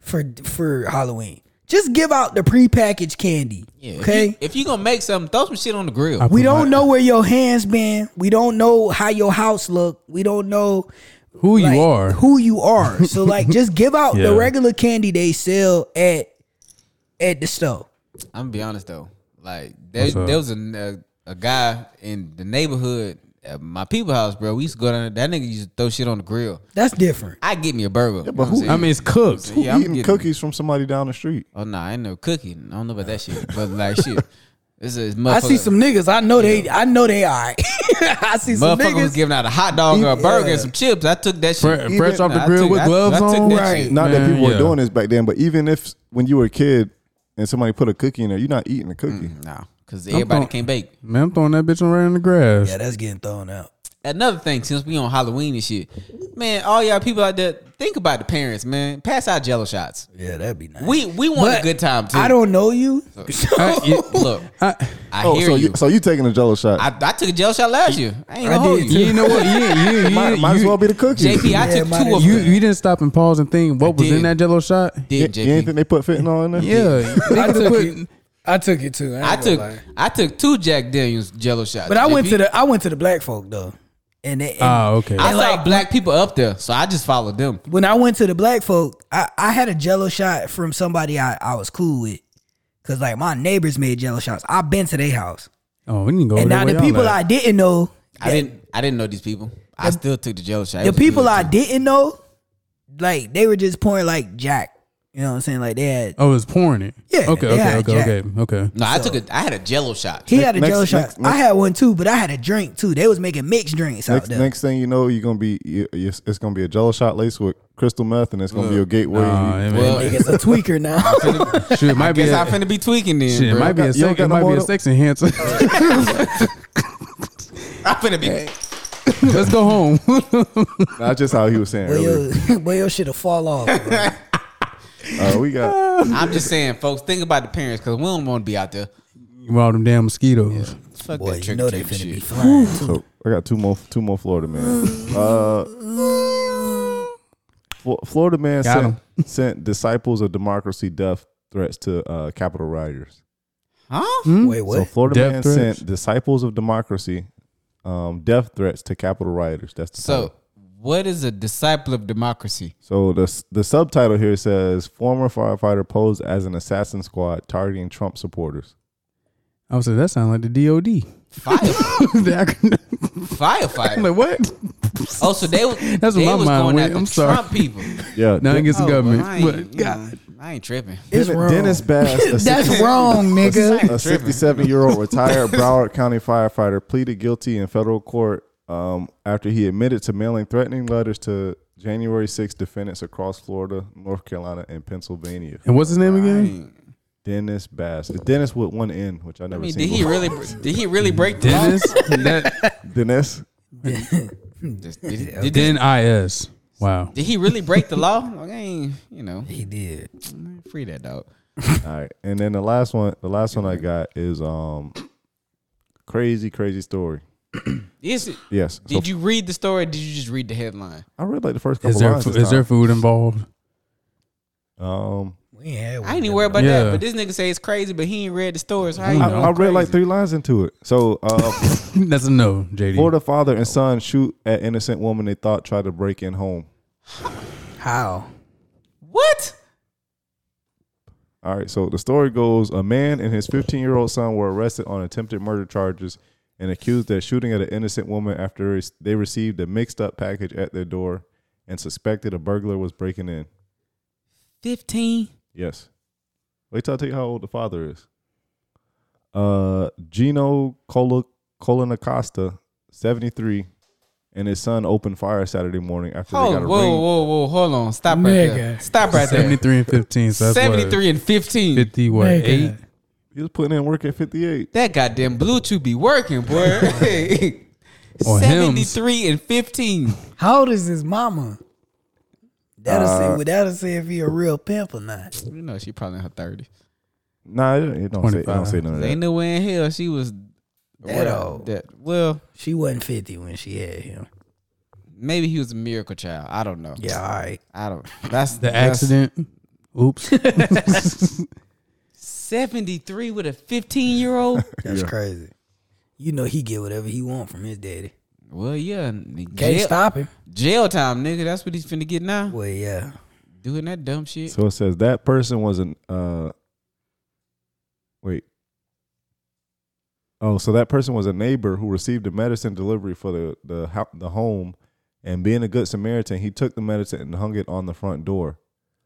[SPEAKER 2] for for Halloween. Just give out the prepackaged candy.
[SPEAKER 1] Yeah, if
[SPEAKER 2] okay.
[SPEAKER 1] you- If you gonna make something, throw some shit on the grill.
[SPEAKER 2] we don't know where your hands been. We don't know how your house look. We don't know
[SPEAKER 4] Who
[SPEAKER 2] like,
[SPEAKER 4] you are?
[SPEAKER 2] Who you are. So like just give out
[SPEAKER 4] Yeah.
[SPEAKER 2] the regular candy they sell at at the store.
[SPEAKER 1] I'm gonna be honest though. Like there, there was a, a a guy in the neighborhood at my people house, bro. We used to go down there. That nigga used to throw shit on the grill.
[SPEAKER 2] That's different.
[SPEAKER 1] I get me a burger.
[SPEAKER 3] but who-
[SPEAKER 4] I mean, it's cooked.
[SPEAKER 3] who
[SPEAKER 1] Yeah, I'm
[SPEAKER 3] eating
[SPEAKER 1] getting-
[SPEAKER 3] cookies from somebody down the street?
[SPEAKER 1] Oh nah, I ain't no cookie. I don't know about that shit. But like shit. This is motherfucker.
[SPEAKER 2] I see some niggas. I know they I know they all right. I see some
[SPEAKER 1] motherfucker was
[SPEAKER 2] niggas.
[SPEAKER 1] giving out a hot dog or a burger and some chips. I took that
[SPEAKER 4] Fre-
[SPEAKER 1] shit.
[SPEAKER 4] fresh off the
[SPEAKER 1] I
[SPEAKER 4] grill
[SPEAKER 1] took-
[SPEAKER 4] with
[SPEAKER 1] I-
[SPEAKER 4] gloves
[SPEAKER 1] I took
[SPEAKER 4] on.
[SPEAKER 1] that shit.
[SPEAKER 3] Not that
[SPEAKER 4] Man,
[SPEAKER 3] people
[SPEAKER 4] yeah.
[SPEAKER 3] were doing this back then, but even if when you were a kid and somebody put a cookie in there, you're not eating the cookie.
[SPEAKER 4] Mm.
[SPEAKER 1] Nah, cause everybody
[SPEAKER 4] throwing-
[SPEAKER 1] can't bake.
[SPEAKER 4] Man, I'm throwing that bitch on right in the grass.
[SPEAKER 2] Yeah, that's getting thrown out.
[SPEAKER 1] Another thing, since we on Halloween and shit, man, all y'all people out there, think about the parents, man. Pass out Jello shots.
[SPEAKER 2] Yeah, that'd be nice.
[SPEAKER 1] We we want a
[SPEAKER 2] But
[SPEAKER 1] good time too.
[SPEAKER 2] I don't know you.
[SPEAKER 4] I, you-
[SPEAKER 1] look. I,
[SPEAKER 3] Oh,
[SPEAKER 1] hear
[SPEAKER 3] so
[SPEAKER 1] you.
[SPEAKER 3] you so you taking a Jello shot?
[SPEAKER 1] I, I took a jail shot last year. I ain't gonna
[SPEAKER 2] I
[SPEAKER 1] hold
[SPEAKER 2] did
[SPEAKER 1] you.
[SPEAKER 4] you know what? You, you, you,
[SPEAKER 3] might, might as
[SPEAKER 4] you-
[SPEAKER 3] well be the cookie.
[SPEAKER 1] JP, I
[SPEAKER 2] Yeah,
[SPEAKER 1] took
[SPEAKER 2] might
[SPEAKER 1] two of
[SPEAKER 2] as
[SPEAKER 4] you,
[SPEAKER 1] them.
[SPEAKER 4] you didn't stop and pause and think what was
[SPEAKER 1] did.
[SPEAKER 4] in that Jello shot.
[SPEAKER 3] you,
[SPEAKER 1] Did
[SPEAKER 3] you ain't
[SPEAKER 1] JP?
[SPEAKER 3] think they put fentanyl in there?
[SPEAKER 4] Yeah,
[SPEAKER 6] I
[SPEAKER 4] niggas
[SPEAKER 6] took
[SPEAKER 4] put
[SPEAKER 6] it. I took it too.
[SPEAKER 1] I took I took two Jack Daniels Jello shots.
[SPEAKER 2] But I went
[SPEAKER 1] JP.
[SPEAKER 2] to the I went to the black folk though. And, they- and
[SPEAKER 4] Ah, okay.
[SPEAKER 1] I
[SPEAKER 2] and
[SPEAKER 1] saw
[SPEAKER 2] like-
[SPEAKER 1] black people up there, so I just followed them.
[SPEAKER 2] when I went to the black folk, I, I had a jello shot from somebody I, I was cool with. Cause like my neighbors made jello shots. I've been to their house.
[SPEAKER 4] Oh, we need to go.
[SPEAKER 2] and
[SPEAKER 4] over
[SPEAKER 2] now
[SPEAKER 4] there
[SPEAKER 2] the
[SPEAKER 4] where y'all
[SPEAKER 2] people
[SPEAKER 4] at.
[SPEAKER 2] I didn't know,
[SPEAKER 1] I didn't I didn't know these people. I still took the Jello shot. It
[SPEAKER 2] the
[SPEAKER 1] was a
[SPEAKER 2] people
[SPEAKER 1] good
[SPEAKER 2] I
[SPEAKER 1] time.
[SPEAKER 2] didn't know, like they were just pouring like Jack. You know what I'm saying? Like they had
[SPEAKER 4] Oh, it's pouring it.
[SPEAKER 2] Yeah,
[SPEAKER 4] Okay.
[SPEAKER 2] they
[SPEAKER 4] Okay.
[SPEAKER 2] had
[SPEAKER 4] Okay.
[SPEAKER 2] Jack.
[SPEAKER 4] Okay. Okay.
[SPEAKER 1] No, I took a I had a Jello shot.
[SPEAKER 2] he had a
[SPEAKER 3] next-
[SPEAKER 2] jello shot.
[SPEAKER 3] next- next-
[SPEAKER 2] I had one too, but I had a drink too. They was making mixed drinks out
[SPEAKER 3] Next,
[SPEAKER 2] there.
[SPEAKER 3] next thing you know, you're gonna be you, you- it's gonna be a Jello shot laced with crystal meth, and it's gonna be your gateway.
[SPEAKER 4] Nah,
[SPEAKER 3] You-
[SPEAKER 2] Mm-hmm.
[SPEAKER 4] I mean,
[SPEAKER 1] Well,
[SPEAKER 2] Niggas a tweaker now.
[SPEAKER 4] shit, it Uh, might be.
[SPEAKER 1] guess
[SPEAKER 4] A,
[SPEAKER 1] I finna be tweaking then.
[SPEAKER 4] shit, it
[SPEAKER 1] bro.
[SPEAKER 4] might be
[SPEAKER 3] You
[SPEAKER 4] a
[SPEAKER 3] don't
[SPEAKER 4] sex.
[SPEAKER 3] got
[SPEAKER 4] It
[SPEAKER 3] no
[SPEAKER 4] might be a
[SPEAKER 3] more-
[SPEAKER 4] sex enhancer.
[SPEAKER 1] I finna be.
[SPEAKER 4] Let's go home.
[SPEAKER 3] Not just how he was saying
[SPEAKER 2] Boy,
[SPEAKER 3] earlier.
[SPEAKER 2] your, boy, your shit'll fall off. bro.
[SPEAKER 3] Uh, we got
[SPEAKER 1] I'm just saying, folks, think about the parents because we don't want to be out there.
[SPEAKER 4] With all them damn mosquitoes.
[SPEAKER 1] Fuck
[SPEAKER 2] Boy,
[SPEAKER 1] that
[SPEAKER 2] you
[SPEAKER 1] trick
[SPEAKER 2] know they
[SPEAKER 1] or treat
[SPEAKER 2] finna be
[SPEAKER 1] shit.
[SPEAKER 2] flying.
[SPEAKER 3] so I got two more two more Florida man. Uh, Flo- Florida man
[SPEAKER 4] Got
[SPEAKER 3] sent, sent disciples of democracy death threats to uh, Capitol rioters.
[SPEAKER 1] Huh?
[SPEAKER 4] Mm-hmm.
[SPEAKER 2] Wait,
[SPEAKER 3] Hmm? So
[SPEAKER 2] what?
[SPEAKER 3] Florida
[SPEAKER 4] Death
[SPEAKER 3] man
[SPEAKER 4] threats?
[SPEAKER 3] sent disciples of democracy um, death threats to Capitol rioters. That's the title.
[SPEAKER 1] So, what is a disciple of democracy?
[SPEAKER 3] So the the subtitle here says former firefighter posed as an assassin squad targeting Trump supporters.
[SPEAKER 4] I was like, that sounds like the DOD.
[SPEAKER 1] Fire,
[SPEAKER 4] The acronym. I'm
[SPEAKER 1] firefighter.
[SPEAKER 4] like, what?
[SPEAKER 1] Oh, so they
[SPEAKER 4] That's
[SPEAKER 1] that's
[SPEAKER 4] what
[SPEAKER 1] they
[SPEAKER 4] my
[SPEAKER 1] was
[SPEAKER 4] mind
[SPEAKER 1] going
[SPEAKER 4] went.
[SPEAKER 1] after
[SPEAKER 4] I'm sorry.
[SPEAKER 1] Trump people.
[SPEAKER 3] Yeah,
[SPEAKER 4] Now I
[SPEAKER 3] Den-
[SPEAKER 4] get some
[SPEAKER 1] Well, I
[SPEAKER 4] government.
[SPEAKER 1] ain't,
[SPEAKER 4] But
[SPEAKER 1] you know,
[SPEAKER 4] God,
[SPEAKER 1] I ain't tripping.
[SPEAKER 2] It's
[SPEAKER 3] Den-
[SPEAKER 2] wrong.
[SPEAKER 3] Dennis Bass, a,
[SPEAKER 2] That's
[SPEAKER 3] six-
[SPEAKER 2] wrong, nigga.
[SPEAKER 3] a 67 year old retired Broward County firefighter, pleaded guilty in federal court um, after he admitted to mailing threatening letters to January 6 defendants across Florida, North Carolina, and Pennsylvania.
[SPEAKER 4] and what's his name again?
[SPEAKER 3] Dennis Bass, It's Dennis with one N, which I never
[SPEAKER 1] I mean,
[SPEAKER 3] seen.
[SPEAKER 1] did he
[SPEAKER 3] before.
[SPEAKER 1] really? Did he really break the law?
[SPEAKER 4] Dennis. that,
[SPEAKER 3] Dennis?
[SPEAKER 1] Did, did, did,
[SPEAKER 4] Den IS. Wow.
[SPEAKER 1] did he really break the law? Like, I ain't, you know,
[SPEAKER 2] He did.
[SPEAKER 1] free that dog.
[SPEAKER 3] All right, and then the last one, the last one I got is um, crazy, crazy story.
[SPEAKER 1] Is it?
[SPEAKER 3] Yes. So
[SPEAKER 1] Did you read the story? or Did you just read the headline?
[SPEAKER 3] I read like the first couple
[SPEAKER 4] Is there
[SPEAKER 3] lines.
[SPEAKER 4] fo-
[SPEAKER 3] this
[SPEAKER 4] is there
[SPEAKER 3] time.
[SPEAKER 4] food involved?
[SPEAKER 3] Um,
[SPEAKER 2] We ain't had
[SPEAKER 1] I ain't even worried about
[SPEAKER 4] Yeah.
[SPEAKER 1] that. But this nigga say it's crazy, but he ain't read the story. So how you
[SPEAKER 3] I,
[SPEAKER 1] know
[SPEAKER 3] I
[SPEAKER 1] it's
[SPEAKER 3] read like
[SPEAKER 1] crazy?
[SPEAKER 3] three lines into it. So, uh,
[SPEAKER 4] That's a no, JD.
[SPEAKER 3] Florida father and son shoot at innocent woman they thought tried to break in home.
[SPEAKER 2] How?
[SPEAKER 1] What?
[SPEAKER 3] All right, so the story goes: a man and his 15-year-old son were arrested on attempted murder charges and accused of shooting at an innocent woman after they received a mixed-up package at their door and suspected a burglar was breaking in.
[SPEAKER 1] Fifteen.
[SPEAKER 3] Yes. Wait till I tell you how old the father is. Uh, Gino Cola Colin Acosta, seventy three, and his son opened fire Saturday morning after
[SPEAKER 1] Hold,
[SPEAKER 3] they
[SPEAKER 1] Oh, whoa,
[SPEAKER 3] got a ring.
[SPEAKER 1] whoa, whoa, hold on. Stop right there.
[SPEAKER 6] Nigga.
[SPEAKER 1] Stop right there.
[SPEAKER 4] 73 and 15. So that's what,
[SPEAKER 1] 73 and 15.
[SPEAKER 4] 50, what,
[SPEAKER 6] Nigga.
[SPEAKER 4] eight?
[SPEAKER 3] He was putting in work at fifty eight.
[SPEAKER 1] That goddamn Bluetooth be working, boy.
[SPEAKER 4] Or hymns.
[SPEAKER 1] 73 and 15.
[SPEAKER 6] How old is his mama?
[SPEAKER 2] That'll
[SPEAKER 3] Uh,
[SPEAKER 2] say that'll say if he a real pimp or not.
[SPEAKER 1] You know, she probably in her 30s.
[SPEAKER 3] Nah, it, it don't say it don't
[SPEAKER 4] 25.
[SPEAKER 3] say none of that.
[SPEAKER 1] Ain't no way in hell she was.
[SPEAKER 2] That
[SPEAKER 1] well,
[SPEAKER 2] old.
[SPEAKER 1] that, well,
[SPEAKER 2] She wasn't fifty when she had him.
[SPEAKER 1] maybe he was a miracle child. I don't know.
[SPEAKER 2] Yeah, all right.
[SPEAKER 1] I don't. That's
[SPEAKER 4] The accident. Oops.
[SPEAKER 1] 73 with a 15 year old.
[SPEAKER 2] That's crazy. You know he get whatever he want from his daddy.
[SPEAKER 1] well, yeah. n-
[SPEAKER 2] Can't
[SPEAKER 1] Jail,
[SPEAKER 2] stop him.
[SPEAKER 1] jail time, nigga. That's what he's finna get now.
[SPEAKER 2] Well, yeah.
[SPEAKER 1] Doing that dumb shit.
[SPEAKER 3] So it says that person was an uh wait. Oh, so that person was a neighbor who received a medicine delivery for the the ho- the home, and being a good Samaritan, he took the medicine and hung it on the front door.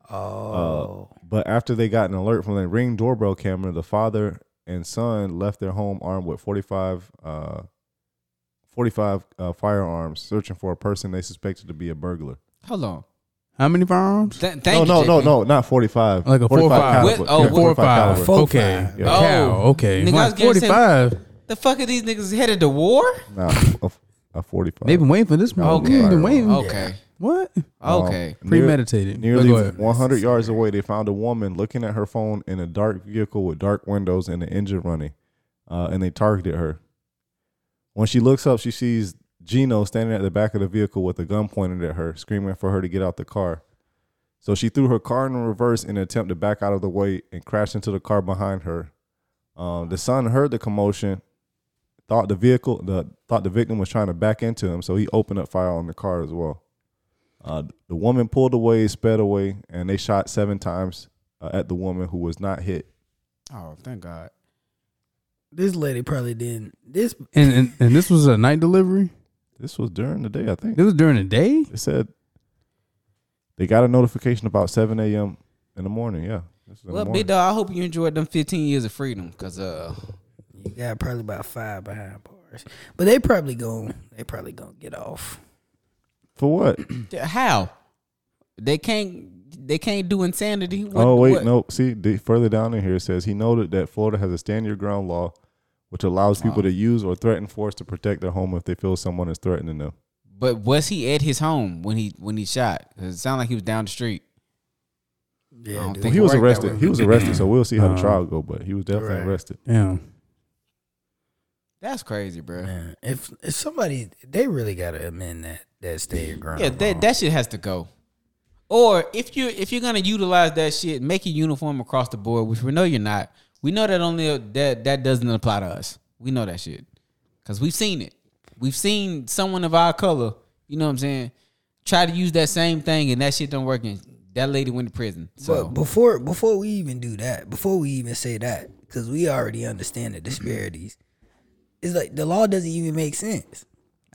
[SPEAKER 3] Uh,
[SPEAKER 2] Oh,
[SPEAKER 3] But after they got an alert from the ring doorbell camera, the father and son left their home armed with 45, uh, 45 uh, firearms, searching for a person they suspected to be a burglar.
[SPEAKER 1] Hold on.
[SPEAKER 4] How many firearms?
[SPEAKER 1] Th- thank
[SPEAKER 3] no,
[SPEAKER 1] you.
[SPEAKER 3] no,
[SPEAKER 1] JP.
[SPEAKER 3] no, no, not forty five.
[SPEAKER 4] Like a four five.
[SPEAKER 1] With- oh,
[SPEAKER 4] Yeah,
[SPEAKER 1] with-
[SPEAKER 4] four or five.
[SPEAKER 3] caliber.
[SPEAKER 2] Four or
[SPEAKER 4] okay.
[SPEAKER 2] five.
[SPEAKER 3] Yeah.
[SPEAKER 4] Cow.
[SPEAKER 1] Oh.
[SPEAKER 4] Okay.
[SPEAKER 1] Nigga, I was gonna say-
[SPEAKER 4] 45.
[SPEAKER 1] The fuck are these niggas headed to war?
[SPEAKER 3] Nah, a, a 45.
[SPEAKER 4] They've been waiting for this moment.
[SPEAKER 1] Okay.
[SPEAKER 4] They've been waiting.
[SPEAKER 1] Okay.
[SPEAKER 4] What?
[SPEAKER 3] Um,
[SPEAKER 1] Okay.
[SPEAKER 3] near-
[SPEAKER 4] Premeditated.
[SPEAKER 3] Nearly
[SPEAKER 4] Go ahead.
[SPEAKER 3] 100 yards away, they found a woman looking at her phone in a dark vehicle with dark windows and an engine running, uh, and they targeted her. When she looks up, she sees Gino standing at the back of the vehicle with a gun pointed at her, screaming for her to get out the car. So she threw her car in reverse in an attempt to back out of the way and crashed into the car behind her. Um, the son heard the commotion, thought the vehicle, the thought the victim was trying to back into him, so he opened up fire on the car as well. Uh, the woman pulled away, sped away, and they shot seven times uh, at the woman who was not hit.
[SPEAKER 1] Oh, thank God.
[SPEAKER 2] this lady probably didn't. This
[SPEAKER 4] And, and and this was a night delivery.
[SPEAKER 3] This was during the day, I think.
[SPEAKER 4] It was during the day.
[SPEAKER 3] It said they got a notification about 7 a.m. in the morning. Yeah. This is in the
[SPEAKER 1] Well,
[SPEAKER 3] morning.
[SPEAKER 1] big dog, I hope you enjoyed them 15 years of freedom. Cause uh,
[SPEAKER 2] you got probably about five behind bars, but they probably going they probably gonna get off.
[SPEAKER 3] For what?
[SPEAKER 1] th- how they can't they can't do insanity. What-
[SPEAKER 3] oh, wait.
[SPEAKER 1] what-
[SPEAKER 3] No. See, the, further down in here, it says he noted that Florida has a stand your ground law, which allows people to use or threaten force to protect their home if they feel someone is threatening them.
[SPEAKER 1] But was he at his home when he when he shot? 'Cause it sounded like he was down the street. I
[SPEAKER 2] Yeah,
[SPEAKER 1] don't
[SPEAKER 2] dude.
[SPEAKER 1] think
[SPEAKER 3] he
[SPEAKER 1] it
[SPEAKER 3] was
[SPEAKER 1] worked that
[SPEAKER 3] arrested.
[SPEAKER 1] way.
[SPEAKER 3] He was arrested. So we'll see how the
[SPEAKER 4] Uh,
[SPEAKER 3] trial go, but he was definitely
[SPEAKER 2] Right.
[SPEAKER 3] arrested.
[SPEAKER 4] Yeah.
[SPEAKER 1] That's crazy, bro.
[SPEAKER 2] Man, if if somebody they really gotta amend that that stay your ground.
[SPEAKER 1] Yeah, that that shit has to go. Or if you if you're gonna utilize that shit, make it uniform across the board, which we know you're not. We know that only that that doesn't apply to us. We know that shit because we've seen it. We've seen someone of our color, you know what I'm saying, try to use that same thing and that shit don't work. And that lady went to prison. So
[SPEAKER 2] But before before we even do that, before we even say that, because we already understand the disparities, it's like the law doesn't even make sense.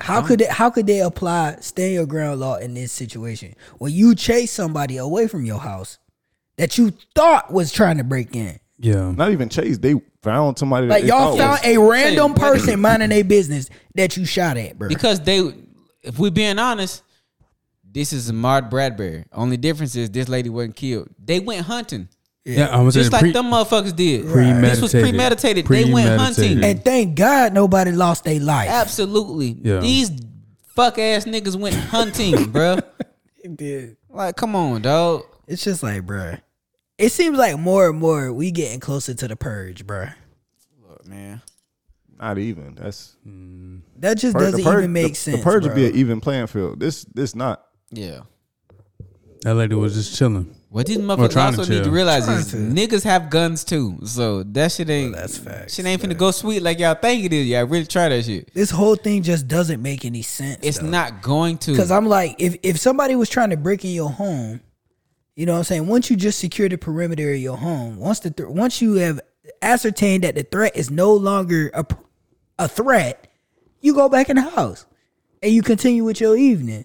[SPEAKER 2] How could they, how could they apply stand your ground law in this situation when you chase somebody away from your house that you thought was trying to break in?
[SPEAKER 4] Yeah.
[SPEAKER 3] Not even Chase. They found somebody. That
[SPEAKER 2] Like
[SPEAKER 3] they
[SPEAKER 2] y'all
[SPEAKER 3] thought
[SPEAKER 2] found
[SPEAKER 3] was-
[SPEAKER 2] a
[SPEAKER 1] Hey,
[SPEAKER 2] random
[SPEAKER 1] what-
[SPEAKER 2] person minding their business that you shot at, bro.
[SPEAKER 1] because they, if we're being honest, this is Ahmad Bradbury. Only difference is this lady wasn't killed. They went hunting.
[SPEAKER 4] Yeah. I was
[SPEAKER 1] Just
[SPEAKER 4] saying
[SPEAKER 1] like
[SPEAKER 4] pre-
[SPEAKER 1] them motherfuckers did. This
[SPEAKER 4] premeditated.
[SPEAKER 1] was premeditated. They went hunting.
[SPEAKER 4] Premeditated.
[SPEAKER 2] and thank God nobody lost their life.
[SPEAKER 1] Absolutely.
[SPEAKER 4] Yeah.
[SPEAKER 1] These fuck ass niggas went hunting, bruh. Like, come on, dog.
[SPEAKER 2] It's just like, bruh. It seems like more and more we getting closer to the purge, bruh.
[SPEAKER 1] Man.
[SPEAKER 3] Not even. That's
[SPEAKER 2] That just
[SPEAKER 3] pur-
[SPEAKER 2] doesn't
[SPEAKER 3] the purge-
[SPEAKER 2] even make
[SPEAKER 3] the,
[SPEAKER 2] sense.
[SPEAKER 3] The purge would be
[SPEAKER 2] bruh.
[SPEAKER 3] an even playing field. This this not.
[SPEAKER 1] Yeah.
[SPEAKER 4] That lady was just chilling.
[SPEAKER 1] What these
[SPEAKER 4] Well,
[SPEAKER 1] motherfuckers
[SPEAKER 4] trying to
[SPEAKER 1] also need to
[SPEAKER 4] chill.
[SPEAKER 1] realize
[SPEAKER 2] Trying
[SPEAKER 1] is
[SPEAKER 2] to.
[SPEAKER 1] niggas have guns too. So that shit ain't
[SPEAKER 2] that's facts,
[SPEAKER 1] Shit ain't finna go sweet like y'all think it is. Y'all really try that shit.
[SPEAKER 2] this whole thing just doesn't make any sense.
[SPEAKER 1] It's not going
[SPEAKER 2] because
[SPEAKER 1] to.
[SPEAKER 2] I'm like, if if somebody was trying to break in your home, you know what I'm saying. Once you just secure the perimeter of your home, once the thr once you have ascertained that the threat is no longer a pr- a threat, you go back in the house and you continue with your evening.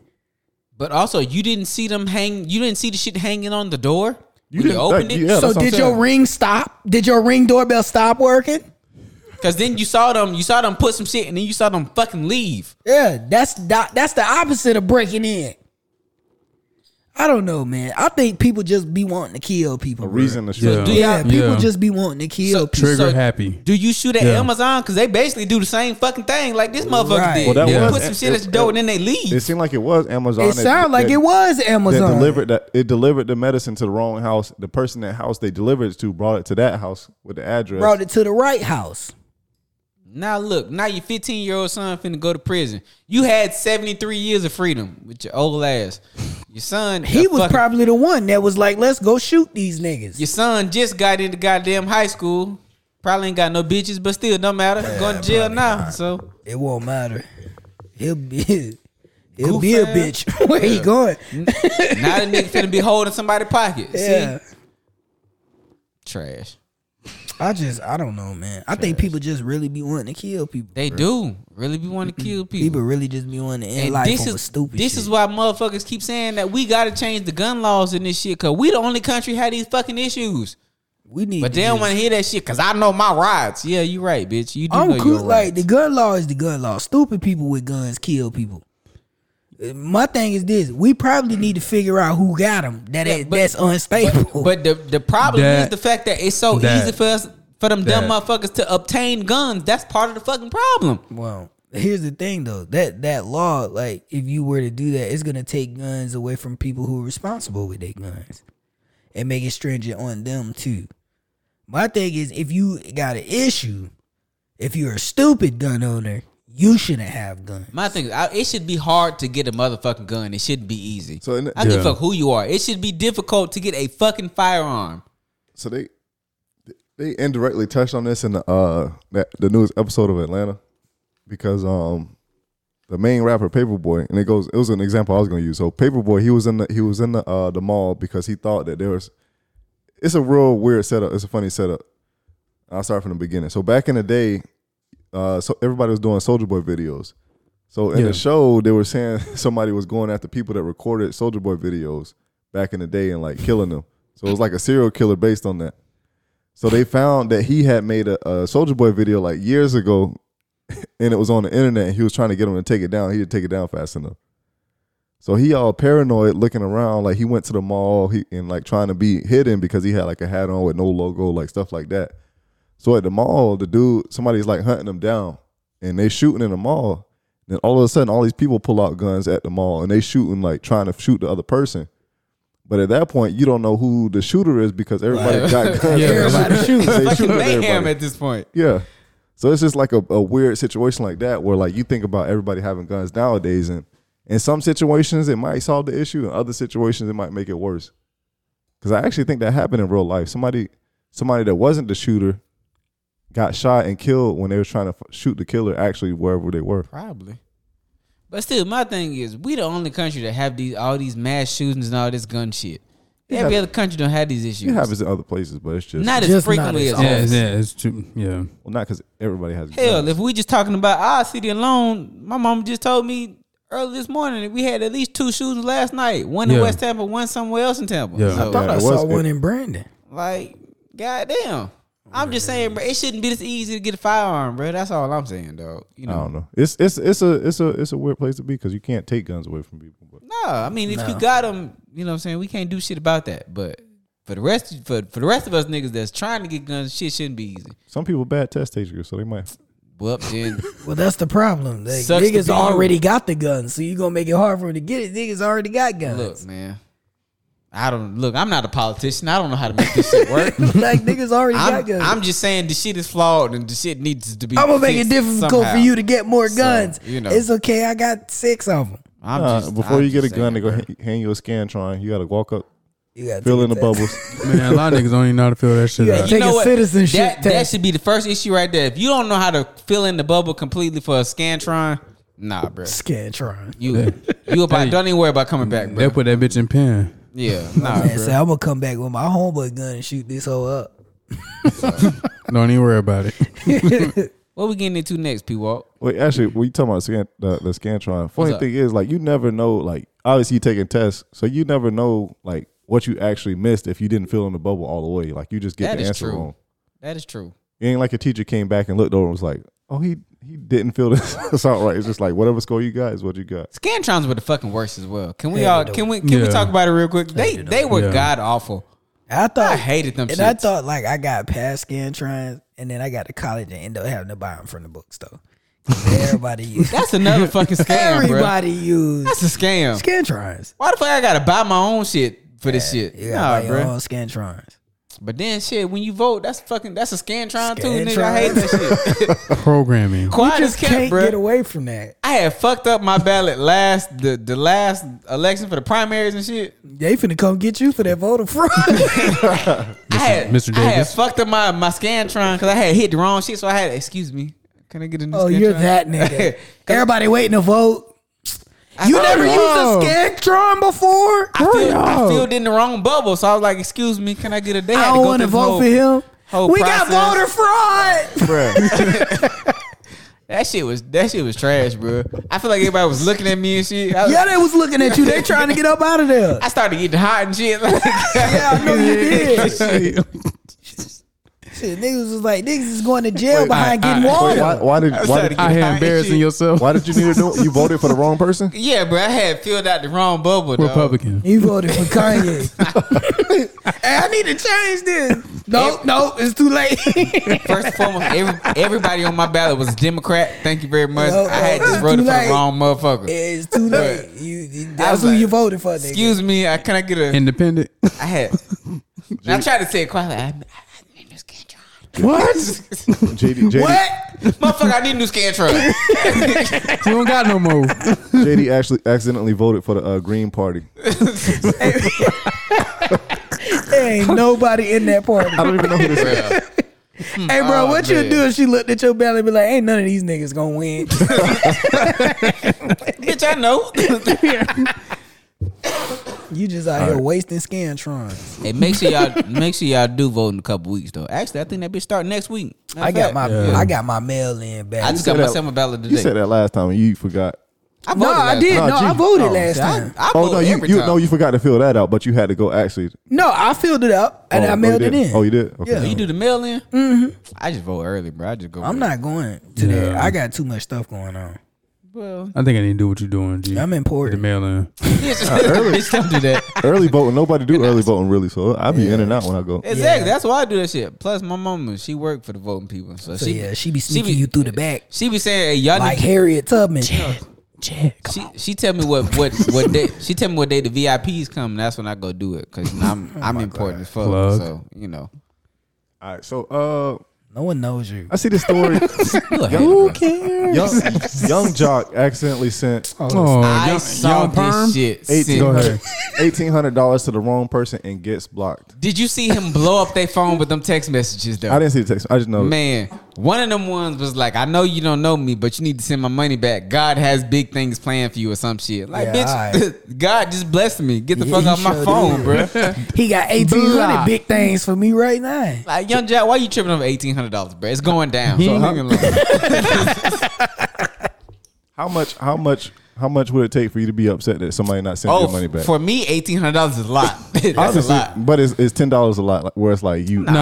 [SPEAKER 1] But also you didn't see them hang you didn't see the shit hanging on the door.
[SPEAKER 3] You
[SPEAKER 1] when you
[SPEAKER 3] didn't-
[SPEAKER 1] opened
[SPEAKER 3] that-
[SPEAKER 1] it.
[SPEAKER 3] yeah.
[SPEAKER 2] so
[SPEAKER 3] that's what I'm
[SPEAKER 2] did your
[SPEAKER 3] saying.
[SPEAKER 2] ring stop? Did your ring doorbell stop working?
[SPEAKER 1] Cause then you saw them, you saw them put some shit, and then you saw them fucking leave.
[SPEAKER 2] Yeah, that's not, that's the opposite of breaking in. I don't know, man. I think people just be wanting to kill people.
[SPEAKER 3] A
[SPEAKER 2] bruh.
[SPEAKER 3] reason to shoot.
[SPEAKER 4] Yeah.
[SPEAKER 1] do
[SPEAKER 2] Yeah, people
[SPEAKER 4] Yeah.
[SPEAKER 2] just be wanting to kill
[SPEAKER 1] So-
[SPEAKER 2] people.
[SPEAKER 4] Trigger
[SPEAKER 1] So-
[SPEAKER 4] happy.
[SPEAKER 1] Do you shoot at
[SPEAKER 4] Yeah.
[SPEAKER 1] Amazon? Cause they basically do the same fucking thing like this motherfucker
[SPEAKER 2] Right.
[SPEAKER 1] did.
[SPEAKER 2] Well,
[SPEAKER 3] that
[SPEAKER 1] They
[SPEAKER 4] was-
[SPEAKER 1] put some shit at the door and then they leave.
[SPEAKER 3] It seemed like it was Amazon.
[SPEAKER 2] It
[SPEAKER 3] that-
[SPEAKER 2] sounded like
[SPEAKER 3] that-
[SPEAKER 2] it was
[SPEAKER 3] That
[SPEAKER 2] Amazon.
[SPEAKER 3] delivered that it delivered the medicine to the wrong house. The person that house they delivered it to brought it to that house with the address.
[SPEAKER 2] Brought it to the right house.
[SPEAKER 1] Now look, now your 15 year old son finna go to prison. You had 73 years of freedom with your old ass. Your son,
[SPEAKER 2] He
[SPEAKER 1] a
[SPEAKER 2] was
[SPEAKER 1] fucking-
[SPEAKER 2] probably the one that was like, let's go shoot these niggas.
[SPEAKER 1] your son just got into goddamn high school. Probably ain't got no bitches, but still, no matter. Going to jail now. So
[SPEAKER 2] It won't matter. He'll be he'll
[SPEAKER 1] Goof
[SPEAKER 2] be a
[SPEAKER 1] ass.
[SPEAKER 2] bitch. Where he going?
[SPEAKER 1] now the nigga finna be holding somebody's pocket.
[SPEAKER 2] Yeah.
[SPEAKER 1] See, trash.
[SPEAKER 2] I just I don't know, man. I think people just really be wanting to kill people.
[SPEAKER 1] They do really be wanting to kill people.
[SPEAKER 2] People really just be wanting to end
[SPEAKER 1] And
[SPEAKER 2] life
[SPEAKER 1] this
[SPEAKER 2] over
[SPEAKER 1] is
[SPEAKER 2] stupid.
[SPEAKER 1] This
[SPEAKER 2] shit.
[SPEAKER 1] is why motherfuckers keep saying that we gotta change the gun laws in this shit, cause we the only country had these fucking issues.
[SPEAKER 2] we need.
[SPEAKER 1] But
[SPEAKER 2] to
[SPEAKER 1] they don't
[SPEAKER 2] just-
[SPEAKER 1] want to hear that shit because I know my rights. Yeah, you right, bitch. You do know
[SPEAKER 2] I'm
[SPEAKER 1] your
[SPEAKER 2] cool. Like
[SPEAKER 1] rights.
[SPEAKER 2] the gun law is the gun law. Stupid people with guns kill people. Uh, My thing is this: we probably need to figure out who got them. That
[SPEAKER 1] Yeah,
[SPEAKER 2] ain't-
[SPEAKER 1] but-
[SPEAKER 2] that's unstable.
[SPEAKER 1] But the the problem is
[SPEAKER 4] That-
[SPEAKER 1] the fact that it's so
[SPEAKER 4] that-
[SPEAKER 1] easy for us for them dumb
[SPEAKER 4] that-
[SPEAKER 1] motherfuckers to obtain guns. That's part of the fucking problem.
[SPEAKER 2] Well, here's the thing though. That that law, like, if you were to do that, it's gonna take guns away from people who are responsible with their guns. And make it stringent on them too. My thing is if you got an issue, if you're a stupid gun owner, you shouldn't have guns.
[SPEAKER 1] My thing is, I, it should be hard to get a motherfucking gun. It shouldn't be easy.
[SPEAKER 3] So in the-
[SPEAKER 1] I don't give a
[SPEAKER 4] Yeah.
[SPEAKER 1] fuck who you are. It should be difficult to get a fucking firearm.
[SPEAKER 3] So they they indirectly touched on this in the uh that, the news episode of Atlanta because um the main rapper Paperboy and it goes it was an example I was gonna use. So Paperboy he was in the he was in the uh the mall because he thought that there was it's a real weird setup. It's a funny setup. I'll start from the beginning. So back in the day, uh so everybody was doing Soldier Boy videos. So in
[SPEAKER 4] Yeah.
[SPEAKER 3] the show they were saying somebody was going after people that recorded Soldier Boy videos back in the day and like killing them. So it was like a serial killer based on that. So they found that he had made a, a Soldier Boy video like years ago, and it was on the internet. And he was trying to get him to take it down. He didn't take it down fast enough. So he all paranoid, looking around, like he went to the mall, he and like trying to be hidden because he had like a hat on with no logo, like stuff like that. So at the mall, the dude, somebody's like hunting him down, and they shooting in the mall. Then all of a sudden, all these people pull out guns at the mall, and they shooting like trying to shoot the other person. But at that point, you don't know who the shooter is because everybody got guns.
[SPEAKER 4] Yeah.
[SPEAKER 3] Everybody shooting. They
[SPEAKER 1] Fucking
[SPEAKER 3] shooting at
[SPEAKER 1] mayhem
[SPEAKER 3] everybody.
[SPEAKER 1] at this point.
[SPEAKER 3] Yeah. So it's just like a, a weird situation like that where like you think about everybody having guns nowadays and in some situations it might solve the issue, in other situations it might make it worse. Cause I actually think that happened in real life. Somebody somebody that wasn't the shooter got shot and killed when they were trying to f- shoot the killer actually wherever they were.
[SPEAKER 1] Probably. But still, my thing is, we the only country that have these all these mass shootings and all this gun shit. Every
[SPEAKER 3] hap-
[SPEAKER 1] other country don't have these issues.
[SPEAKER 3] It happens in other places, but it's just
[SPEAKER 1] not as
[SPEAKER 2] Just not
[SPEAKER 1] frequently
[SPEAKER 2] as
[SPEAKER 1] as
[SPEAKER 2] often.
[SPEAKER 4] Yeah,
[SPEAKER 1] us.
[SPEAKER 4] yeah, it's true. Yeah.
[SPEAKER 3] well not because everybody has
[SPEAKER 1] Hell,
[SPEAKER 3] guns.
[SPEAKER 1] if we just talking about our city alone, my mom just told me early this morning that we had at least two shootings last night. One in
[SPEAKER 4] Yeah.
[SPEAKER 1] West Tampa, one somewhere else in Tampa.
[SPEAKER 4] Yeah.
[SPEAKER 2] I
[SPEAKER 1] So,
[SPEAKER 2] thought
[SPEAKER 3] Yeah,
[SPEAKER 2] I
[SPEAKER 3] it
[SPEAKER 2] saw
[SPEAKER 3] was-
[SPEAKER 2] one in Brandon.
[SPEAKER 1] like, goddamn. I'm just saying, bro, it shouldn't be this easy to get a firearm, bro. That's all I'm saying, dog. You
[SPEAKER 3] I
[SPEAKER 1] know.
[SPEAKER 3] don't know. It's it's it's a it's a it's a weird place to be because you can't take guns away from people. But
[SPEAKER 1] No, I mean if you got them, you know what I'm saying, we can't do shit about that. But for the rest for for the rest of us niggas that's trying to get guns, shit shouldn't be easy.
[SPEAKER 3] some people bad test takers, so they might
[SPEAKER 1] Well, then
[SPEAKER 2] Well, that's the problem. Like,
[SPEAKER 1] Sucks to be
[SPEAKER 2] niggas
[SPEAKER 1] you.
[SPEAKER 2] already got the guns, so you gonna make it hard for them to get it. Niggas already got guns.
[SPEAKER 1] look, man. I don't look, I'm not a politician. I don't know how to make this shit work.
[SPEAKER 2] like niggas already got
[SPEAKER 1] I'm,
[SPEAKER 2] guns.
[SPEAKER 1] I'm just saying the shit is flawed and the shit needs to be.
[SPEAKER 2] I'm gonna make it
[SPEAKER 1] fixed
[SPEAKER 2] difficult
[SPEAKER 1] somehow.
[SPEAKER 2] for you to get more
[SPEAKER 1] So,
[SPEAKER 2] guns.
[SPEAKER 1] you know.
[SPEAKER 2] It's okay. I got six of them.
[SPEAKER 1] I'm
[SPEAKER 3] Nah,
[SPEAKER 1] just-
[SPEAKER 3] before
[SPEAKER 1] I'm
[SPEAKER 3] you get a
[SPEAKER 1] just
[SPEAKER 3] gun, they
[SPEAKER 1] saying,
[SPEAKER 3] go
[SPEAKER 1] bro.
[SPEAKER 3] ha- hand you a scantron. You gotta walk up,
[SPEAKER 2] You got
[SPEAKER 3] fill in the bubbles.
[SPEAKER 4] Man, a lot of niggas don't even know how to fill that shit
[SPEAKER 2] Yeah,
[SPEAKER 4] out.
[SPEAKER 2] Take a citizenship
[SPEAKER 1] That, that
[SPEAKER 2] test.
[SPEAKER 1] should be the first issue right there. If you don't know how to fill in the bubble completely for a scantron, nah, bro.
[SPEAKER 2] Scantron.
[SPEAKER 1] You you about don't even worry about coming back,
[SPEAKER 4] They
[SPEAKER 1] bro.
[SPEAKER 4] put that bitch in pen.
[SPEAKER 1] Yeah, nah,
[SPEAKER 2] Man,
[SPEAKER 1] bro.
[SPEAKER 2] say I'm gonna come back with my homeboy gun and shoot this hoe up.
[SPEAKER 4] Don't even worry about it.
[SPEAKER 1] What we getting into next, P Walk?
[SPEAKER 3] Wait, actually, we talking about scan, the, the scantron. Funny
[SPEAKER 1] up?
[SPEAKER 3] thing is, like, you never know. Like, obviously, you taking tests, so you never know like what you actually missed if you didn't fill in the bubble all the way. Like, you just get
[SPEAKER 1] That
[SPEAKER 3] the
[SPEAKER 1] is
[SPEAKER 3] answer
[SPEAKER 1] true.
[SPEAKER 3] wrong.
[SPEAKER 1] That is true.
[SPEAKER 3] You It ain't like a teacher came back and looked over and was like, "Oh, he he didn't feel this this out right." It's just like whatever score you got is what you got.
[SPEAKER 1] Scantrons were the fucking worst as well. Can we
[SPEAKER 2] Yeah,
[SPEAKER 1] all
[SPEAKER 2] they
[SPEAKER 1] can
[SPEAKER 2] do.
[SPEAKER 1] we can we
[SPEAKER 4] Yeah.
[SPEAKER 1] talk about it real quick? They
[SPEAKER 2] do.
[SPEAKER 1] they were
[SPEAKER 4] Yeah.
[SPEAKER 1] god awful.
[SPEAKER 2] I thought
[SPEAKER 1] I hated them
[SPEAKER 2] And I
[SPEAKER 1] shits.
[SPEAKER 2] thought like I got past Scantrons, and then I got to college and ended up having to buy them from the bookstore. 'Cause Everybody used
[SPEAKER 1] That's another fucking scam, bro.
[SPEAKER 2] everybody used
[SPEAKER 1] That's a scam.
[SPEAKER 2] Scantrons.
[SPEAKER 1] Why the fuck I gotta buy my own shit for this shit?
[SPEAKER 2] You
[SPEAKER 1] Nah,
[SPEAKER 2] got
[SPEAKER 1] bro.
[SPEAKER 2] your own Scantrons.
[SPEAKER 1] But then shit, when you vote, that's fucking that's a scantron too, nigga. I
[SPEAKER 2] Scantron.
[SPEAKER 1] hate that shit.
[SPEAKER 4] Programming.
[SPEAKER 1] Quiet as
[SPEAKER 2] Just
[SPEAKER 1] cat,
[SPEAKER 2] can't
[SPEAKER 1] bro.
[SPEAKER 2] get away from that.
[SPEAKER 1] I had fucked up my ballot last the the last election for the primaries and shit.
[SPEAKER 2] They finna come get you for that voter fraud.
[SPEAKER 1] I had
[SPEAKER 4] Mr.
[SPEAKER 1] I had
[SPEAKER 4] Davis.
[SPEAKER 1] fucked up my my scantron because I had hit the wrong shit, so I had excuse me. Can I get a new
[SPEAKER 2] oh, you're
[SPEAKER 1] Scantron?
[SPEAKER 2] that nigga. Everybody waiting to vote. You never used
[SPEAKER 1] Bro.
[SPEAKER 2] a Scantron before.
[SPEAKER 1] I feel, I filled in the wrong bubble, so I was like, "Excuse me, can I get a day?"
[SPEAKER 2] Oh. I don't want to vote for him.
[SPEAKER 1] whole
[SPEAKER 2] We
[SPEAKER 1] process.
[SPEAKER 2] got voter fraud.
[SPEAKER 1] That shit was that shit was trash, bro. I feel like everybody was looking at me and shit. I,
[SPEAKER 2] yeah, they was looking at you. They trying to get up out of there.
[SPEAKER 1] I started getting hot and shit. Like,
[SPEAKER 2] Yeah, I know you did.
[SPEAKER 4] Shit.
[SPEAKER 2] Shit, niggas was like, niggas is going to jail behind getting
[SPEAKER 3] Wait,
[SPEAKER 2] water.
[SPEAKER 3] why, why did
[SPEAKER 1] I'm
[SPEAKER 3] why
[SPEAKER 1] sorry.
[SPEAKER 3] did,
[SPEAKER 4] I had embarrassing yourself.
[SPEAKER 3] why did you need to do it? You voted for the wrong person.
[SPEAKER 1] yeah, bro, I had filled out the wrong bubble. dog.
[SPEAKER 4] Republican.
[SPEAKER 2] You voted for Kanye. hey, I need to change this. No, no, it's too late.
[SPEAKER 1] First and foremost, every, everybody on my ballot was Democrat. Thank you very much.
[SPEAKER 2] Yo,
[SPEAKER 1] I had
[SPEAKER 2] yo,
[SPEAKER 1] just voted for the
[SPEAKER 2] like- eh,
[SPEAKER 1] wrong motherfucker.
[SPEAKER 2] it's too late. You, you- that's who
[SPEAKER 1] like,
[SPEAKER 2] you voted for, nigga.
[SPEAKER 1] Excuse me, I can I get a?
[SPEAKER 4] Independent.
[SPEAKER 1] I had. and I tried to say it quietly. I, I, I need a new Scantron.
[SPEAKER 4] What?
[SPEAKER 3] JD, JD,
[SPEAKER 2] What?
[SPEAKER 1] Motherfucker, I need a new Scantron.
[SPEAKER 4] You don't got no more.
[SPEAKER 3] JD actually accidentally voted for the uh, Green Party.
[SPEAKER 2] There ain't nobody in that party.
[SPEAKER 3] I don't even know who this is.
[SPEAKER 1] Bruh.
[SPEAKER 2] hey, bro,
[SPEAKER 1] Oh,
[SPEAKER 2] what
[SPEAKER 1] man.
[SPEAKER 2] you do if she looked at your belly and be like, ain't none of these niggas gonna win?
[SPEAKER 1] Bitch, I know.
[SPEAKER 2] you just out here wasting Scantrons.
[SPEAKER 1] hey, make sure y'all make sure y'all do vote in a couple weeks though. Actually, I think that bitch start next week. Matter
[SPEAKER 2] I
[SPEAKER 1] of
[SPEAKER 2] got
[SPEAKER 1] fact,
[SPEAKER 2] my
[SPEAKER 4] Yeah.
[SPEAKER 2] I got my mail in back.
[SPEAKER 1] I just got my
[SPEAKER 3] that-
[SPEAKER 1] summer ballot
[SPEAKER 3] You said
[SPEAKER 1] today.
[SPEAKER 3] that last time and you forgot.
[SPEAKER 1] I
[SPEAKER 2] no,
[SPEAKER 1] voted
[SPEAKER 2] I
[SPEAKER 1] last
[SPEAKER 2] did.
[SPEAKER 1] time.
[SPEAKER 2] No, I
[SPEAKER 3] you-
[SPEAKER 2] voted
[SPEAKER 3] oh,
[SPEAKER 2] last
[SPEAKER 1] I,
[SPEAKER 2] time.
[SPEAKER 1] I
[SPEAKER 3] Oh
[SPEAKER 1] vote
[SPEAKER 3] no, you,
[SPEAKER 1] every
[SPEAKER 3] you
[SPEAKER 1] time.
[SPEAKER 3] no, you forgot to fill that out, but you had to go actually.
[SPEAKER 2] No, I filled it up and
[SPEAKER 3] oh,
[SPEAKER 2] I
[SPEAKER 3] oh, you
[SPEAKER 2] mailed it
[SPEAKER 3] did?
[SPEAKER 2] in.
[SPEAKER 3] Oh, you did. Okay.
[SPEAKER 1] You do the mail in? Mm-hmm. I just vote early, bro. I just go.
[SPEAKER 2] I'm
[SPEAKER 1] early.
[SPEAKER 2] not going today.
[SPEAKER 4] Yeah.
[SPEAKER 2] I got too much stuff going on.
[SPEAKER 1] Well,
[SPEAKER 4] I think I need to do what you're doing, G.
[SPEAKER 2] I'm
[SPEAKER 4] The
[SPEAKER 2] important.
[SPEAKER 4] mail in.
[SPEAKER 1] bitch, don't do that.
[SPEAKER 3] early voting. Nobody do early voting really, so I be in and out when I go.
[SPEAKER 1] Exactly. That's why I do that shit. Plus, my mama, she worked for the voting people, so,
[SPEAKER 2] So
[SPEAKER 1] she
[SPEAKER 2] yeah, she be sneaking you through the back
[SPEAKER 1] she be saying, "Hey, y'all
[SPEAKER 2] like
[SPEAKER 1] need."
[SPEAKER 2] Harriet Tubman.
[SPEAKER 1] She she tell me what what what day she tell me what day the VIPs come. That's when I go do it because I'm I'm important as fuck.
[SPEAKER 4] Plug.
[SPEAKER 1] So you know.
[SPEAKER 3] All right, so uh,
[SPEAKER 2] No one knows you.
[SPEAKER 3] I see this story.
[SPEAKER 1] You a hater, bro.
[SPEAKER 3] young, young jock accidentally sent
[SPEAKER 4] Oh,
[SPEAKER 1] I
[SPEAKER 4] young,
[SPEAKER 1] saw
[SPEAKER 4] young
[SPEAKER 1] this
[SPEAKER 4] perm.
[SPEAKER 1] shit.
[SPEAKER 3] eighteen
[SPEAKER 1] since-
[SPEAKER 4] ahead.
[SPEAKER 3] hundred eighteen hundred dollars to the wrong person and gets blocked.
[SPEAKER 1] Did you see him blow up their phone with them text messages though?
[SPEAKER 3] I didn't see the text. I just know.
[SPEAKER 1] Man, one of them ones was like, "I know you don't know me, but you need to send my money back. God has big things planned for you, or some shit." Like,
[SPEAKER 2] Yeah,
[SPEAKER 1] bitch, God just blessed me. Get the
[SPEAKER 2] Yeah,
[SPEAKER 1] fuck
[SPEAKER 2] he
[SPEAKER 1] off my
[SPEAKER 2] sure
[SPEAKER 1] phone,
[SPEAKER 2] did.
[SPEAKER 1] bruh.
[SPEAKER 2] He got eighteen
[SPEAKER 1] Blah.
[SPEAKER 2] hundred big things for me right now.
[SPEAKER 1] like, young Jack, why you tripping over eighteen hundred dollars, bruh? It's going down.
[SPEAKER 4] He
[SPEAKER 1] So
[SPEAKER 4] ain't
[SPEAKER 1] leave me alone.
[SPEAKER 3] How much? How much? How much would it take for you to be upset that somebody not sending
[SPEAKER 1] oh,
[SPEAKER 3] your money back?
[SPEAKER 1] for me, eighteen hundred dollars is a lot. That's a
[SPEAKER 3] Obviously,
[SPEAKER 1] lot.
[SPEAKER 3] but it's, it's ten dollars a lot. Like, where it's like you,
[SPEAKER 4] Nah.
[SPEAKER 1] $10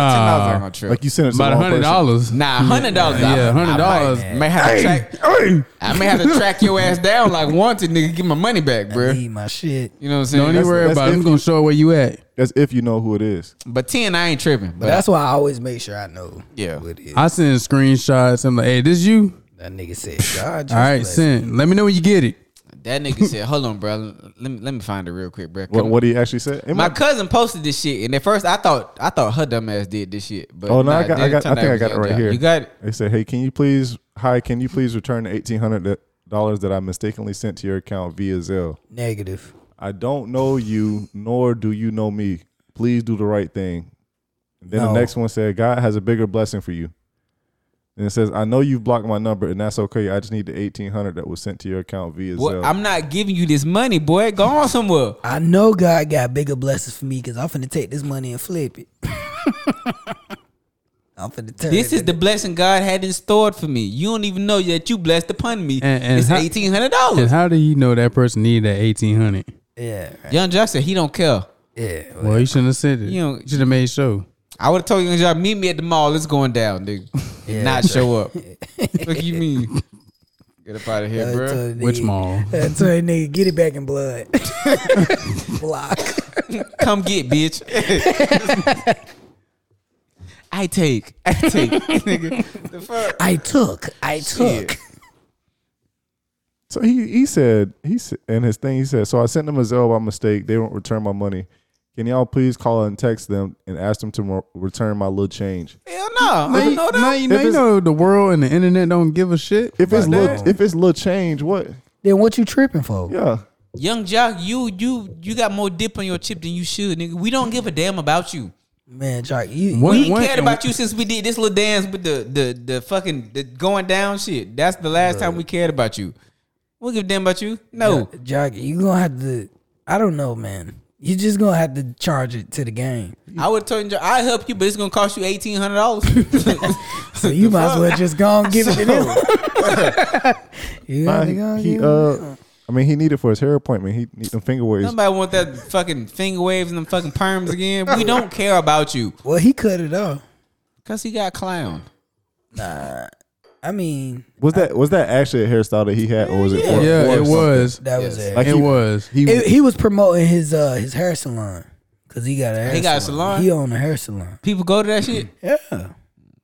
[SPEAKER 1] ain't gonna trip.
[SPEAKER 3] like you sent it to
[SPEAKER 4] About
[SPEAKER 3] the
[SPEAKER 4] a
[SPEAKER 3] wrong
[SPEAKER 4] hundred
[SPEAKER 3] person.
[SPEAKER 4] dollars.
[SPEAKER 1] Nah, hundred dollars.
[SPEAKER 4] Yeah, $100.
[SPEAKER 1] May have to track. I may have to track your ass down like wanted, nigga. Get my money back,
[SPEAKER 2] I
[SPEAKER 1] bruh.
[SPEAKER 2] need my shit.
[SPEAKER 1] You know what I'm saying?
[SPEAKER 4] Don't even worry
[SPEAKER 3] that's
[SPEAKER 4] about it. I'm
[SPEAKER 3] if
[SPEAKER 4] gonna show where you at.
[SPEAKER 3] That's if you know who it is.
[SPEAKER 1] But ten, I ain't tripping. But,
[SPEAKER 2] But that's why I always make sure I know.
[SPEAKER 1] Yeah.
[SPEAKER 2] what it is.
[SPEAKER 4] I send screenshots. I'm like, hey, this you?
[SPEAKER 2] that nigga said. God just
[SPEAKER 4] All right,
[SPEAKER 2] bless
[SPEAKER 4] send. Let me know when you get it.
[SPEAKER 1] that nigga said, "Hold on, bro. Let me let me find it real quick, bro."
[SPEAKER 3] What, what he actually said? It
[SPEAKER 1] My
[SPEAKER 3] might-
[SPEAKER 1] cousin posted this shit, and at first I thought I thought her dumb ass did this shit. But
[SPEAKER 3] oh no, I
[SPEAKER 1] nah,
[SPEAKER 3] got,
[SPEAKER 1] then
[SPEAKER 3] I, got, I
[SPEAKER 1] turned
[SPEAKER 3] think
[SPEAKER 1] out
[SPEAKER 3] I got it
[SPEAKER 1] was
[SPEAKER 3] right
[SPEAKER 1] your
[SPEAKER 3] here.
[SPEAKER 1] job. You got it.
[SPEAKER 3] They said, "Hey, can you please, hi, can you please return the eighteen hundred dollars that I mistakenly sent to your account via Zelle?
[SPEAKER 2] negative.
[SPEAKER 3] I don't know you, nor do you know me. Please do the right thing." And then
[SPEAKER 2] No.
[SPEAKER 3] the next one said, "God has a bigger blessing for you." And it says, "I know you've blocked my number, and that's okay. I just need the eighteen hundred that was sent to your account via
[SPEAKER 1] Boy,
[SPEAKER 3] Zelle."
[SPEAKER 1] I'm not giving you this money, boy. Go on somewhere.
[SPEAKER 2] I know God got bigger blessings for me because I'm finna take this money and flip it. I'm finna turn.
[SPEAKER 1] This
[SPEAKER 2] it
[SPEAKER 1] is the blessing God had in store for me. You don't even know that you blessed upon me.
[SPEAKER 4] And- and
[SPEAKER 1] it's
[SPEAKER 4] how-
[SPEAKER 1] eighteen hundred
[SPEAKER 4] And
[SPEAKER 1] dollars.
[SPEAKER 4] how do you know that person need that eighteen hundred?
[SPEAKER 2] into- yeah, right,
[SPEAKER 1] Young Jack said he don't care.
[SPEAKER 2] yeah.
[SPEAKER 4] Well, you shouldn't have said it.
[SPEAKER 1] You
[SPEAKER 4] You,
[SPEAKER 1] know-
[SPEAKER 4] should have made sure.
[SPEAKER 1] I would have told you, y'all meet me at the mall. It's going down, nigga. And
[SPEAKER 2] Yeah,
[SPEAKER 1] not
[SPEAKER 2] that's
[SPEAKER 1] show up. what you mean? Get up out of here,
[SPEAKER 2] I
[SPEAKER 1] bro.
[SPEAKER 2] told the
[SPEAKER 4] Which
[SPEAKER 2] uh, nigga-
[SPEAKER 4] mall?
[SPEAKER 2] I told the nigga, get it back in blood. Block.
[SPEAKER 1] Come get, bitch. I take. I take. nigga. The fuck?
[SPEAKER 2] I took. I took.
[SPEAKER 1] Shit.
[SPEAKER 3] So he he said he s- in his thing he said so I sent them a Zelle by mistake. They won't return my money. Can y'all please call and text them and ask them to mo- return my little change?
[SPEAKER 1] Hell no.
[SPEAKER 4] Now you,
[SPEAKER 1] no, no.
[SPEAKER 4] now you know,
[SPEAKER 3] If
[SPEAKER 4] you
[SPEAKER 3] it's-
[SPEAKER 4] know the world and the internet don't give a shit.
[SPEAKER 3] If it's
[SPEAKER 4] about that.
[SPEAKER 3] little if it's little change, what?
[SPEAKER 2] Then what you tripping for?
[SPEAKER 3] Yeah,
[SPEAKER 1] Young Jock, you you you got more dip on your chip than you should, nigga. We don't give a damn about you.
[SPEAKER 2] Man, Jock, you
[SPEAKER 4] What-
[SPEAKER 1] We
[SPEAKER 4] what-
[SPEAKER 1] cared about you since we did this little dance with the the the fucking the going down shit. That's the last time we cared about you. We'll give a damn about you. No.
[SPEAKER 2] Jock, you gonna have to I don't know, man. You just gonna have to charge it to the game.
[SPEAKER 1] I would tell you I help you, but it's gonna cost you eighteen hundred dollars.
[SPEAKER 2] So you might as well just go and give it to them. you
[SPEAKER 3] Nah,
[SPEAKER 2] have to
[SPEAKER 3] he,
[SPEAKER 2] go and
[SPEAKER 3] he,
[SPEAKER 2] give it-
[SPEAKER 3] uh, I mean he needed for his hair appointment. He need them finger waves.
[SPEAKER 1] Nobody want that fucking finger waves and them fucking perms again. We don't care about you.
[SPEAKER 2] Well he cut it off.
[SPEAKER 1] Cause he got clown.
[SPEAKER 2] I mean,
[SPEAKER 3] Was that was that actually a hairstyle that he had, or was it? for-
[SPEAKER 4] yeah,
[SPEAKER 3] for
[SPEAKER 4] it
[SPEAKER 3] something?
[SPEAKER 4] was.
[SPEAKER 2] that was it.
[SPEAKER 3] Like
[SPEAKER 4] it
[SPEAKER 3] he-
[SPEAKER 4] was.
[SPEAKER 3] He
[SPEAKER 2] It- he was promoting his uh his hair salon because he got a hair
[SPEAKER 1] He got a salon?
[SPEAKER 2] He owned a hair salon.
[SPEAKER 1] People go to that shit.
[SPEAKER 2] Yeah,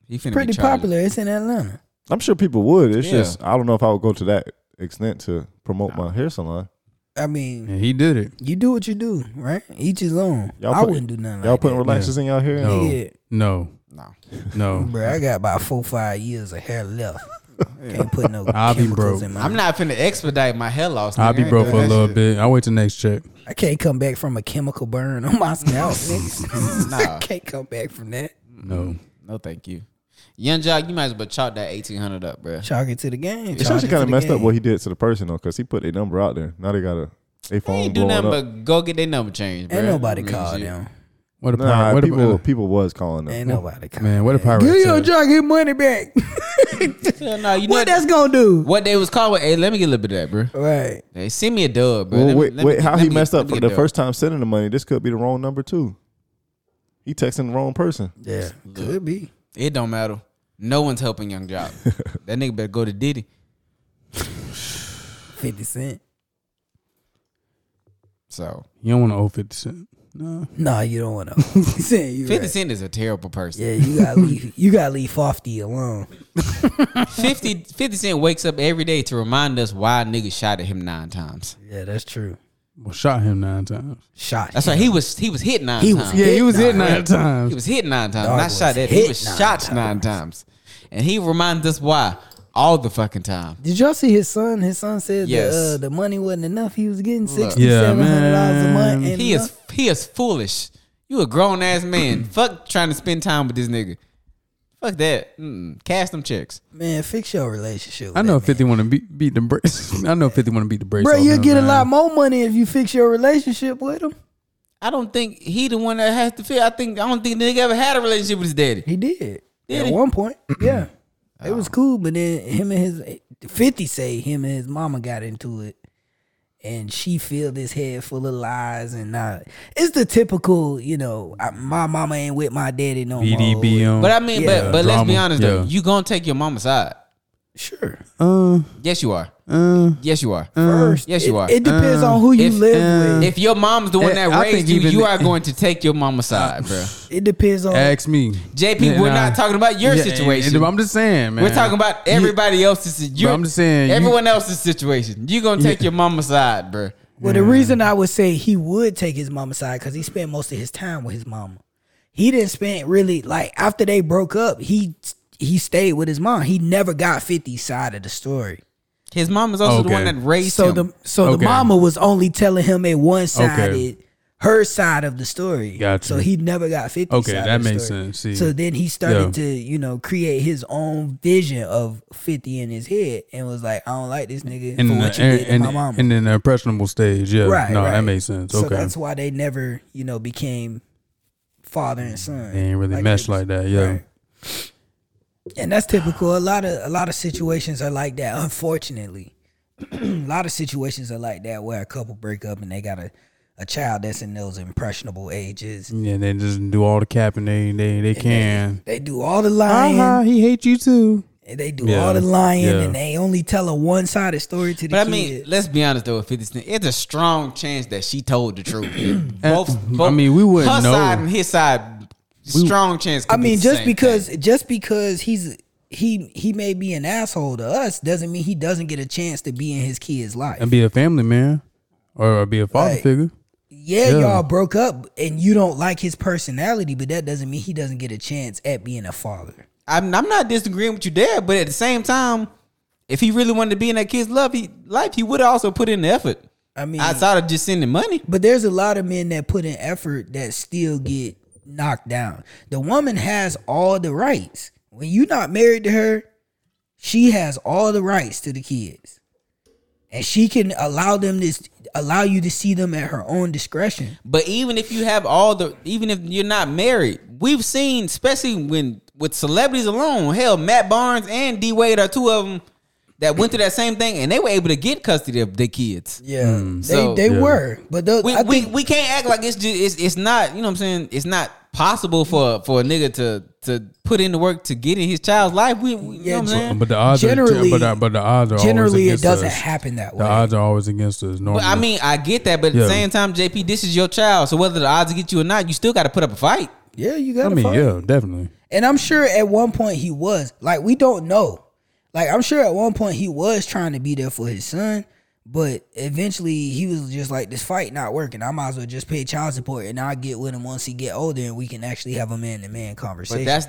[SPEAKER 1] He finna
[SPEAKER 2] pretty
[SPEAKER 1] be charged.
[SPEAKER 2] popular. It's in Atlanta.
[SPEAKER 3] I'm sure people would. It's
[SPEAKER 1] Yeah.
[SPEAKER 3] just I don't know if I would go to that extent to promote my hair salon.
[SPEAKER 2] I mean,
[SPEAKER 4] And he did it.
[SPEAKER 2] you do what you do, right? Each his own.
[SPEAKER 3] Y'all
[SPEAKER 2] I
[SPEAKER 3] put-
[SPEAKER 2] wouldn't do nothing.
[SPEAKER 3] Y'all
[SPEAKER 2] like
[SPEAKER 3] putting
[SPEAKER 2] that.
[SPEAKER 3] relaxers in y'all hair?
[SPEAKER 4] No.
[SPEAKER 2] Yeah.
[SPEAKER 4] No.
[SPEAKER 1] No.
[SPEAKER 4] No.
[SPEAKER 2] Bro, I got about four five years of hair left. Can't put no
[SPEAKER 4] I'll be
[SPEAKER 2] chemicals
[SPEAKER 4] broke.
[SPEAKER 2] in my.
[SPEAKER 1] I'm not finna expedite my hair loss.
[SPEAKER 4] I'll
[SPEAKER 1] nigga.
[SPEAKER 4] be
[SPEAKER 1] I ain't
[SPEAKER 4] broke
[SPEAKER 1] doing
[SPEAKER 4] for a
[SPEAKER 1] that
[SPEAKER 4] little
[SPEAKER 1] shit.
[SPEAKER 4] bit. I'll wait till next check.
[SPEAKER 2] I can't come back from a chemical burn on my scalp. nigga.
[SPEAKER 1] Nah.
[SPEAKER 2] can't come back from that.
[SPEAKER 4] No.
[SPEAKER 1] No, thank you. Young Jock, you might as well chalk that eighteen hundred up, bro.
[SPEAKER 2] Chalk it to the game.
[SPEAKER 3] It's actually kind of messed up what he did to the person though, because he put their number out there. Now they got a they
[SPEAKER 1] They
[SPEAKER 3] phone
[SPEAKER 1] ain't do
[SPEAKER 3] blowing
[SPEAKER 1] nothing
[SPEAKER 3] up.
[SPEAKER 1] but go get their number changed, bro.
[SPEAKER 2] Ain't nobody
[SPEAKER 1] Don't mean
[SPEAKER 2] called
[SPEAKER 1] shit.
[SPEAKER 2] him.
[SPEAKER 4] What a
[SPEAKER 3] Nah,
[SPEAKER 4] pirate. What
[SPEAKER 3] people
[SPEAKER 4] a,
[SPEAKER 3] people was calling them.
[SPEAKER 2] Ain't nobody called.
[SPEAKER 4] man, what a pirate.
[SPEAKER 2] Give your jock his money back.
[SPEAKER 1] Hell no, you know
[SPEAKER 2] what that's gonna do?
[SPEAKER 1] what they was called. Hey, let me get a little bit of that, bro.
[SPEAKER 2] Right.
[SPEAKER 1] Hey, send me a dub, bro.
[SPEAKER 3] Well,
[SPEAKER 1] Let me-
[SPEAKER 3] wait,
[SPEAKER 1] let me
[SPEAKER 3] wait,
[SPEAKER 1] get-
[SPEAKER 3] how
[SPEAKER 1] let
[SPEAKER 3] he
[SPEAKER 1] me-
[SPEAKER 3] messed
[SPEAKER 1] let
[SPEAKER 3] up
[SPEAKER 1] me
[SPEAKER 3] from
[SPEAKER 1] get
[SPEAKER 3] the
[SPEAKER 1] a dub.
[SPEAKER 3] first time sending the money? This could be the wrong number too. He texting the wrong person.
[SPEAKER 2] Yeah. Could be.
[SPEAKER 1] It don't matter. No one's helping Young Jock. that nigga better go to Diddy.
[SPEAKER 2] Fifty cent.
[SPEAKER 1] So
[SPEAKER 4] You don't want to owe 50 cent. No.
[SPEAKER 2] No, you don't want to. Fifty cent. You
[SPEAKER 1] Fifty
[SPEAKER 2] right.
[SPEAKER 1] Cent is a terrible person.
[SPEAKER 2] Yeah, you gotta leave. You gotta leave Fofty alone.
[SPEAKER 1] 50, 50 Cent wakes up every day to remind us why niggas shot at him nine times.
[SPEAKER 2] Yeah, that's true.
[SPEAKER 4] Well, shot him nine times.
[SPEAKER 2] Shot.
[SPEAKER 1] That's right. He was he was hit nine
[SPEAKER 2] He was
[SPEAKER 1] times.
[SPEAKER 2] hit.
[SPEAKER 4] Yeah, he was hit
[SPEAKER 2] Nah.
[SPEAKER 4] nine
[SPEAKER 1] He
[SPEAKER 4] times.
[SPEAKER 1] was hit nine times,
[SPEAKER 2] Dog
[SPEAKER 1] not
[SPEAKER 2] was
[SPEAKER 1] shot at. He
[SPEAKER 2] hit
[SPEAKER 1] was
[SPEAKER 2] nine
[SPEAKER 1] shot nine times, and he reminds us why all the fucking time.
[SPEAKER 2] Did y'all see his son? His son said
[SPEAKER 1] Yes.
[SPEAKER 2] the, uh, the money wasn't enough. He was getting sixty
[SPEAKER 4] Yeah,
[SPEAKER 2] seven hundred dollars a month.
[SPEAKER 4] man.
[SPEAKER 2] And
[SPEAKER 1] He is he is foolish. You a grown ass man. Fuck trying to spend time with this nigga. Fuck that. Mm-mm. Cash them checks.
[SPEAKER 2] man, fix your relationship. With
[SPEAKER 4] I know
[SPEAKER 2] that man.
[SPEAKER 4] 50 want to beat, beat the brakes. I know 50 want to beat the brakes.
[SPEAKER 2] Bro,
[SPEAKER 4] off
[SPEAKER 2] you'll
[SPEAKER 4] him,
[SPEAKER 2] get a
[SPEAKER 4] man.
[SPEAKER 2] lot more money if you fix your relationship with him.
[SPEAKER 1] I don't think he the one that has to feel. I think I don't think the nigga ever had a relationship with his daddy.
[SPEAKER 2] He did.
[SPEAKER 1] Did
[SPEAKER 2] At
[SPEAKER 1] he?
[SPEAKER 2] one point. Yeah. It was cool, but then him and his 50 say him and his mama got into it. And she filled his head full of lies and not. It's the typical, you know, I, my mama ain't with my daddy no
[SPEAKER 4] BDB
[SPEAKER 2] more.
[SPEAKER 4] on.
[SPEAKER 1] Oh, But I mean,
[SPEAKER 2] Yeah.
[SPEAKER 1] but but let's be
[SPEAKER 4] Drama.
[SPEAKER 1] honest though,
[SPEAKER 4] Yeah.
[SPEAKER 1] you gonna take your mama's side.
[SPEAKER 2] Sure.
[SPEAKER 4] Uh,
[SPEAKER 1] Yes, you are.
[SPEAKER 4] uh,
[SPEAKER 1] Yes, you are.
[SPEAKER 2] First,
[SPEAKER 1] yes, you
[SPEAKER 2] it-
[SPEAKER 1] are.
[SPEAKER 2] It, depends
[SPEAKER 4] Uh,
[SPEAKER 2] on who you
[SPEAKER 1] if-
[SPEAKER 2] live with.
[SPEAKER 1] If your mom's the
[SPEAKER 4] Eh,
[SPEAKER 1] one that
[SPEAKER 4] I
[SPEAKER 1] raised
[SPEAKER 4] think
[SPEAKER 1] you,
[SPEAKER 4] even
[SPEAKER 1] you
[SPEAKER 4] the-
[SPEAKER 1] are going to take your mama's side, bro.
[SPEAKER 2] It depends on.
[SPEAKER 4] ask me.
[SPEAKER 1] JP,
[SPEAKER 4] Yeah,
[SPEAKER 1] we're
[SPEAKER 4] nah.
[SPEAKER 1] not talking about your
[SPEAKER 4] Yeah, and-
[SPEAKER 1] situation.
[SPEAKER 4] and I'm just saying, man.
[SPEAKER 1] We're talking about
[SPEAKER 4] You-
[SPEAKER 1] everybody else's. you
[SPEAKER 4] I'm just saying, you-
[SPEAKER 1] everyone else's situation. You gonna take your mama's side, bro?
[SPEAKER 2] Well, the reason I would say he would take his mama side because he spent most of his time with his mama. He didn't spend really like after they broke up. He he stayed with his mom. He never got 50's side of the story.
[SPEAKER 1] His mom is also the one
[SPEAKER 4] Okay.
[SPEAKER 1] that raised
[SPEAKER 2] So
[SPEAKER 1] him.
[SPEAKER 2] the so the
[SPEAKER 4] Okay.
[SPEAKER 2] mama was only telling him a one sided her side of the story.
[SPEAKER 4] Gotcha.
[SPEAKER 2] So he never got 50.
[SPEAKER 4] Okay,
[SPEAKER 2] side
[SPEAKER 4] that
[SPEAKER 2] of the
[SPEAKER 4] makes
[SPEAKER 2] story.
[SPEAKER 4] sense. See.
[SPEAKER 2] So then he started
[SPEAKER 4] Yeah.
[SPEAKER 2] to you know create his own vision of 50 in his head and was like, I don't like this nigga
[SPEAKER 4] And
[SPEAKER 2] for
[SPEAKER 4] in,
[SPEAKER 2] what
[SPEAKER 4] the,
[SPEAKER 2] you did to
[SPEAKER 4] and,
[SPEAKER 2] my mama.
[SPEAKER 4] and, in the impressionable stage, yeah.
[SPEAKER 2] Right.
[SPEAKER 4] no,
[SPEAKER 2] right.
[SPEAKER 4] that makes sense.
[SPEAKER 2] So
[SPEAKER 4] okay.
[SPEAKER 2] that's why they never, you know, became father and son.
[SPEAKER 4] They ain't really mesh
[SPEAKER 2] it's-
[SPEAKER 4] like that, yeah.
[SPEAKER 2] And that's typical. A lot of a lot of situations are like that, unfortunately. a lot of situations are like that where a couple break up and they gotta a child that's in those impressionable ages.
[SPEAKER 4] Yeah, they just do all the capping they they, they can.
[SPEAKER 2] They do all the lying.
[SPEAKER 4] Uh-huh, he hates you too.
[SPEAKER 2] and They do
[SPEAKER 4] Yeah,
[SPEAKER 2] all the lying,
[SPEAKER 4] yeah.
[SPEAKER 2] and they only tell a one sided story to the
[SPEAKER 1] But I
[SPEAKER 2] kid.
[SPEAKER 1] mean, let's be honest though, with Fifty Cent, it's a strong chance that she told the truth. both,
[SPEAKER 4] I
[SPEAKER 1] both-
[SPEAKER 4] mean, we wouldn't
[SPEAKER 1] her
[SPEAKER 4] know.
[SPEAKER 1] side and his side. Strong chance. could
[SPEAKER 2] I
[SPEAKER 1] be
[SPEAKER 2] mean,
[SPEAKER 1] the
[SPEAKER 2] just
[SPEAKER 1] same
[SPEAKER 2] because
[SPEAKER 1] thing.
[SPEAKER 2] just because he's he he may be an asshole to us doesn't mean he doesn't get a chance to be in his kid's life.
[SPEAKER 4] And be a family man or, or be a father
[SPEAKER 2] Right.
[SPEAKER 4] figure.
[SPEAKER 2] yeah,
[SPEAKER 4] yeah.
[SPEAKER 2] y'all broke up and you don't like his personality, but that doesn't mean he doesn't get a chance at being a father.
[SPEAKER 1] I'm, I'm not disagreeing with you there, but at the same time, if he really wanted to be in that kid's love, he, life, he would have also put in the effort
[SPEAKER 2] I mean,
[SPEAKER 1] outside of just sending money.
[SPEAKER 2] But there's a lot of men that put in effort that still get knocked down. The woman has all the rights. When you're not married to her, she has all the rights to the kids. And she can allow them to allow you to see them at her own discretion.
[SPEAKER 1] But even if you have all the, even if you're not married, we've seen, especially when with celebrities alone, hell, Matt Barnes and D Wade are two of them that went through that same thing, and they were able to get custody of their kids.
[SPEAKER 2] Yeah. they
[SPEAKER 1] So-
[SPEAKER 2] they
[SPEAKER 4] Hmm. Yeah.
[SPEAKER 2] were. But those,
[SPEAKER 1] We,
[SPEAKER 2] I
[SPEAKER 1] we,
[SPEAKER 2] think
[SPEAKER 1] we can't act like it's just it's, it's not you know what I'm saying it's not possible for for a nigga to to put in the work to get in his child's life. We, we- you know
[SPEAKER 2] Yeah,
[SPEAKER 1] what I'm saying.
[SPEAKER 4] But the odds
[SPEAKER 2] Generally-
[SPEAKER 4] are but the, but the odds are always
[SPEAKER 2] generally it
[SPEAKER 4] against
[SPEAKER 2] doesn't
[SPEAKER 4] us.
[SPEAKER 2] happen that
[SPEAKER 4] The
[SPEAKER 2] way.
[SPEAKER 4] odds are always against us. Normally.
[SPEAKER 1] But I mean, I get that, but at the
[SPEAKER 4] Yeah.
[SPEAKER 1] same time, JP, this is your child. So whether the odds get you or not, you still got to put up a fight.
[SPEAKER 2] yeah, you
[SPEAKER 4] I
[SPEAKER 2] gotta
[SPEAKER 4] mean,
[SPEAKER 2] fight.
[SPEAKER 4] yeah, definitely.
[SPEAKER 2] And I'm sure at one point he was. Like we don't know. Like I'm sure at one point he was trying to be there for his son, but eventually he was just like this fight not working. I might as well just pay child support and I'll get with him once he get older and we can actually have a man to man
[SPEAKER 1] But
[SPEAKER 2] conversation.
[SPEAKER 1] that's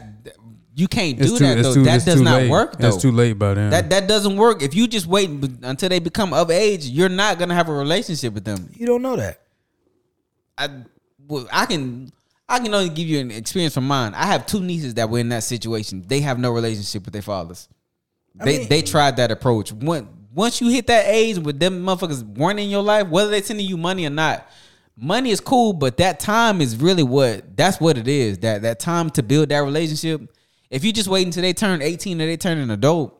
[SPEAKER 1] you can't do
[SPEAKER 4] It's too,
[SPEAKER 1] that
[SPEAKER 4] it's
[SPEAKER 1] though.
[SPEAKER 4] too,
[SPEAKER 1] that
[SPEAKER 4] it's
[SPEAKER 1] does
[SPEAKER 4] too
[SPEAKER 1] not
[SPEAKER 4] late.
[SPEAKER 1] work though.
[SPEAKER 4] It's too late by then.
[SPEAKER 1] That that doesn't work. If you just wait b- until they become of age, you're not gonna have a relationship with them.
[SPEAKER 2] you don't know that.
[SPEAKER 1] I well, I can I can only give you an experience from mine. I have two nieces that were in that situation. They have no relationship with their fathers. They
[SPEAKER 2] mean-
[SPEAKER 1] they tried that approach. Once once you hit that age with them motherfuckers weren't in your life, whether they sending you money or not, money is cool, but that time is really what that's what it is. That that time to build that relationship. If you just wait until they turn 18 or they turn an adult,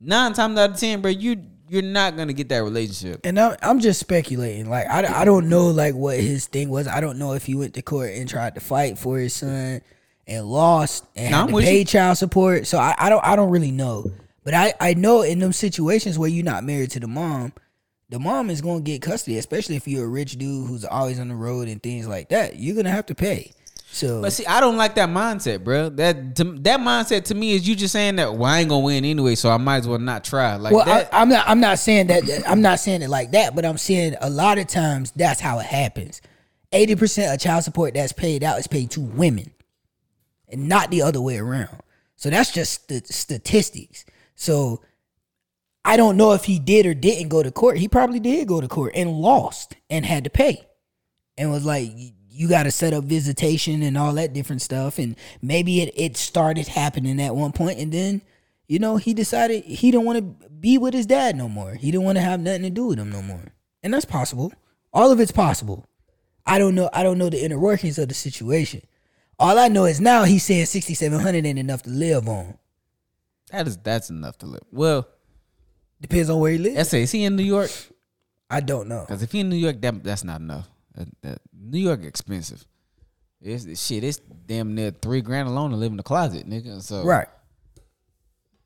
[SPEAKER 1] nine times out of ten, bro, you you're not gonna get that relationship.
[SPEAKER 2] And I'm, I'm just speculating. Like I, I don't know like what his thing was. I don't know if he went to court and tried to fight for his son and lost and
[SPEAKER 1] Nah, I'm
[SPEAKER 2] had to
[SPEAKER 1] with
[SPEAKER 2] pay
[SPEAKER 1] you.
[SPEAKER 2] child support. So I, I don't I don't really know. But I, I know in them situations where you're not married to the mom, the mom is gonna get custody, especially if you're a rich dude who's always on the road and things like that. You're gonna have to pay. So
[SPEAKER 1] But see, I don't like that mindset, bro. That to, that mindset to me is you just saying that well, I ain't gonna win anyway, so I might as well not try. Like
[SPEAKER 2] well,
[SPEAKER 1] that,
[SPEAKER 2] I, I'm not. I'm not saying that. I'm not saying it like that. But I'm saying a lot of times that's how it happens. Eighty percent of child support that's paid out is paid to women, and not the other way around. So that's just the statistics. So I don't know if he did or didn't go to court. He probably did go to court and lost and had to pay, and was like, "You got to set up visitation and all that different stuff." And maybe it it started happening at one point, and then you know, he decided he didn't want to be with his dad no more. He didn't want to have nothing to do with him no more. And that's possible. All of it's possible. I don't know. I don't know the inner workings of the situation. All I know is now he's saying sixty seven hundred ain't enough to live on.
[SPEAKER 1] that is that's enough to live. Well,
[SPEAKER 2] Depends on where he lives.
[SPEAKER 1] that's it. Is he in New York?
[SPEAKER 2] I don't know.
[SPEAKER 1] Because if he in New York, that, that's not enough. That, that- New York expensive. It's shit. It's damn near three grand alone to live in the closet, nigga. So
[SPEAKER 2] Right.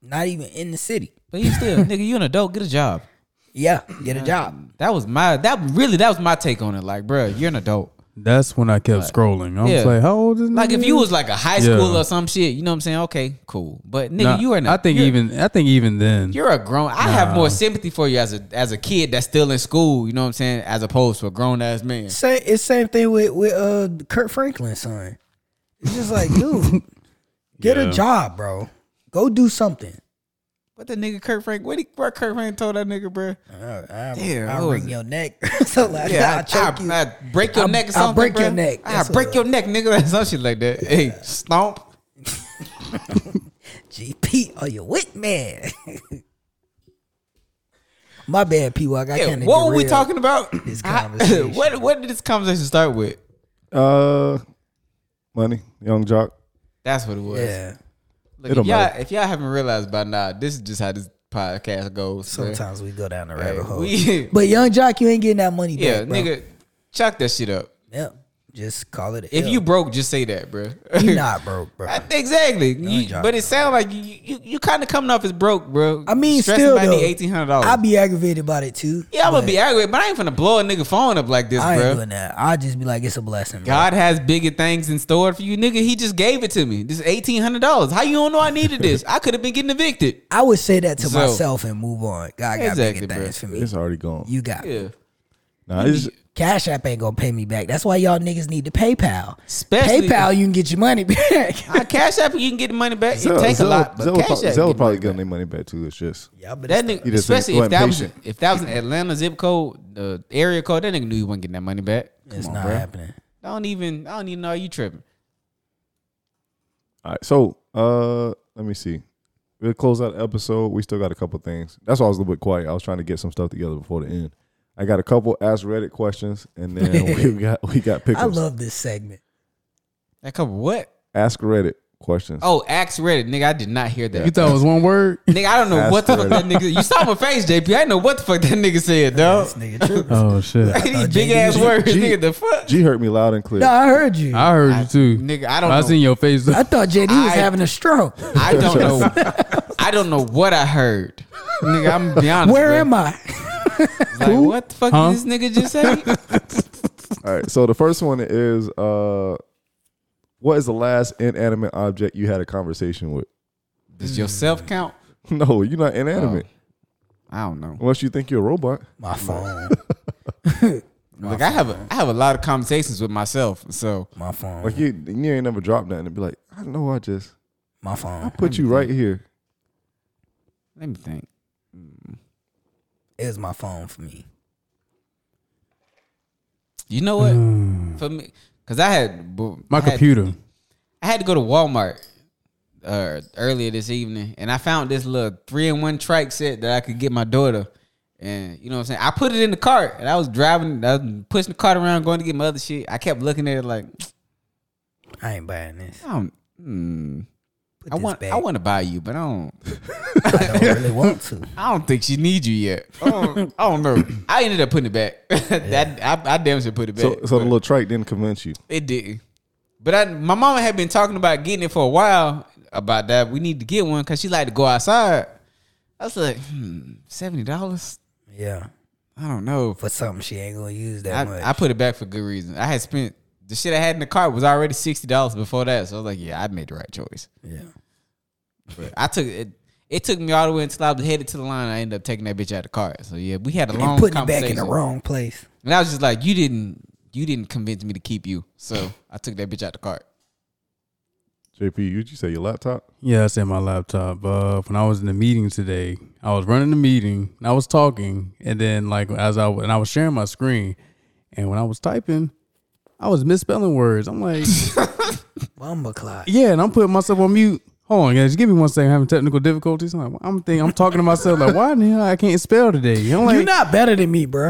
[SPEAKER 2] Not even in the city.
[SPEAKER 1] but you still, nigga, you an adult. Get a job.
[SPEAKER 2] Yeah, get a job.
[SPEAKER 1] That was my that really that was my take on it. Like, bro, you're an adult.
[SPEAKER 4] That's when I kept scrolling. I was
[SPEAKER 1] yeah.
[SPEAKER 4] like, how old is
[SPEAKER 1] Like if you was like a high school
[SPEAKER 4] Yeah.
[SPEAKER 1] or some shit, you know what I'm saying? Okay, cool. But nigga, you are an
[SPEAKER 4] I think
[SPEAKER 1] you're-
[SPEAKER 4] even I think even then.
[SPEAKER 1] You're a grown. I have more sympathy for you as a as a kid that's still in school. You know what I'm saying? As opposed to a grown ass man.
[SPEAKER 2] Same. It's same thing with with uh Kurt Franklin, son. It's just like, dude, get a
[SPEAKER 4] Yeah.
[SPEAKER 2] job, bro. Go do something.
[SPEAKER 1] What the nigga Kurt Frank? What he? What Kurt Frank told that nigga, bro?
[SPEAKER 2] I,
[SPEAKER 1] Damn, what
[SPEAKER 2] I
[SPEAKER 1] was
[SPEAKER 2] wring
[SPEAKER 1] it?
[SPEAKER 2] your neck. so like,
[SPEAKER 1] Yeah,
[SPEAKER 2] yeah,
[SPEAKER 1] I,
[SPEAKER 2] I, choke
[SPEAKER 1] I-
[SPEAKER 2] you.
[SPEAKER 1] I break your
[SPEAKER 2] I-
[SPEAKER 1] neck or
[SPEAKER 2] I
[SPEAKER 1] something.
[SPEAKER 2] break your
[SPEAKER 1] bruh.
[SPEAKER 2] neck.
[SPEAKER 1] I
[SPEAKER 2] That's
[SPEAKER 1] break
[SPEAKER 2] what-
[SPEAKER 1] your neck, nigga. Or some shit like that. Hey, stomp.
[SPEAKER 2] GP, are oh, you with man? My bad, P Walk. I
[SPEAKER 1] Yeah,
[SPEAKER 2] kind of
[SPEAKER 1] what were we talking about?
[SPEAKER 2] This
[SPEAKER 1] I-
[SPEAKER 2] conversation.
[SPEAKER 1] what What did this conversation start with?
[SPEAKER 3] Uh, money, young jock.
[SPEAKER 1] That's what it was.
[SPEAKER 2] Yeah,
[SPEAKER 1] Look,
[SPEAKER 3] It'll
[SPEAKER 1] if, y'all,
[SPEAKER 3] matter.
[SPEAKER 1] if y'all haven't realized by now, this is just how this podcast goes. bruh.
[SPEAKER 2] sometimes we go down the
[SPEAKER 1] Hey,
[SPEAKER 2] rabbit hole.
[SPEAKER 1] we-
[SPEAKER 2] but young Jock, you ain't getting that money
[SPEAKER 1] Yeah,
[SPEAKER 2] back, bro.
[SPEAKER 1] nigga. Chuck that shit up.
[SPEAKER 2] Yep. Just call it. a
[SPEAKER 1] If
[SPEAKER 2] L.
[SPEAKER 1] you broke, just say that, bro.
[SPEAKER 2] you not broke, bro.
[SPEAKER 1] I- exactly. You-
[SPEAKER 2] job.
[SPEAKER 1] but it sounds like you you, you kind of coming off as broke, bro.
[SPEAKER 2] I mean,
[SPEAKER 1] stressing
[SPEAKER 2] still
[SPEAKER 1] about
[SPEAKER 2] though,
[SPEAKER 1] the eighteen hundred
[SPEAKER 2] I
[SPEAKER 1] dollars.
[SPEAKER 2] be aggravated about it too.
[SPEAKER 1] Yeah, I'm
[SPEAKER 2] but
[SPEAKER 1] gonna be aggravated, but I ain't finna blow a nigga phone up like this,
[SPEAKER 2] I ain't
[SPEAKER 1] bro.
[SPEAKER 2] doing that. I just be like, it's a blessing. Bro.
[SPEAKER 1] God has bigger things in store for you, nigga. He just gave it to me. This eighteen hundred dollars. How you don't know I needed this? I could have been getting evicted.
[SPEAKER 2] I would say that to
[SPEAKER 1] So-
[SPEAKER 2] myself and move on. God got
[SPEAKER 1] Exactly,
[SPEAKER 2] bigger
[SPEAKER 1] bro.
[SPEAKER 2] things for me.
[SPEAKER 3] It's already gone.
[SPEAKER 2] You got me.
[SPEAKER 1] Yeah,
[SPEAKER 3] nah, it's,
[SPEAKER 2] Cash App ain't gonna pay me back. That's why y'all niggas need the PayPal.
[SPEAKER 1] Especially-
[SPEAKER 2] PayPal, you can get your money back.
[SPEAKER 1] I cash app. You can get the money back. It
[SPEAKER 3] Zelle-
[SPEAKER 1] take a
[SPEAKER 3] Zelle-
[SPEAKER 1] lot, but
[SPEAKER 3] Zelle
[SPEAKER 1] cash
[SPEAKER 3] probably,
[SPEAKER 1] app.
[SPEAKER 3] Zelle probably
[SPEAKER 1] get money back.
[SPEAKER 3] getting their money back too. It's just
[SPEAKER 2] Y'all better
[SPEAKER 1] That
[SPEAKER 2] stop.
[SPEAKER 1] nigga,
[SPEAKER 3] He just
[SPEAKER 1] especially
[SPEAKER 3] ain't-
[SPEAKER 1] if that was
[SPEAKER 3] impatient.
[SPEAKER 1] if that was an Atlanta zip code, the area code, that nigga knew he wasn't getting that money back. Come
[SPEAKER 2] it's
[SPEAKER 1] on,
[SPEAKER 2] not
[SPEAKER 1] bro.
[SPEAKER 2] happening.
[SPEAKER 1] I don't even I don't even know you tripping.
[SPEAKER 3] all right. So uh, let me see. We'll close out the episode. We still got a couple things. That's why I was a little bit quiet. I was trying to get some stuff together before the end. I got a couple ask Reddit questions, and then we got we got
[SPEAKER 2] I
[SPEAKER 3] pickups.
[SPEAKER 2] love this segment.
[SPEAKER 1] That cover what?
[SPEAKER 3] ask Reddit questions.
[SPEAKER 1] Oh, axe Reddit, nigga. I did not hear that.
[SPEAKER 4] You thought it was one word?
[SPEAKER 1] nigga, I don't know
[SPEAKER 3] Axe
[SPEAKER 1] what the fuck
[SPEAKER 3] Reddit.
[SPEAKER 1] that nigga. You saw my face, JP. I didn't know what the fuck that nigga said, dog.
[SPEAKER 2] This nigga tripping.
[SPEAKER 4] Oh shit!
[SPEAKER 1] These
[SPEAKER 2] thought
[SPEAKER 1] big
[SPEAKER 2] JP
[SPEAKER 1] ass
[SPEAKER 2] G-
[SPEAKER 1] words,
[SPEAKER 3] G-
[SPEAKER 1] nigga. The fuck,
[SPEAKER 3] G heard me loud and clear.
[SPEAKER 2] no, I heard you. I,
[SPEAKER 4] I heard you too,
[SPEAKER 1] nigga. I don't
[SPEAKER 4] I
[SPEAKER 1] know.
[SPEAKER 4] seen your face.
[SPEAKER 2] thought JD was
[SPEAKER 1] I-
[SPEAKER 2] having a stroke.
[SPEAKER 1] I don't know. I don't know what I heard, nigga. I'm gonna be honest.
[SPEAKER 2] Where
[SPEAKER 1] bro.
[SPEAKER 2] am I?
[SPEAKER 1] Like, what the fuck
[SPEAKER 4] Huh?
[SPEAKER 1] did this nigga just say?
[SPEAKER 3] All right. So the first one is uh, what is the last inanimate object you had a conversation with?
[SPEAKER 1] Does your self count?
[SPEAKER 3] No, you're not inanimate
[SPEAKER 1] I don't know.
[SPEAKER 3] unless you think you're a robot.
[SPEAKER 2] My phone.
[SPEAKER 1] Like I have a, I have a lot of conversations with myself, so
[SPEAKER 2] My phone.
[SPEAKER 3] Like you, you ain't never dropped nothing and be like, I know I just
[SPEAKER 2] My phone.
[SPEAKER 3] put you right here.
[SPEAKER 1] let me think.
[SPEAKER 2] It was my phone for me.
[SPEAKER 1] You know what? For me, because I had bu-
[SPEAKER 4] My
[SPEAKER 1] I had-
[SPEAKER 4] computer.
[SPEAKER 1] I had to go to Walmart uh, earlier this evening, and I found this little three in one trike set that I could get my daughter. And you know what I'm saying? I put it in the cart, and I was driving, I was pushing the cart around, going to get my other shit. I kept looking at it like,
[SPEAKER 2] I ain't buying this.
[SPEAKER 1] I don't. Hmm,
[SPEAKER 2] Put
[SPEAKER 1] I
[SPEAKER 2] this
[SPEAKER 1] want,
[SPEAKER 2] back.
[SPEAKER 1] I want to buy you, but I don't.
[SPEAKER 2] I don't really want to.
[SPEAKER 1] I don't think she needs you yet. I don't, I don't know. I ended up putting it back. that I, I damn sure put it back.
[SPEAKER 3] So, so the
[SPEAKER 1] but-
[SPEAKER 3] little trike didn't convince you.
[SPEAKER 1] It didn't. But I, my mama had been talking about getting it for a while about that. We need to get one because she like to go outside. I was like, hmm, seventy dollars.
[SPEAKER 2] Yeah.
[SPEAKER 1] I don't know.
[SPEAKER 2] For something she ain't gonna use that much.
[SPEAKER 1] I, I put it back for good reason. I had spent the shit I had in the cart was already sixty dollars before that, so I was like, yeah, I made the right choice.
[SPEAKER 2] yeah.
[SPEAKER 1] But I took it. It took me all the way until I was headed to the line. I ended up taking that bitch out of the cart. So yeah, we had a long
[SPEAKER 2] And putting it
[SPEAKER 1] conversation.
[SPEAKER 2] back in the wrong place.
[SPEAKER 1] And I was just like, you didn't, you didn't convince me to keep you. So I took that bitch out the cart.
[SPEAKER 3] JP, you you say your laptop?
[SPEAKER 4] Yeah, I said my laptop. Uh, when I was in the meeting today, I was running the meeting. And I was talking, and then like as I and I was sharing my screen, and when I was typing, I was misspelling words. I'm like,
[SPEAKER 2] Bumba clock.
[SPEAKER 4] yeah, and I'm putting myself on mute. Hold on, guys, give me one second. I'm having technical difficulties. I'm like, I'm thinking, I'm talking to myself like, why the hell I can't spell today? I'm like,
[SPEAKER 2] You're not better than me, bro.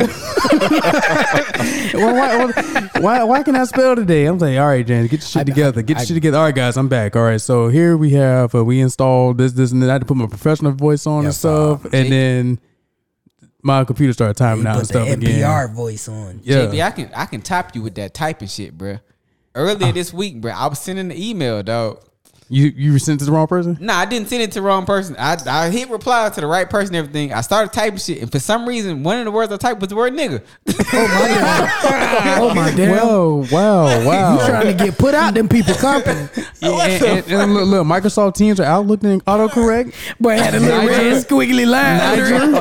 [SPEAKER 4] why, why, why, why can I spell today? I'm like, all right, Jan, get your shit together. Get your shit together. All right, guys, I'm back. All right, so here we have uh, we installed this, this, and then I had to put my professional voice on and
[SPEAKER 2] Yes, sir.
[SPEAKER 4] stuff, and then my computer started
[SPEAKER 2] You
[SPEAKER 4] timing out
[SPEAKER 2] put
[SPEAKER 4] and
[SPEAKER 2] the
[SPEAKER 4] stuff again.
[SPEAKER 2] NPR voice on.
[SPEAKER 4] Yeah,
[SPEAKER 1] JB, I can I can top you with that typing shit, bruh. Earlier this week, bruh, I was sending the email, dog.
[SPEAKER 4] you you sent it to the wrong person.
[SPEAKER 1] Nah, I didn't send it to the wrong person. I, I hit reply to the right person, and everything. I started typing shit, and for some reason, one of the words I typed was the word nigga.
[SPEAKER 2] Oh my damn.
[SPEAKER 4] Whoa, wow, wow.
[SPEAKER 2] You trying to get put out them people company.
[SPEAKER 4] and, and, and look, look, Microsoft Teams or Outlook and autocorrect.
[SPEAKER 2] Boy had a little
[SPEAKER 4] Nigel.
[SPEAKER 2] red squiggly line. under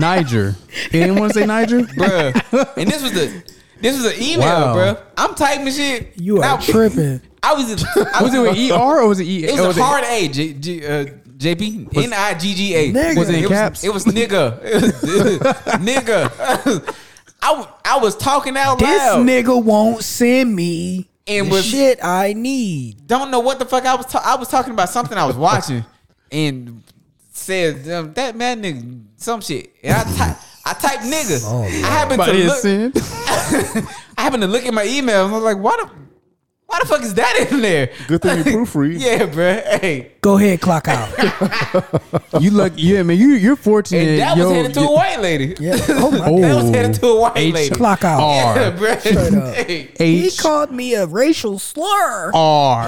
[SPEAKER 4] Niger, Niger. Anyone say Niger?
[SPEAKER 1] bruh. And this was the this was an email,
[SPEAKER 4] Wow.
[SPEAKER 1] bruh. I'm typing shit.
[SPEAKER 2] You
[SPEAKER 1] and
[SPEAKER 2] are
[SPEAKER 1] I,
[SPEAKER 2] tripping.
[SPEAKER 1] I was I
[SPEAKER 4] Was it with ER or was it E?
[SPEAKER 1] It was
[SPEAKER 4] or
[SPEAKER 1] a
[SPEAKER 4] it-
[SPEAKER 1] hard A, J, J, uh, JP. N I G G A.
[SPEAKER 2] Nigga. Was it in
[SPEAKER 4] caps?
[SPEAKER 1] It was nigga. It was, nigga. I, w- I was talking out
[SPEAKER 2] This
[SPEAKER 4] E-
[SPEAKER 1] loud.
[SPEAKER 2] nigga won't send me
[SPEAKER 1] And
[SPEAKER 2] the
[SPEAKER 1] was-
[SPEAKER 2] shit I need.
[SPEAKER 1] Don't know what the fuck I was. Ta- I was talking about something I was watching, and said um, that man nigga some shit. And I ty- I typed nigga.
[SPEAKER 3] Oh,
[SPEAKER 1] I happened to
[SPEAKER 4] Somebody
[SPEAKER 1] look.
[SPEAKER 4] is sin.
[SPEAKER 1] I happened to look at my email. And I was like, why the. Why the fuck is that in there?
[SPEAKER 3] Good thing you proofread.
[SPEAKER 1] Yeah, bruh. Hey,
[SPEAKER 2] Go ahead, clock out.
[SPEAKER 4] You luck, yeah, man. You you're fortunate.
[SPEAKER 1] and that
[SPEAKER 4] yo,
[SPEAKER 1] was headed to a
[SPEAKER 4] y-
[SPEAKER 1] white lady.
[SPEAKER 2] Yeah. Oh my
[SPEAKER 4] Oh.
[SPEAKER 2] God.
[SPEAKER 1] That was headed to a white
[SPEAKER 4] H-
[SPEAKER 1] lady.
[SPEAKER 2] Clock out.
[SPEAKER 4] R.
[SPEAKER 1] Yeah, bruh.
[SPEAKER 2] Straight up.
[SPEAKER 1] Hey.
[SPEAKER 2] He
[SPEAKER 4] H
[SPEAKER 2] called me a racial slur.
[SPEAKER 4] R.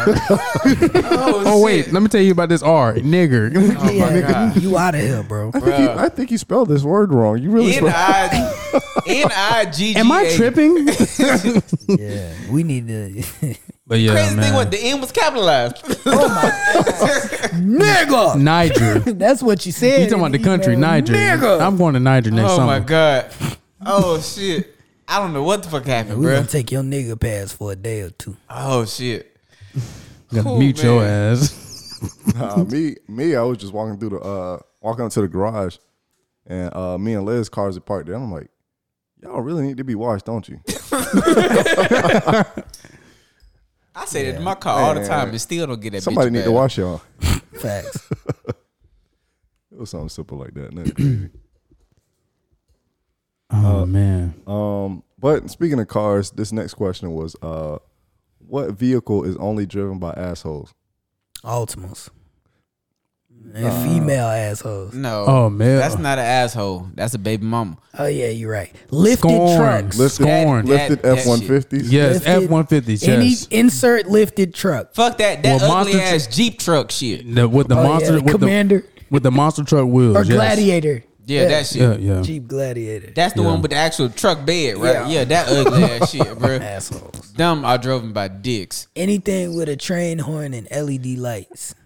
[SPEAKER 1] Oh,
[SPEAKER 4] Oh wait,
[SPEAKER 1] shit.
[SPEAKER 4] let me tell you about this R, nigger.
[SPEAKER 2] yeah, you out of here, bro.
[SPEAKER 3] I think, you, I think you spelled this word wrong. You really
[SPEAKER 1] N
[SPEAKER 3] spelled
[SPEAKER 1] I N I G G.
[SPEAKER 4] Am I
[SPEAKER 1] A.
[SPEAKER 4] tripping?
[SPEAKER 2] Yeah, we need to.
[SPEAKER 4] But yeah,
[SPEAKER 1] Crazy thing
[SPEAKER 4] man.
[SPEAKER 1] was the N was capitalized.
[SPEAKER 2] Nigga,
[SPEAKER 4] Niger.
[SPEAKER 2] that's what you said.
[SPEAKER 4] You talking about the country, Niger?
[SPEAKER 2] Nigga,
[SPEAKER 4] I'm going to Niger next
[SPEAKER 1] oh
[SPEAKER 4] summer.
[SPEAKER 1] my god. Oh shit. I don't know what the fuck happened,
[SPEAKER 2] we
[SPEAKER 1] bro.
[SPEAKER 2] gonna take your nigga pass for a day or two.
[SPEAKER 1] oh shit.
[SPEAKER 4] Gotta
[SPEAKER 1] Cool,
[SPEAKER 4] mute your
[SPEAKER 1] man.
[SPEAKER 4] ass.
[SPEAKER 3] Nah, me, me, I was just walking through the uh walking up to the garage, and uh me and Liz cars are parked there. I'm like, y'all really need to be washed, don't you?
[SPEAKER 1] I say that to my car all the
[SPEAKER 3] Man.
[SPEAKER 1] time and still don't get that.
[SPEAKER 3] Somebody
[SPEAKER 1] bitch
[SPEAKER 3] need
[SPEAKER 1] back.
[SPEAKER 3] to wash y'all.
[SPEAKER 2] Facts.
[SPEAKER 3] It was something simple like that. nothing crazy.
[SPEAKER 4] Oh man.
[SPEAKER 3] um, but speaking of cars, this next question was uh, what vehicle is only driven by assholes?
[SPEAKER 2] Ultimus. And female assholes.
[SPEAKER 1] No.
[SPEAKER 4] Oh man.
[SPEAKER 1] That's not an asshole. That's a baby mama.
[SPEAKER 2] Oh yeah, you're right. Lifted
[SPEAKER 4] scorn.
[SPEAKER 2] trucks.
[SPEAKER 3] Lifted,
[SPEAKER 4] Scorn.
[SPEAKER 1] That-
[SPEAKER 3] lifted
[SPEAKER 1] that
[SPEAKER 3] F one fifties.
[SPEAKER 4] yes,
[SPEAKER 2] Lifted-
[SPEAKER 4] F one fifty.
[SPEAKER 2] Any
[SPEAKER 4] Yes.
[SPEAKER 2] insert lifted truck.
[SPEAKER 1] Fuck that that
[SPEAKER 4] Well,
[SPEAKER 1] ugly
[SPEAKER 4] monster
[SPEAKER 1] ass Jeep truck shit. Yeah,
[SPEAKER 4] The- with the
[SPEAKER 2] Oh,
[SPEAKER 4] monster,
[SPEAKER 2] yeah,
[SPEAKER 4] with
[SPEAKER 2] Commander
[SPEAKER 4] the with the monster truck wheels.
[SPEAKER 2] or
[SPEAKER 4] yes.
[SPEAKER 2] Gladiator.
[SPEAKER 1] that shit.
[SPEAKER 4] Yeah, yeah.
[SPEAKER 2] Jeep Gladiator.
[SPEAKER 1] That's the
[SPEAKER 4] Yeah.
[SPEAKER 1] one with the actual truck bed, right?
[SPEAKER 2] Yeah.
[SPEAKER 1] Yeah, that ugly ass shit, bro.
[SPEAKER 2] Assholes.
[SPEAKER 1] Dumb I drove him by dicks.
[SPEAKER 2] Anything with a train horn and LED lights.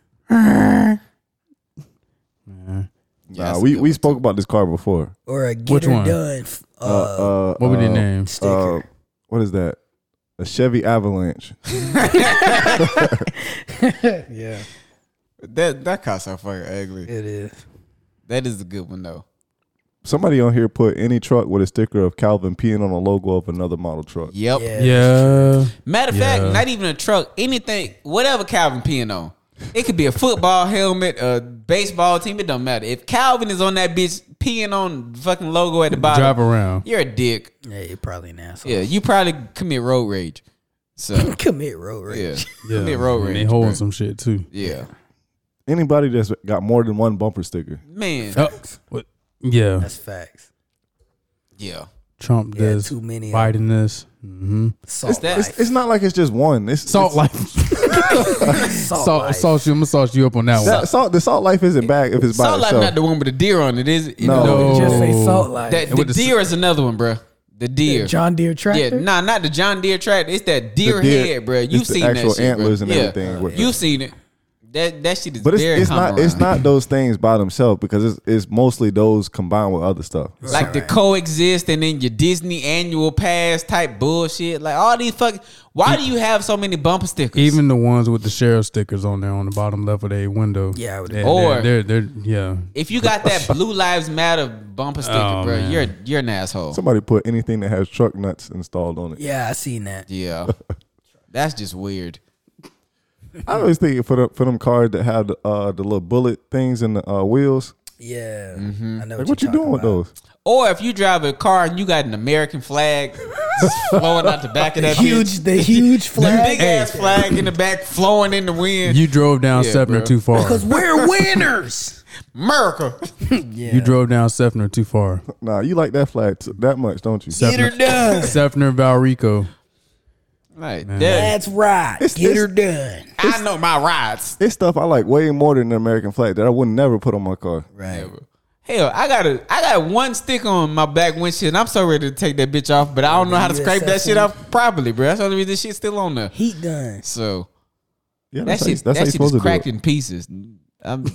[SPEAKER 3] Nah, we, we spoke about this car before.
[SPEAKER 2] Or a get
[SPEAKER 4] Which
[SPEAKER 2] her
[SPEAKER 4] one?
[SPEAKER 2] done f- uh,
[SPEAKER 3] Uh,
[SPEAKER 4] What were
[SPEAKER 3] uh,
[SPEAKER 4] their names?
[SPEAKER 2] sticker.
[SPEAKER 3] uh, what is that? A Chevy Avalanche.
[SPEAKER 2] yeah.
[SPEAKER 1] That that car so fucking ugly.
[SPEAKER 2] It is.
[SPEAKER 1] That is a good one though.
[SPEAKER 3] Somebody on here put any truck with a sticker of Calvin peeing on a logo of another model truck.
[SPEAKER 1] Yep.
[SPEAKER 2] Yeah.
[SPEAKER 4] Yeah.
[SPEAKER 1] Matter of
[SPEAKER 4] Yeah.
[SPEAKER 1] fact, not even a truck, anything, whatever Calvin peeing on. It could be a football helmet, a baseball team, it don't matter. If Calvin is on that bitch peeing on the fucking logo at the
[SPEAKER 2] Uh,
[SPEAKER 1] bottom,
[SPEAKER 4] Drive around.
[SPEAKER 1] you're a dick.
[SPEAKER 2] Yeah, you're probably an asshole.
[SPEAKER 1] Yeah, you probably commit road rage. So
[SPEAKER 2] Commit road rage.
[SPEAKER 1] yeah.
[SPEAKER 4] Yeah.
[SPEAKER 1] Commit road
[SPEAKER 4] and
[SPEAKER 1] rage.
[SPEAKER 4] they holding
[SPEAKER 1] bro.
[SPEAKER 4] some shit too.
[SPEAKER 1] Yeah.
[SPEAKER 3] Anybody that's got more than one bumper sticker.
[SPEAKER 1] Man.
[SPEAKER 4] Oh, what- yeah.
[SPEAKER 2] That's facts.
[SPEAKER 1] Yeah.
[SPEAKER 4] Trump
[SPEAKER 2] Yeah,
[SPEAKER 4] this.
[SPEAKER 2] too many of
[SPEAKER 4] Biden this. hmm
[SPEAKER 2] Salt
[SPEAKER 1] that-
[SPEAKER 2] life.
[SPEAKER 3] It's, it's not like it's just one. It's
[SPEAKER 4] Salt
[SPEAKER 3] it's-
[SPEAKER 4] life.
[SPEAKER 2] salt,
[SPEAKER 4] Salt,
[SPEAKER 2] life.
[SPEAKER 4] salt you. I'm gonna salt you up on that
[SPEAKER 3] That,
[SPEAKER 4] one.
[SPEAKER 3] salt. The salt life isn't bad if it's by
[SPEAKER 1] Salt Life
[SPEAKER 3] itself.
[SPEAKER 1] not the one with the deer on it, is it? You
[SPEAKER 3] No.
[SPEAKER 1] know,
[SPEAKER 4] No.
[SPEAKER 2] Just say salt life.
[SPEAKER 1] That, the
[SPEAKER 4] With the-
[SPEAKER 1] deer is another one, bruh. The deer.
[SPEAKER 2] John Deere tractor.
[SPEAKER 1] Yeah, nah, not the John Deer tractor. It's that deer,
[SPEAKER 3] deer-
[SPEAKER 1] head, bro.
[SPEAKER 3] it's
[SPEAKER 1] You've
[SPEAKER 3] the
[SPEAKER 1] seen that
[SPEAKER 3] actual
[SPEAKER 1] shit, bruh.
[SPEAKER 3] antlers and
[SPEAKER 1] Yeah.
[SPEAKER 3] everything with
[SPEAKER 1] You've seen it. That that shit is
[SPEAKER 3] but it's,
[SPEAKER 1] very
[SPEAKER 3] it's not. It's
[SPEAKER 1] compromised.
[SPEAKER 3] not those things by themselves because it's, it's mostly those combined with other stuff.
[SPEAKER 1] like the coexist and then your Disney annual pass type bullshit. Like all these fuck. Why do you have so many bumper stickers?
[SPEAKER 4] Even the ones with the sheriff stickers on there on the bottom left of their window.
[SPEAKER 2] Yeah, I would-
[SPEAKER 4] They're-
[SPEAKER 1] Or-
[SPEAKER 4] they're, they're, they're- yeah.
[SPEAKER 1] if you got that Blue Lives Matter bumper sticker,
[SPEAKER 4] Oh,
[SPEAKER 1] bro,
[SPEAKER 4] man.
[SPEAKER 1] you're you're an asshole.
[SPEAKER 3] Somebody put anything that has truck nuts installed on it.
[SPEAKER 2] Yeah, I seen that.
[SPEAKER 1] Yeah, that's just weird.
[SPEAKER 3] I always think for the, for them cars that have the, uh, the little bullet things in the uh, wheels.
[SPEAKER 2] Yeah,
[SPEAKER 1] Mm-hmm.
[SPEAKER 2] I know
[SPEAKER 3] Like,
[SPEAKER 2] what,
[SPEAKER 3] what you
[SPEAKER 2] you're
[SPEAKER 3] doing
[SPEAKER 2] talking
[SPEAKER 3] with
[SPEAKER 2] about.
[SPEAKER 3] those?
[SPEAKER 1] Or if you drive a car and you got an American flag flowing out the back of
[SPEAKER 2] The
[SPEAKER 1] that
[SPEAKER 2] huge,
[SPEAKER 1] bitch.
[SPEAKER 2] the huge
[SPEAKER 1] the
[SPEAKER 2] flag.
[SPEAKER 1] big ass flag in the back flowing in the wind.
[SPEAKER 4] You drove down
[SPEAKER 1] Yeah,
[SPEAKER 4] Sefner
[SPEAKER 1] bruh.
[SPEAKER 4] too far.
[SPEAKER 2] Because we're winners.
[SPEAKER 1] America.
[SPEAKER 4] You drove down Sefner too far.
[SPEAKER 3] Nah, you like that flag t- that much, don't you?
[SPEAKER 2] Get her done.
[SPEAKER 4] Sefner Valrico.
[SPEAKER 1] Like that,
[SPEAKER 2] That's right.
[SPEAKER 3] It's-
[SPEAKER 2] Get
[SPEAKER 3] it's-
[SPEAKER 2] her done.
[SPEAKER 1] I know my rides.
[SPEAKER 3] It's stuff I like way more than the American flag that I would never put on my car.
[SPEAKER 2] Right.
[SPEAKER 1] Hell, I got a I got one stick on my back windshield. and I'm so ready to take that bitch off, but I don't know how to
[SPEAKER 2] USF
[SPEAKER 1] scrape that shit
[SPEAKER 2] one.
[SPEAKER 1] off properly, bro. That's the only reason this shit's still on there.
[SPEAKER 2] Heat done.
[SPEAKER 1] So
[SPEAKER 3] Yeah,
[SPEAKER 1] that
[SPEAKER 3] how you-
[SPEAKER 1] shit that
[SPEAKER 3] how you
[SPEAKER 1] shit is
[SPEAKER 3] do it.
[SPEAKER 1] cracked in pieces. I'm,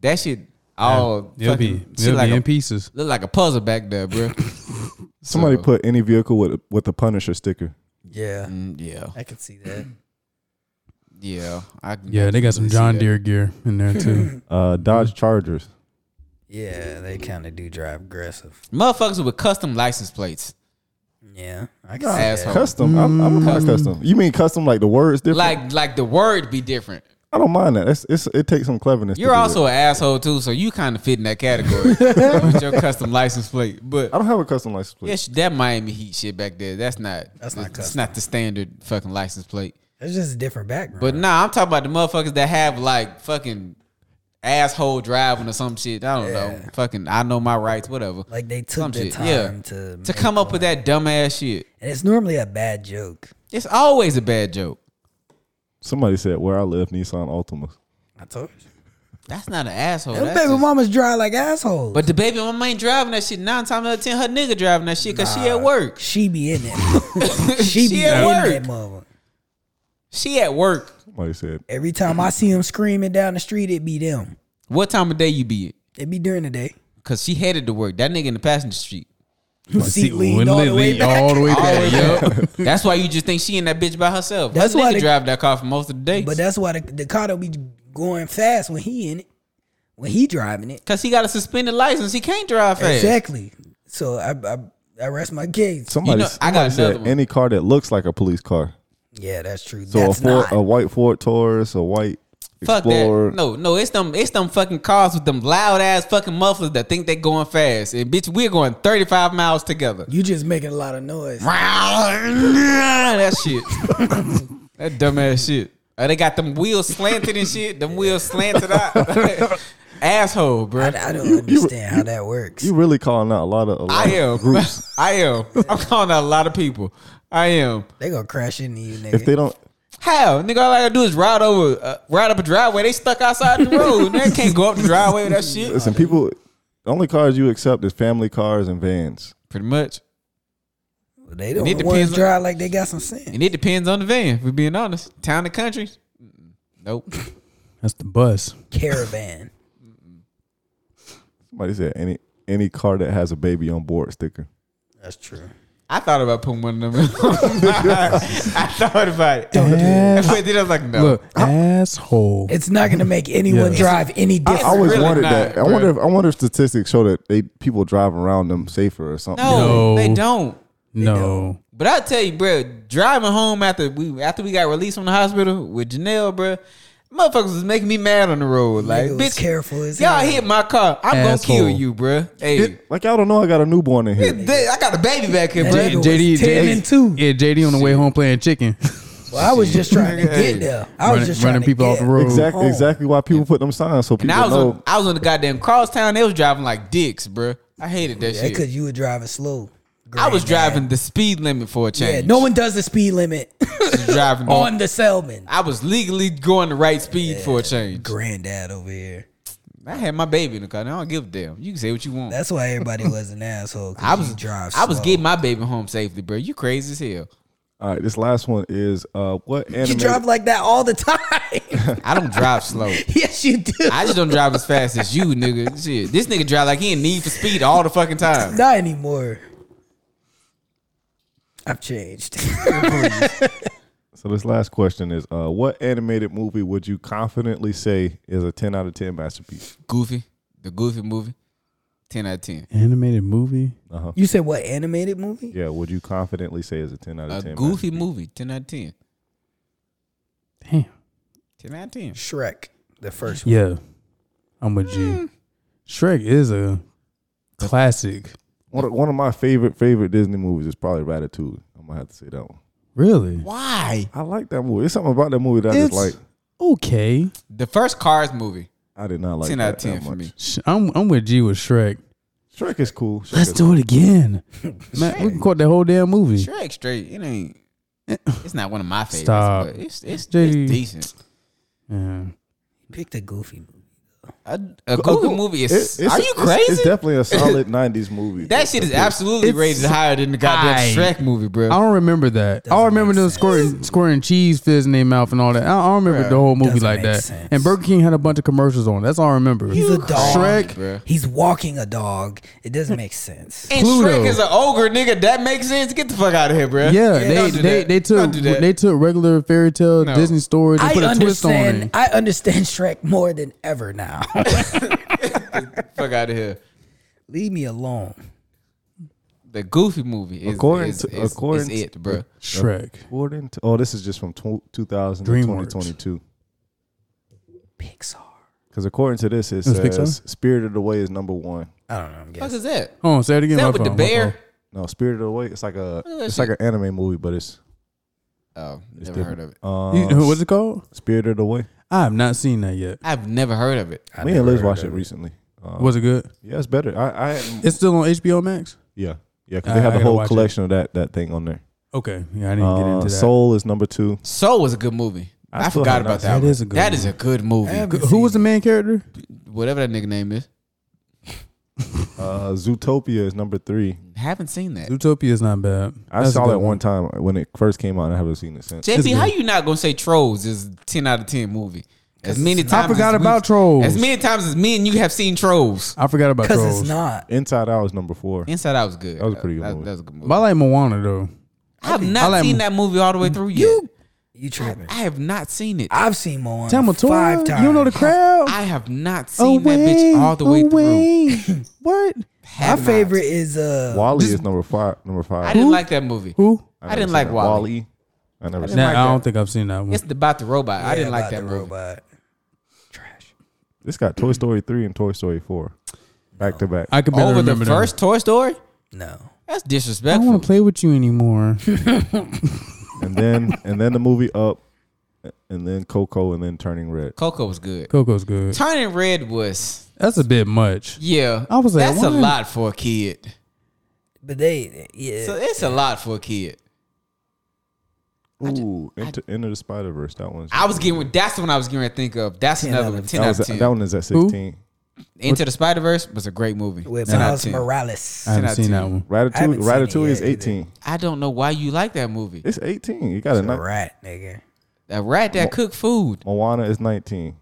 [SPEAKER 1] that shit all
[SPEAKER 4] You'll be,
[SPEAKER 1] fucking- shit
[SPEAKER 4] you'll
[SPEAKER 1] like
[SPEAKER 4] be
[SPEAKER 1] a,
[SPEAKER 4] in pieces.
[SPEAKER 1] look like a puzzle back there, bro.
[SPEAKER 3] Somebody
[SPEAKER 1] So,
[SPEAKER 3] put any vehicle with with the Punisher sticker.
[SPEAKER 2] Yeah,
[SPEAKER 1] mm, yeah,
[SPEAKER 2] I can see that.
[SPEAKER 1] yeah, I can
[SPEAKER 4] Yeah, they got some
[SPEAKER 1] see
[SPEAKER 4] John
[SPEAKER 1] that.
[SPEAKER 4] Deere gear in there too.
[SPEAKER 3] Uh,
[SPEAKER 1] Mm.
[SPEAKER 3] Dodge Chargers.
[SPEAKER 2] Yeah, they kind of do drive aggressive.
[SPEAKER 1] motherfuckers with custom license plates.
[SPEAKER 2] Oh, Yeah, I can see
[SPEAKER 1] Asshole. Mm.
[SPEAKER 3] Custom. I'm, I'm about custom. You mean custom like the words different?
[SPEAKER 1] Like like the word be different.
[SPEAKER 3] I don't mind that. It's, it's it takes some cleverness. to
[SPEAKER 1] You're
[SPEAKER 3] do
[SPEAKER 1] also
[SPEAKER 3] it.
[SPEAKER 1] an asshole too, so you kind of fit in that category with your custom license plate. But
[SPEAKER 3] I don't have a custom license plate.
[SPEAKER 1] yes, that Miami Heat shit back there. That's not.
[SPEAKER 2] That's not
[SPEAKER 1] That's
[SPEAKER 2] custom.
[SPEAKER 1] not the standard fucking license plate.
[SPEAKER 2] That's just a different background.
[SPEAKER 1] But nah, I'm talking about the motherfuckers that have like fucking asshole driving or some shit. I don't know. Fucking, I know my rights. Whatever.
[SPEAKER 2] like they
[SPEAKER 1] some
[SPEAKER 2] took the
[SPEAKER 1] shit.
[SPEAKER 2] time
[SPEAKER 1] yeah. to
[SPEAKER 2] to make
[SPEAKER 1] come up with
[SPEAKER 2] one.
[SPEAKER 1] that dumbass shit.
[SPEAKER 2] And it's normally a bad joke.
[SPEAKER 1] It's always a bad joke.
[SPEAKER 3] Somebody said where I live, Nissan Altima.
[SPEAKER 2] I told you.
[SPEAKER 1] That's not an asshole.
[SPEAKER 2] Them
[SPEAKER 1] That's
[SPEAKER 2] baby
[SPEAKER 1] just-
[SPEAKER 2] mamas dry like assholes.
[SPEAKER 1] but the baby mama ain't driving that shit. Nine times out of ten, her nigga driving that shit because she at work.
[SPEAKER 2] she be in it. she be
[SPEAKER 1] She
[SPEAKER 2] in
[SPEAKER 1] at work.
[SPEAKER 2] that mother.
[SPEAKER 1] She at work.
[SPEAKER 3] Somebody said
[SPEAKER 2] Every time I see them screaming down the street, it be them.
[SPEAKER 1] What time of day you be? in?
[SPEAKER 2] It be during the day.
[SPEAKER 1] Cause she headed to work. That nigga in the passenger seat.
[SPEAKER 2] Seat
[SPEAKER 4] When
[SPEAKER 2] leaned all
[SPEAKER 4] they
[SPEAKER 2] the way
[SPEAKER 4] lean
[SPEAKER 2] back.
[SPEAKER 4] all the way back.
[SPEAKER 1] That's why you just think she in that bitch by herself.
[SPEAKER 2] That's
[SPEAKER 1] That's nigga
[SPEAKER 2] why
[SPEAKER 1] why
[SPEAKER 2] they-
[SPEAKER 1] drive that car for most of the day.
[SPEAKER 2] But that's why the, the car don't be going fast when he in it, when he driving it.
[SPEAKER 1] Cause he got a suspended license. He can't drive fast.
[SPEAKER 2] Exactly. So I, I I rest my case.
[SPEAKER 3] somebody.
[SPEAKER 1] You know, I
[SPEAKER 3] somebody
[SPEAKER 1] got another
[SPEAKER 3] said
[SPEAKER 1] one.
[SPEAKER 3] any car that looks like a police car.
[SPEAKER 2] Yeah, that's true.
[SPEAKER 3] So
[SPEAKER 2] that's
[SPEAKER 3] a Ford,
[SPEAKER 2] not.
[SPEAKER 3] a white Ford Taurus, a white
[SPEAKER 1] Fuck
[SPEAKER 3] Explorer.
[SPEAKER 1] that. No, no, it's them it's them fucking cars with them loud ass fucking mufflers that think they going fast. And bitch, we're going 35 miles together.
[SPEAKER 2] you just making a lot of noise.
[SPEAKER 1] that shit. that dumbass shit. Oh, they got them wheels slanted and shit. Them wheels slanted out. Asshole, bro.
[SPEAKER 2] I, I don't understand how that works.
[SPEAKER 3] You really calling out a lot of. A
[SPEAKER 1] I
[SPEAKER 3] lot
[SPEAKER 1] am.
[SPEAKER 3] Of groups.
[SPEAKER 1] I am. I'm calling out a lot of people. I am.
[SPEAKER 2] they gonna crash into you, nigga.
[SPEAKER 3] if they don't,
[SPEAKER 1] How nigga? All I gotta do is ride over, uh, ride up a driveway. They stuck outside the road. They can't go up the driveway with that shit.
[SPEAKER 3] listen, people. The only cars you accept is family cars and vans.
[SPEAKER 1] Pretty much.
[SPEAKER 2] they don't
[SPEAKER 1] it
[SPEAKER 2] want to
[SPEAKER 1] depends on-
[SPEAKER 2] drive like they got some sense.
[SPEAKER 1] And it depends on the van. If we're being honest, town and country. Mm-mm. Nope.
[SPEAKER 4] That's the bus.
[SPEAKER 2] Caravan.
[SPEAKER 3] Somebody said any any car that has a baby on board sticker.
[SPEAKER 2] That's true.
[SPEAKER 1] I thought about putting one of them. in. I thought about it. Don't do
[SPEAKER 4] that.
[SPEAKER 1] But then I was like, no.
[SPEAKER 4] Look, asshole.
[SPEAKER 2] It's not gonna make anyone
[SPEAKER 4] Yeah.
[SPEAKER 2] drive any
[SPEAKER 3] I
[SPEAKER 2] different.
[SPEAKER 3] always
[SPEAKER 1] really
[SPEAKER 3] wanted
[SPEAKER 1] not,
[SPEAKER 3] that. I
[SPEAKER 1] bro.
[SPEAKER 3] wonder. If, I wonder if statistics show that they people drive around them safer or something.
[SPEAKER 1] no,
[SPEAKER 4] No.
[SPEAKER 1] they don't.
[SPEAKER 4] No.
[SPEAKER 1] But I tell you, bro, driving home after we after we got released from the hospital with Janelle, bro, motherfuckers was making me mad on the road. Like,
[SPEAKER 2] Nigga was
[SPEAKER 1] bitch,
[SPEAKER 2] careful as
[SPEAKER 1] y'all
[SPEAKER 2] hell.
[SPEAKER 1] hit my car. I'm
[SPEAKER 4] Asshole.
[SPEAKER 1] gonna kill you, bro. Hey,
[SPEAKER 3] It- like y'all don't know I got a newborn in here.
[SPEAKER 1] I got a baby back here,
[SPEAKER 2] That
[SPEAKER 1] bro.
[SPEAKER 2] nigga was 10 and 2.
[SPEAKER 4] Yeah, JD on the way home playing chicken.
[SPEAKER 2] Well, I was just trying to get there. I was
[SPEAKER 4] running
[SPEAKER 2] just trying
[SPEAKER 4] running
[SPEAKER 2] to
[SPEAKER 4] people
[SPEAKER 2] get
[SPEAKER 4] off the road.
[SPEAKER 3] Exactly.
[SPEAKER 2] Oh.
[SPEAKER 3] Exactly why people put them signs so
[SPEAKER 1] And
[SPEAKER 3] people
[SPEAKER 1] I was
[SPEAKER 3] know.
[SPEAKER 1] on, I was on the goddamn crosstown. They was driving like dicks, bro. I hated that
[SPEAKER 2] Yeah,
[SPEAKER 1] shit.
[SPEAKER 2] because you were driving slow.
[SPEAKER 1] I was
[SPEAKER 2] Granddad.
[SPEAKER 1] driving the speed limit for a change.
[SPEAKER 2] Yeah, no one does the speed limit
[SPEAKER 1] was driving
[SPEAKER 2] on the Selman.
[SPEAKER 1] I was legally going the right speed for a change.
[SPEAKER 2] Granddad over here.
[SPEAKER 1] I had my baby in the car. and I don't give a damn. You can say what you want.
[SPEAKER 2] That's why everybody was an asshole. 'cause
[SPEAKER 1] I
[SPEAKER 2] you
[SPEAKER 1] was
[SPEAKER 2] drive.
[SPEAKER 1] I was
[SPEAKER 2] slow.
[SPEAKER 1] getting my baby home safely, bro. You crazy as hell.
[SPEAKER 3] All right, this last one is uh, what
[SPEAKER 2] You
[SPEAKER 3] animated
[SPEAKER 2] drive like that all the time.
[SPEAKER 1] I don't drive slow.
[SPEAKER 2] yes, you do.
[SPEAKER 1] I just don't drive as fast as you, nigga. Shit, this nigga drive like he in need for speed all the fucking time.
[SPEAKER 2] Not anymore. I've changed.
[SPEAKER 3] so this last question is uh, what animated movie would you confidently say is a ten out of ten masterpiece?
[SPEAKER 1] Goofy, the Goofy movie, ten out of ten.
[SPEAKER 4] Animated movie.
[SPEAKER 2] you said what animated movie?
[SPEAKER 3] Yeah, would you confidently say is a ten out of
[SPEAKER 1] A
[SPEAKER 3] ten?
[SPEAKER 1] Goofy
[SPEAKER 3] masterpiece?
[SPEAKER 1] movie, ten out of ten.
[SPEAKER 4] Damn.
[SPEAKER 1] Ten out of ten.
[SPEAKER 2] Shrek, the first one.
[SPEAKER 4] Yeah. I'm with
[SPEAKER 1] Hmm.
[SPEAKER 4] you. Shrek is a classic.
[SPEAKER 3] One of, one of my favorite favorite Disney movies is probably Ratatouille. I'm gonna have to say that one.
[SPEAKER 4] Really?
[SPEAKER 1] Why?
[SPEAKER 3] I like that movie. There's something about that movie that I just
[SPEAKER 4] It's
[SPEAKER 3] like.
[SPEAKER 4] okay.
[SPEAKER 1] The first Cars movie,
[SPEAKER 3] I did not like
[SPEAKER 1] ten
[SPEAKER 3] that
[SPEAKER 1] out of ten
[SPEAKER 3] that
[SPEAKER 1] for
[SPEAKER 3] much.
[SPEAKER 1] me.
[SPEAKER 4] Sh- I'm I'm with G with Shrek.
[SPEAKER 3] Shrek is cool. Shrek
[SPEAKER 4] Let's
[SPEAKER 3] is
[SPEAKER 4] do it again. Man, we can caught that whole damn movie.
[SPEAKER 1] Shrek straight. It ain't. It's not one of my favorites,
[SPEAKER 4] Stop.
[SPEAKER 1] but it's it's,
[SPEAKER 4] JD.
[SPEAKER 1] it's decent.
[SPEAKER 4] Yeah.
[SPEAKER 2] Picked a goofy movie.
[SPEAKER 1] A, a Goofy movie
[SPEAKER 3] It-
[SPEAKER 1] is.
[SPEAKER 3] it's-
[SPEAKER 1] are you
[SPEAKER 3] it's-
[SPEAKER 1] crazy?
[SPEAKER 3] It's, definitely a solid '90s movie.
[SPEAKER 1] that shit is absolutely
[SPEAKER 4] It's-
[SPEAKER 1] rated higher than the goddamn
[SPEAKER 4] I-
[SPEAKER 1] Shrek movie, bro.
[SPEAKER 4] I don't remember that. I
[SPEAKER 2] Doesn't
[SPEAKER 4] don't remember
[SPEAKER 2] make
[SPEAKER 4] them
[SPEAKER 2] sense.
[SPEAKER 4] scoring scoring cheese fizz in their mouth and all that. I I don't remember the whole movie
[SPEAKER 2] Doesn't
[SPEAKER 4] like
[SPEAKER 2] make
[SPEAKER 4] that.
[SPEAKER 2] sense.
[SPEAKER 4] And Burger King had a bunch of commercials on. it. That's all I remember.
[SPEAKER 2] He's a dog.
[SPEAKER 4] Shrek.
[SPEAKER 1] Bruh.
[SPEAKER 2] He's walking a dog. It doesn't make sense.
[SPEAKER 1] And
[SPEAKER 4] Pluto.
[SPEAKER 1] Shrek is an ogre, nigga. That makes sense. Get the fuck out of here, bro.
[SPEAKER 4] Yeah, they they, they took they took regular fairy tale
[SPEAKER 1] No.
[SPEAKER 4] Disney stories and
[SPEAKER 2] I
[SPEAKER 4] put a twist on
[SPEAKER 2] understand.
[SPEAKER 4] it.
[SPEAKER 2] I understand Shrek more than ever now.
[SPEAKER 1] fuck out of here.
[SPEAKER 2] Leave me alone.
[SPEAKER 1] The Goofy movie is
[SPEAKER 3] According
[SPEAKER 1] is,
[SPEAKER 3] to-
[SPEAKER 1] is, is
[SPEAKER 3] according
[SPEAKER 1] it,
[SPEAKER 3] to-
[SPEAKER 1] bro.
[SPEAKER 4] Shrek.
[SPEAKER 3] According to, oh, this is just from tw- 2000 to
[SPEAKER 4] DreamWorks.
[SPEAKER 3] 2022.
[SPEAKER 2] Pixar.
[SPEAKER 3] Because according to this, it
[SPEAKER 4] was Pixar?
[SPEAKER 3] says Spirited Away is number one.
[SPEAKER 2] I don't know. I'm
[SPEAKER 1] What
[SPEAKER 2] guessing.
[SPEAKER 1] is that?
[SPEAKER 4] Hold on, say it again.
[SPEAKER 1] Is
[SPEAKER 4] my
[SPEAKER 1] that with the
[SPEAKER 4] fault, my
[SPEAKER 1] bear?
[SPEAKER 4] fault.
[SPEAKER 3] No, Spirited Away. It's like a
[SPEAKER 1] Look at that
[SPEAKER 3] it's like an anime movie, but it's
[SPEAKER 1] Oh,
[SPEAKER 3] it's
[SPEAKER 1] never heard of it.
[SPEAKER 3] Um,
[SPEAKER 4] You- what's it called?
[SPEAKER 3] Spirited Away.
[SPEAKER 4] I have not seen that yet.
[SPEAKER 1] I've never heard of it.
[SPEAKER 2] I
[SPEAKER 3] Me
[SPEAKER 2] never
[SPEAKER 3] and Liz
[SPEAKER 2] heard
[SPEAKER 3] watched
[SPEAKER 2] of
[SPEAKER 3] it recently. Um,
[SPEAKER 4] Was it good?
[SPEAKER 3] yeah, it's better. I, I hadn't-
[SPEAKER 4] It's still on HBO Max.
[SPEAKER 3] yeah yeah because
[SPEAKER 4] I-
[SPEAKER 3] they
[SPEAKER 4] I
[SPEAKER 3] have the
[SPEAKER 4] gotta
[SPEAKER 3] whole
[SPEAKER 4] watch it.
[SPEAKER 3] collection of that that thing on there.
[SPEAKER 4] Okay, yeah, I didn't get
[SPEAKER 3] Uh,
[SPEAKER 4] into that.
[SPEAKER 3] Soul is number two.
[SPEAKER 1] Soul was a good movie.
[SPEAKER 3] I
[SPEAKER 1] I,
[SPEAKER 3] still
[SPEAKER 1] forgot
[SPEAKER 3] have not
[SPEAKER 1] about
[SPEAKER 3] seen
[SPEAKER 1] that.
[SPEAKER 4] it. That
[SPEAKER 1] one.
[SPEAKER 4] is a good
[SPEAKER 1] That is
[SPEAKER 4] movie.
[SPEAKER 1] a good movie.
[SPEAKER 2] I haven't
[SPEAKER 4] Who was the
[SPEAKER 2] seen
[SPEAKER 4] main character?
[SPEAKER 1] Whatever that nigga name is.
[SPEAKER 3] Uh, Zootopia is number three.
[SPEAKER 1] Haven't seen that.
[SPEAKER 4] Zootopia is not bad.
[SPEAKER 3] I
[SPEAKER 4] That's a
[SPEAKER 3] saw
[SPEAKER 4] good
[SPEAKER 3] that
[SPEAKER 4] one.
[SPEAKER 3] one time when it first came out. and I haven't seen it since.
[SPEAKER 1] JP, how
[SPEAKER 4] good.
[SPEAKER 1] you not gonna say Trolls is ten out of ten movie? As many times
[SPEAKER 4] forgot
[SPEAKER 1] as we-
[SPEAKER 4] about Trolls.
[SPEAKER 1] As many times as me and you have seen Trolls.
[SPEAKER 4] I forgot about
[SPEAKER 2] Because
[SPEAKER 4] Trolls.
[SPEAKER 2] it's not.
[SPEAKER 3] Inside Out is number four.
[SPEAKER 1] Inside Out was good.
[SPEAKER 3] That was a pretty good
[SPEAKER 1] That,
[SPEAKER 3] movie.
[SPEAKER 1] that was a good movie.
[SPEAKER 4] But I like Moana though.
[SPEAKER 1] I have not
[SPEAKER 4] I like
[SPEAKER 1] seen
[SPEAKER 4] mo-
[SPEAKER 1] that movie all the way through yet.
[SPEAKER 2] You tripping?
[SPEAKER 1] I have not seen it.
[SPEAKER 2] I've seen Moana
[SPEAKER 4] Tamatora,
[SPEAKER 2] five times.
[SPEAKER 4] you don't know the crowd.
[SPEAKER 1] I have not seen that bitch all the way through.
[SPEAKER 4] through. what?
[SPEAKER 2] My
[SPEAKER 1] Have not.
[SPEAKER 2] favorite is uh.
[SPEAKER 3] Wally is number five. Number
[SPEAKER 1] I
[SPEAKER 3] five.
[SPEAKER 1] didn't like that movie.
[SPEAKER 4] Who?
[SPEAKER 1] I didn't like Wally.
[SPEAKER 3] Wally. I never seen
[SPEAKER 4] Nah,
[SPEAKER 3] it.
[SPEAKER 4] I don't think I've seen that one.
[SPEAKER 1] It's about the robot. I
[SPEAKER 2] yeah,
[SPEAKER 1] didn't like
[SPEAKER 2] about
[SPEAKER 1] that
[SPEAKER 2] the
[SPEAKER 1] movie.
[SPEAKER 2] Robot.
[SPEAKER 3] This got Toy Story three and Toy Story four, back to back.
[SPEAKER 4] I can barely
[SPEAKER 1] Over the
[SPEAKER 4] remember that.
[SPEAKER 1] first Toy Story?
[SPEAKER 2] No.
[SPEAKER 1] That's
[SPEAKER 4] I don't
[SPEAKER 1] disrespectful.
[SPEAKER 4] want to play with you anymore.
[SPEAKER 3] and then and then the movie Up, and then Coco, and then Turning Red.
[SPEAKER 1] Coco was good.
[SPEAKER 4] Coco's good.
[SPEAKER 1] Turning Red was
[SPEAKER 4] That's a bit much.
[SPEAKER 1] yeah.
[SPEAKER 4] I was like,
[SPEAKER 1] that's a
[SPEAKER 4] why?
[SPEAKER 1] lot for a kid.
[SPEAKER 2] But they, yeah.
[SPEAKER 1] So it's a lot for a kid.
[SPEAKER 3] Ooh, into, Into the Spider Verse. That one's.
[SPEAKER 1] I was getting that's the one I was getting ready to think of. That's
[SPEAKER 2] 10
[SPEAKER 1] another
[SPEAKER 2] out
[SPEAKER 1] one.
[SPEAKER 2] of
[SPEAKER 1] Ten
[SPEAKER 3] that,
[SPEAKER 1] out
[SPEAKER 3] was,
[SPEAKER 1] of ten.
[SPEAKER 3] that one is at sixteen.
[SPEAKER 1] Into the Spider Verse was a great movie.
[SPEAKER 2] with
[SPEAKER 1] 10 out of
[SPEAKER 2] Miles
[SPEAKER 1] 10.
[SPEAKER 2] Morales.
[SPEAKER 4] I haven't
[SPEAKER 1] out of
[SPEAKER 4] seen
[SPEAKER 1] 10.
[SPEAKER 4] that one.
[SPEAKER 2] I
[SPEAKER 3] Ratatouille.
[SPEAKER 2] haven't seen it
[SPEAKER 3] Ratatouille
[SPEAKER 2] yet
[SPEAKER 3] is
[SPEAKER 2] either.
[SPEAKER 3] eighteen.
[SPEAKER 1] I don't know why you like that movie.
[SPEAKER 3] It's eighteen. You got a
[SPEAKER 2] It's a
[SPEAKER 3] ni-
[SPEAKER 2] rat, nigga.
[SPEAKER 1] A rat that cooked food.
[SPEAKER 3] Moana is nineteen.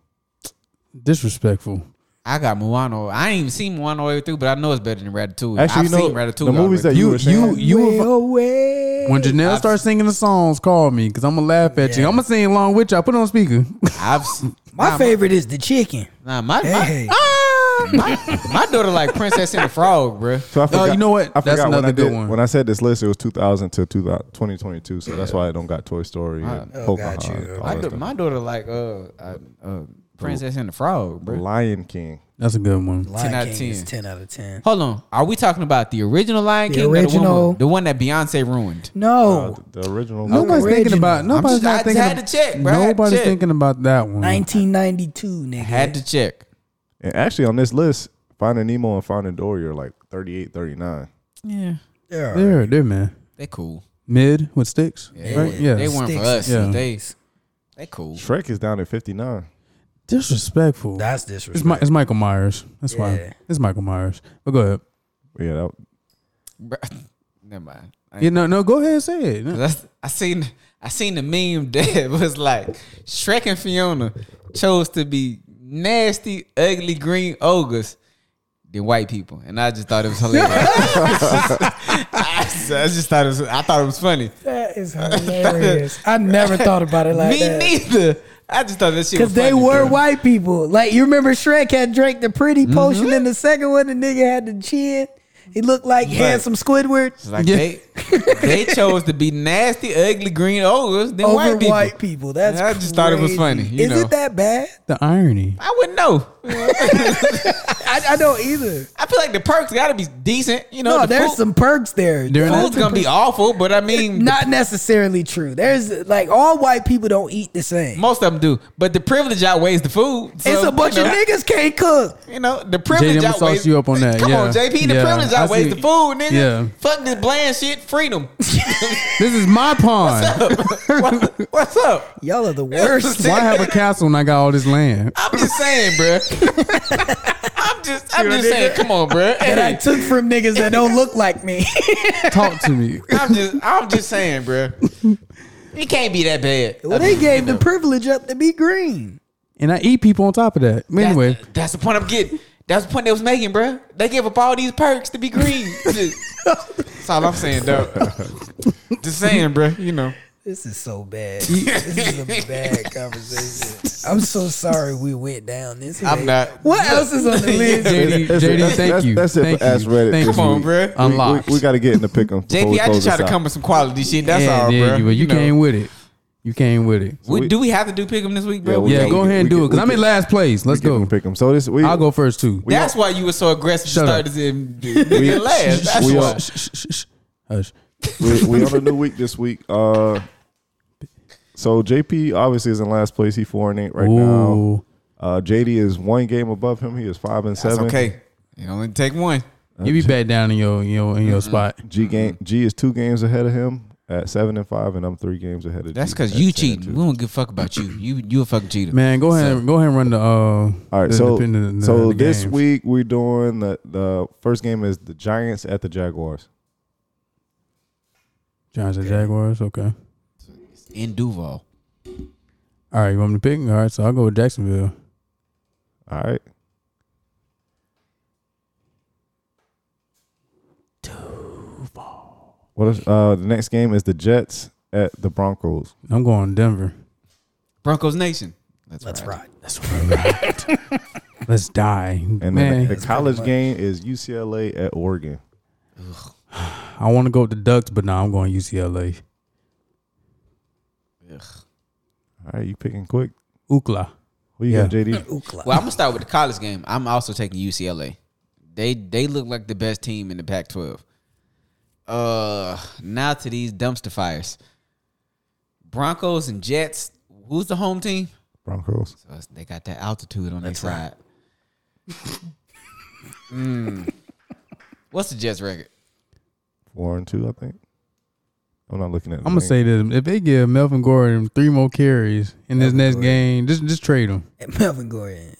[SPEAKER 4] Disrespectful.
[SPEAKER 1] I got Moana. I ain't even seen Moana all the way through, but I know it's better than
[SPEAKER 3] Actually,
[SPEAKER 1] Ratatouille. I've
[SPEAKER 3] you know
[SPEAKER 1] seen Ratatouille.
[SPEAKER 3] the movies that
[SPEAKER 1] already.
[SPEAKER 3] Oh, you
[SPEAKER 4] You
[SPEAKER 3] were saying-
[SPEAKER 4] you you.
[SPEAKER 2] Way
[SPEAKER 4] have-
[SPEAKER 2] away.
[SPEAKER 4] when Janelle starts singing the songs, call me because I'm gonna laugh at you.
[SPEAKER 2] Yeah.
[SPEAKER 4] I'm gonna sing along with you. I put it on speaker.
[SPEAKER 1] I've s-
[SPEAKER 2] My
[SPEAKER 1] nah,
[SPEAKER 2] favorite is the chicken.
[SPEAKER 1] Nah, my my,
[SPEAKER 2] Hey.
[SPEAKER 1] ah, my my daughter like Princess and the Frog, bruh.
[SPEAKER 3] So I forgot,
[SPEAKER 4] you know what?
[SPEAKER 3] I
[SPEAKER 4] That's
[SPEAKER 3] forgot when
[SPEAKER 4] another
[SPEAKER 3] I
[SPEAKER 4] good
[SPEAKER 3] did-
[SPEAKER 4] one.
[SPEAKER 3] When I said this list, it was 2000 to 2000 2022, so that's why I don't got Toy Story. and
[SPEAKER 2] Oh, got
[SPEAKER 3] Pocahontas,
[SPEAKER 2] you.
[SPEAKER 3] all
[SPEAKER 1] My,
[SPEAKER 3] that
[SPEAKER 1] da-
[SPEAKER 3] stuff.
[SPEAKER 1] my daughter like uh, uh, uh Princess and the Frog,
[SPEAKER 3] The
[SPEAKER 1] bruh.
[SPEAKER 3] Lion King.
[SPEAKER 4] That's a good one.
[SPEAKER 2] Lion
[SPEAKER 1] 10 out of
[SPEAKER 2] King is
[SPEAKER 1] 10.
[SPEAKER 2] ten out of ten.
[SPEAKER 1] Hold on, are we talking about the original Lion
[SPEAKER 2] The
[SPEAKER 1] King, or the, one
[SPEAKER 2] original.
[SPEAKER 1] with- the one that Beyonce ruined?
[SPEAKER 3] Uh,
[SPEAKER 2] No,
[SPEAKER 3] the original.
[SPEAKER 4] Nobody's
[SPEAKER 2] Original.
[SPEAKER 4] thinking about. Nobody's
[SPEAKER 1] just- I
[SPEAKER 4] not
[SPEAKER 1] just
[SPEAKER 4] thinking.
[SPEAKER 1] had
[SPEAKER 4] ab-
[SPEAKER 1] to check, bro. I had to
[SPEAKER 4] Nobody's
[SPEAKER 1] check.
[SPEAKER 4] thinking about that one.
[SPEAKER 2] nineteen ninety two, nigga.
[SPEAKER 1] Had to check.
[SPEAKER 3] And actually, on this list, Finding Nemo and Finding Dory are like 38, 39.
[SPEAKER 1] Yeah,
[SPEAKER 2] Yeah.
[SPEAKER 4] There, there, man.
[SPEAKER 1] they cool.
[SPEAKER 4] Mid with sticks.
[SPEAKER 1] Yeah,
[SPEAKER 4] right? yeah.
[SPEAKER 1] They weren't for
[SPEAKER 2] Sticks
[SPEAKER 1] us.
[SPEAKER 4] and
[SPEAKER 1] They they cool.
[SPEAKER 3] Shrek is down at 59.
[SPEAKER 4] Disrespectful.
[SPEAKER 2] That's
[SPEAKER 4] it's, Mi-
[SPEAKER 2] disrespectful.
[SPEAKER 4] it's Michael Myers. That's
[SPEAKER 2] Yeah.
[SPEAKER 4] why. It's Michael Myers. But go ahead.
[SPEAKER 3] Yeah, that,
[SPEAKER 1] Bruh, Never mind. I ain't
[SPEAKER 4] Yeah, no, no. Go ahead. Say it. No.
[SPEAKER 1] That's, I seen I seen the meme that was like Shrek and Fiona chose to be nasty, ugly green ogres than white people, and I just thought it was hilarious. I, just- I just thought it was I thought it was funny.
[SPEAKER 2] That is hilarious. I never thought about it like
[SPEAKER 1] Me
[SPEAKER 2] that.
[SPEAKER 1] neither. I just thought that shit
[SPEAKER 2] Cause
[SPEAKER 1] was
[SPEAKER 2] they
[SPEAKER 1] funny,
[SPEAKER 2] were
[SPEAKER 1] bro. Mm-hmm.
[SPEAKER 2] white people. Like you remember Shrek had drank the pretty potion and the second one, the nigga had the chin. He looked like handsome Squidward
[SPEAKER 1] It's Like
[SPEAKER 4] Yeah.
[SPEAKER 1] they they chose to be nasty, ugly green ogres than
[SPEAKER 2] over
[SPEAKER 1] white people.
[SPEAKER 2] That's
[SPEAKER 1] I just thought it was
[SPEAKER 2] crazy.
[SPEAKER 1] funny, you
[SPEAKER 2] is
[SPEAKER 1] know.
[SPEAKER 2] it that bad?
[SPEAKER 4] The irony.
[SPEAKER 1] I wouldn't know.
[SPEAKER 2] I, I don't either.
[SPEAKER 1] I feel like the perks got to be decent. You know,
[SPEAKER 2] No,
[SPEAKER 1] the
[SPEAKER 2] there's
[SPEAKER 1] food-
[SPEAKER 2] some perks there.
[SPEAKER 4] During that-
[SPEAKER 1] food's gonna be awful, but I mean,
[SPEAKER 2] Not necessarily true. There's like all white people don't eat the same.
[SPEAKER 1] Most of them do, but the privilege outweighs the food. So,
[SPEAKER 2] it's a bunch
[SPEAKER 1] you know,
[SPEAKER 2] of niggas can't cook.
[SPEAKER 1] You know, the
[SPEAKER 4] JD,
[SPEAKER 1] privilege
[SPEAKER 4] I'm gonna
[SPEAKER 1] outweighs.
[SPEAKER 4] sauce you up on that.
[SPEAKER 1] Come
[SPEAKER 4] yeah.
[SPEAKER 1] on, JP. The
[SPEAKER 4] Yeah,
[SPEAKER 1] privilege
[SPEAKER 4] I
[SPEAKER 1] outweighs
[SPEAKER 4] see.
[SPEAKER 1] the food, nigga.
[SPEAKER 4] Yeah.
[SPEAKER 1] Fuck this bland shit. Freedom.
[SPEAKER 4] This is my pond.
[SPEAKER 1] What- What's up?
[SPEAKER 2] Y'all are the worst.
[SPEAKER 4] Why have a castle and I got all this land?
[SPEAKER 1] I'm just saying, bro. I'm just, I'm just saying. Come on, bro.
[SPEAKER 2] that I
[SPEAKER 1] Hey,
[SPEAKER 2] took from niggas that don't look like me.
[SPEAKER 4] Talk to me.
[SPEAKER 1] I'm just, I'm just saying, bro. It can't be that bad.
[SPEAKER 2] well, they gave the privilege up to be green.
[SPEAKER 4] And I eat people on top of that. But
[SPEAKER 1] That's-
[SPEAKER 4] anyway,
[SPEAKER 1] that's, the point I'm getting. That's the point they was making, bro. They gave up all these perks to be green. that's all I'm saying, though. just saying, bro. You know.
[SPEAKER 2] This is so bad. this is a bad conversation. I'm so sorry we went down this.
[SPEAKER 1] I'm
[SPEAKER 2] way.
[SPEAKER 1] not.
[SPEAKER 2] What else is on the list?
[SPEAKER 4] JD,
[SPEAKER 3] That's-
[SPEAKER 4] JD,
[SPEAKER 3] that's-
[SPEAKER 4] thank
[SPEAKER 3] that's-
[SPEAKER 4] you.
[SPEAKER 3] that's it
[SPEAKER 4] thank
[SPEAKER 3] for
[SPEAKER 4] you.
[SPEAKER 3] Ask Reddit
[SPEAKER 4] Thank
[SPEAKER 3] this
[SPEAKER 4] you.
[SPEAKER 1] Come on,
[SPEAKER 3] week.
[SPEAKER 1] bruh.
[SPEAKER 3] We-
[SPEAKER 4] Unlocked.
[SPEAKER 3] We, got to get in the pick 'em before we
[SPEAKER 1] JP, I
[SPEAKER 3] close
[SPEAKER 1] just try
[SPEAKER 3] this
[SPEAKER 1] to
[SPEAKER 3] out.
[SPEAKER 1] come with some quality shit. That's
[SPEAKER 4] Yeah,
[SPEAKER 1] all,
[SPEAKER 4] there
[SPEAKER 1] bro.
[SPEAKER 4] You, were. you, came with it. You came with it.
[SPEAKER 1] We, do we have to do pick 'em this week, bro?
[SPEAKER 3] Yeah, we
[SPEAKER 4] Yeah,
[SPEAKER 3] can-
[SPEAKER 4] go
[SPEAKER 3] we
[SPEAKER 4] ahead and
[SPEAKER 3] can-
[SPEAKER 4] do it because
[SPEAKER 3] we
[SPEAKER 4] I'm in
[SPEAKER 3] can-
[SPEAKER 4] last place. Let's
[SPEAKER 3] We
[SPEAKER 4] go.
[SPEAKER 3] Pick them. So this we
[SPEAKER 4] I'll go first too.
[SPEAKER 1] That's why you were so aggressive
[SPEAKER 4] Shut
[SPEAKER 1] to
[SPEAKER 4] up.
[SPEAKER 1] start this in, in last. That's
[SPEAKER 3] we
[SPEAKER 1] why.
[SPEAKER 3] are-
[SPEAKER 4] Shh, shh, shh. Hush.
[SPEAKER 3] we, we on a new week this week. Uh, so JP obviously is in last place. He four and eight right now.
[SPEAKER 4] Ooh.
[SPEAKER 3] Uh, JD is one game above him. He is five and
[SPEAKER 1] That's
[SPEAKER 3] seven.
[SPEAKER 1] okay. You only take one.
[SPEAKER 4] You be back down in your in your in your
[SPEAKER 3] Mm-hmm.
[SPEAKER 4] spot.
[SPEAKER 3] G game G is two games ahead of him at seven and five, and I'm three games ahead of.
[SPEAKER 1] That's
[SPEAKER 3] G
[SPEAKER 1] because
[SPEAKER 3] at 10
[SPEAKER 1] you
[SPEAKER 3] and
[SPEAKER 1] cheating.
[SPEAKER 3] two.
[SPEAKER 1] We don't give a fuck about you. You you a fucking cheater.
[SPEAKER 4] Man, go ahead go ahead and run the uh All
[SPEAKER 3] All right, so so this week we're doing the the first game is the Giants at the Jaguars.
[SPEAKER 4] Giants and Jaguars, okay.
[SPEAKER 1] In Duval.
[SPEAKER 4] All right, you want me to pick? All right, so I'll go with Jacksonville.
[SPEAKER 3] All right, what is uh the next game is the Jets at the Broncos.
[SPEAKER 4] I'm going Denver.
[SPEAKER 1] Broncos Nation. That's
[SPEAKER 2] Let's ride.
[SPEAKER 4] That's right. Let's die.
[SPEAKER 3] And
[SPEAKER 4] Man,
[SPEAKER 3] then the- the college game is UCLA at Oregon.
[SPEAKER 4] I want to go with the Ducks, but now I'm going UCLA.
[SPEAKER 3] All right, you picking quick.
[SPEAKER 4] Ukla.
[SPEAKER 3] Who you got,
[SPEAKER 4] Yeah.
[SPEAKER 3] JD?
[SPEAKER 2] Ookla.
[SPEAKER 1] Well, I'm gonna start with the college game. I'm also taking UCLA. They they look like the best team in the Pac-12. Uh, now to these dumpster fires. Broncos and Jets. Who's the home team?
[SPEAKER 3] Broncos.
[SPEAKER 1] So it's- they got that altitude on their side. Mm. What's the Jets record?
[SPEAKER 3] Four and two, I think. I'm not looking at. the
[SPEAKER 4] I'm gonna
[SPEAKER 3] game.
[SPEAKER 4] say this: if they give Melvin Gordon three more carries in this
[SPEAKER 2] Melvin
[SPEAKER 4] next
[SPEAKER 2] Gordon.
[SPEAKER 4] game, just just trade him.
[SPEAKER 2] Melvin Gordon.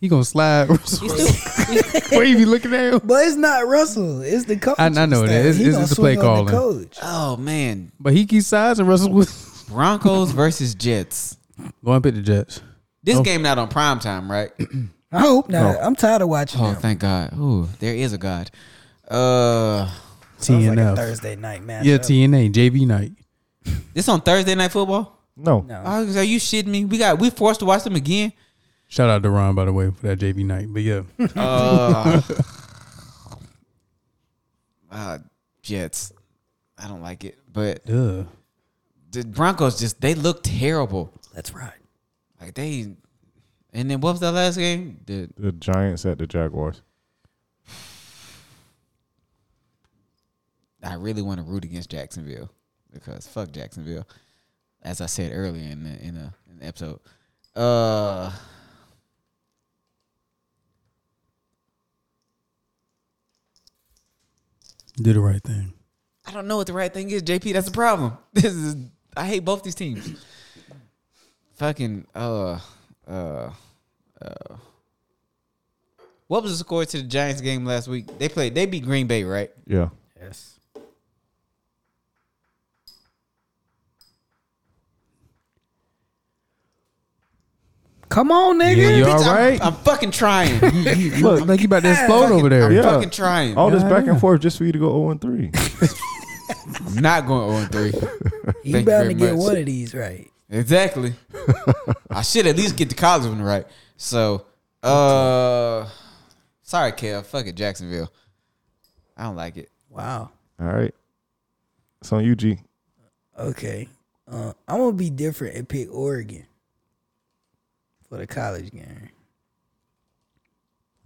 [SPEAKER 4] He gonna slide. Where you be looking at him?
[SPEAKER 2] But it's not Russell. It's the coach.
[SPEAKER 4] I- I know it
[SPEAKER 2] He
[SPEAKER 4] is. It's-
[SPEAKER 2] gonna
[SPEAKER 4] it's the play
[SPEAKER 2] swing on the
[SPEAKER 4] calling.
[SPEAKER 2] coach.
[SPEAKER 1] Oh man,
[SPEAKER 4] But he keeps size and Russell was
[SPEAKER 1] Broncos versus Jets.
[SPEAKER 4] go and pick the Jets.
[SPEAKER 1] This
[SPEAKER 4] Oh.
[SPEAKER 1] game not on prime time, right?
[SPEAKER 2] I hope not. I'm tired of watching
[SPEAKER 1] Oh,
[SPEAKER 2] them.
[SPEAKER 1] thank God. Ooh, there is a God. Uh,
[SPEAKER 2] Sounds like a
[SPEAKER 4] TNF.
[SPEAKER 2] Thursday night match.
[SPEAKER 4] yeah, TNA JV night.
[SPEAKER 1] this on Thursday night football.
[SPEAKER 3] no.
[SPEAKER 2] No.
[SPEAKER 1] I was like, are you shitting me? We got we forced to watch them again.
[SPEAKER 4] Shout out to Ron by the way for that JV night. But yeah,
[SPEAKER 1] Uh, uh, Jets. I don't like it, but
[SPEAKER 4] Duh.
[SPEAKER 1] the Broncos just they look terrible.
[SPEAKER 2] Let's ride.
[SPEAKER 1] Like they. And then what was that last game? The
[SPEAKER 3] The Giants at the Jaguars.
[SPEAKER 1] I really want to root against Jacksonville because fuck Jacksonville, as I said earlier in the, in, the, in the episode. Uh,
[SPEAKER 4] did the right thing.
[SPEAKER 1] I don't know what the right thing is, JP. That's the problem. This is I hate both these teams. Fucking uh uh uh. What was the score to the Giants game last week? They played. They beat Green Bay, right?
[SPEAKER 3] Yeah.
[SPEAKER 2] Yes. Come on, nigga.
[SPEAKER 4] Yeah, you all
[SPEAKER 1] Bitch, I'm-
[SPEAKER 4] right?
[SPEAKER 1] I'm, fucking trying. I'm
[SPEAKER 3] Look,
[SPEAKER 4] like you about to explode over there.
[SPEAKER 3] Yeah. Oh.
[SPEAKER 1] fucking trying.
[SPEAKER 3] all this
[SPEAKER 4] Yeah,
[SPEAKER 3] back
[SPEAKER 4] yeah.
[SPEAKER 3] and forth just for you to go zero and three.
[SPEAKER 1] I'm not going 0 3.
[SPEAKER 2] You
[SPEAKER 1] Thank you
[SPEAKER 2] bound to
[SPEAKER 1] very
[SPEAKER 2] get
[SPEAKER 1] much.
[SPEAKER 2] one of these right.
[SPEAKER 1] Exactly. I should at least get the college one right. So, uh, sorry, Kev. Fuck it, Jacksonville. I don't like it.
[SPEAKER 2] Wow.
[SPEAKER 3] all right. It's on UG.
[SPEAKER 2] Okay. Uh, I'm gonna be different and pick Oregon for the college game.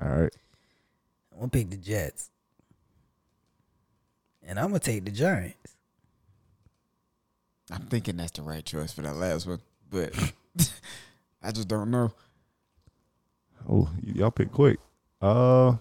[SPEAKER 3] All right.
[SPEAKER 2] I'm gonna pick the Jets, and I'm gonna take the Giants.
[SPEAKER 1] I'm thinking that's the right choice for that last one, but I just don't know.
[SPEAKER 3] Oh, y- y'all pick quick. Uh,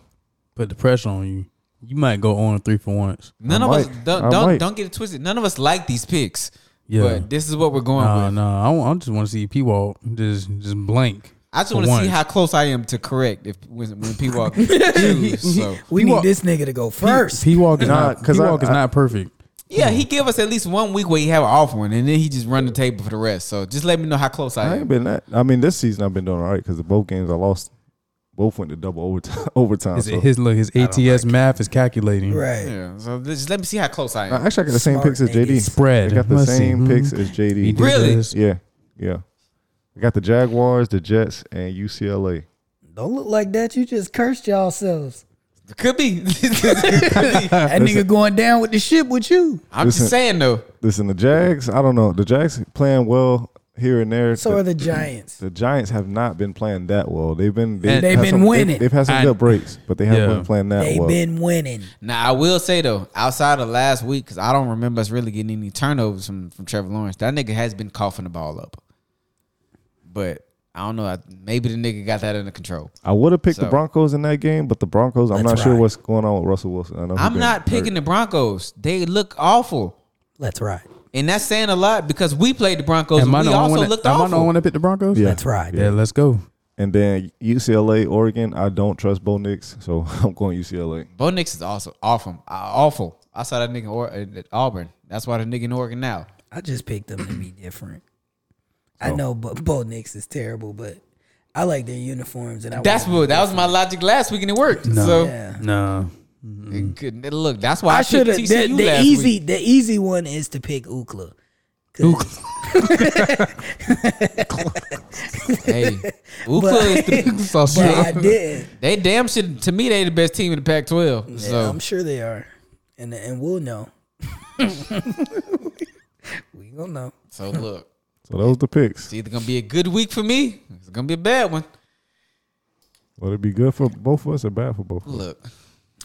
[SPEAKER 4] Put the pressure on you. You might go on three for once.
[SPEAKER 1] None
[SPEAKER 3] I
[SPEAKER 1] of us
[SPEAKER 3] might. I
[SPEAKER 1] don't
[SPEAKER 3] might.
[SPEAKER 1] don't, don't get it twisted. None of us like these picks,
[SPEAKER 4] Yeah.
[SPEAKER 1] but this is what we're going
[SPEAKER 4] No,
[SPEAKER 1] with.
[SPEAKER 4] no. I, wa- I just want to see P Walk just just blank.
[SPEAKER 1] I just
[SPEAKER 4] for
[SPEAKER 1] want to see
[SPEAKER 4] once.
[SPEAKER 1] how close I am to correct if when, when people choose. So
[SPEAKER 2] We
[SPEAKER 4] He
[SPEAKER 2] need
[SPEAKER 4] wa-
[SPEAKER 2] this nigga to go first.
[SPEAKER 4] P Walk is
[SPEAKER 3] Nah,
[SPEAKER 4] not. P
[SPEAKER 3] 'cause I-
[SPEAKER 4] Walk is
[SPEAKER 3] I-
[SPEAKER 4] not perfect.
[SPEAKER 1] yeah, he give us at least one week where he have an off one, and then he just run the table for the rest. So just let me know how close I
[SPEAKER 3] I
[SPEAKER 1] am.
[SPEAKER 3] ain't been that. I mean, this season I've been doing all right because the both games I lost, both went to double overtime. overtime
[SPEAKER 4] His
[SPEAKER 3] so.
[SPEAKER 4] his look, his ATS math is calculating.
[SPEAKER 2] right.
[SPEAKER 1] Yeah, so just let me see how close I
[SPEAKER 3] Uh,
[SPEAKER 1] am.
[SPEAKER 3] actually, I got the same
[SPEAKER 2] Smart
[SPEAKER 3] picks as
[SPEAKER 2] niggas.
[SPEAKER 3] JD.
[SPEAKER 4] Spread.
[SPEAKER 3] I got the
[SPEAKER 4] Must see.
[SPEAKER 3] same
[SPEAKER 4] Mhm.
[SPEAKER 3] picks
[SPEAKER 2] hmm.
[SPEAKER 3] as
[SPEAKER 4] He
[SPEAKER 3] JD.
[SPEAKER 4] did
[SPEAKER 1] Really?
[SPEAKER 4] this.
[SPEAKER 3] Yeah, yeah. I got the Jaguars, the Jets, and UCLA.
[SPEAKER 2] Don't look like that. You just cursed yourselves.
[SPEAKER 1] Could be. Ah,
[SPEAKER 2] That nigga going down with the ship with you.
[SPEAKER 1] I'm just saying though.
[SPEAKER 3] Listen, the Jags. I don't know. The Jags playing well here and there.
[SPEAKER 2] So are the Giants.
[SPEAKER 3] The Giants have not been playing that well. They've been they've,
[SPEAKER 4] And-
[SPEAKER 2] They've
[SPEAKER 3] had
[SPEAKER 2] been
[SPEAKER 3] some-
[SPEAKER 2] winning.
[SPEAKER 3] They've, had some
[SPEAKER 4] I-
[SPEAKER 3] good breaks, but they haven't
[SPEAKER 4] Yeah.
[SPEAKER 3] been playing that
[SPEAKER 2] They've
[SPEAKER 3] well.
[SPEAKER 2] been winning.
[SPEAKER 1] Now I will say though, outside of last week, because I don't remember us really getting any turnovers from from Trevor Lawrence. That nigga has been coughing the ball up, but I don't know. I- Maybe the nigga got that under control.
[SPEAKER 3] I would have picked
[SPEAKER 1] So-
[SPEAKER 3] the Broncos in that game, but the Broncos. I'm not
[SPEAKER 2] Let's
[SPEAKER 3] sure
[SPEAKER 2] ride.
[SPEAKER 3] what's going on with Russell Wilson. I know he's
[SPEAKER 1] I'm
[SPEAKER 3] been
[SPEAKER 1] not
[SPEAKER 3] hurt.
[SPEAKER 1] picking the Broncos. They look awful,
[SPEAKER 2] Let's ride.
[SPEAKER 1] and that's saying a lot because we played the Broncos.
[SPEAKER 4] Am
[SPEAKER 1] and
[SPEAKER 4] I
[SPEAKER 1] we
[SPEAKER 4] the only
[SPEAKER 1] also
[SPEAKER 4] one
[SPEAKER 1] looked
[SPEAKER 4] that- am I the only
[SPEAKER 1] awful.
[SPEAKER 4] one that picked the Broncos?
[SPEAKER 3] Yeah.
[SPEAKER 2] Let's ride.
[SPEAKER 4] Yeah, let's go.
[SPEAKER 3] And then UCLA, Oregon. I don't trust Bo Nix, so I'm going UCLA.
[SPEAKER 1] Bo Nix is also awful. Uh, awful. I saw that nigga in or- at Auburn. That's why the nigga in Oregon now.
[SPEAKER 2] I just picked them to be different. I know Bo, Bo Nix is terrible, but I like their uniforms and I
[SPEAKER 1] That's
[SPEAKER 2] want-
[SPEAKER 1] what that was my logic last week, and it worked. so
[SPEAKER 2] Yeah.
[SPEAKER 4] No.
[SPEAKER 1] it couldn't- look, that's why I,
[SPEAKER 2] I should have
[SPEAKER 1] picked
[SPEAKER 2] the,
[SPEAKER 1] TCU
[SPEAKER 2] the
[SPEAKER 1] last
[SPEAKER 2] easy
[SPEAKER 1] week.
[SPEAKER 2] the easy one is to pick Ukla. 'Cause
[SPEAKER 1] Hey, Ookla is the
[SPEAKER 4] So
[SPEAKER 2] but I did.
[SPEAKER 1] They damn shit to me. They the best team in the Pac-12.
[SPEAKER 2] Yeah,
[SPEAKER 1] so
[SPEAKER 2] I'm sure they are, and and we'll know. we gonna know.
[SPEAKER 1] so look,
[SPEAKER 3] So those the picks.
[SPEAKER 1] it's either gonna be a good week for me, it's gonna be a bad one.
[SPEAKER 3] Would it be good for both of us or bad for both? Of us?
[SPEAKER 1] Look,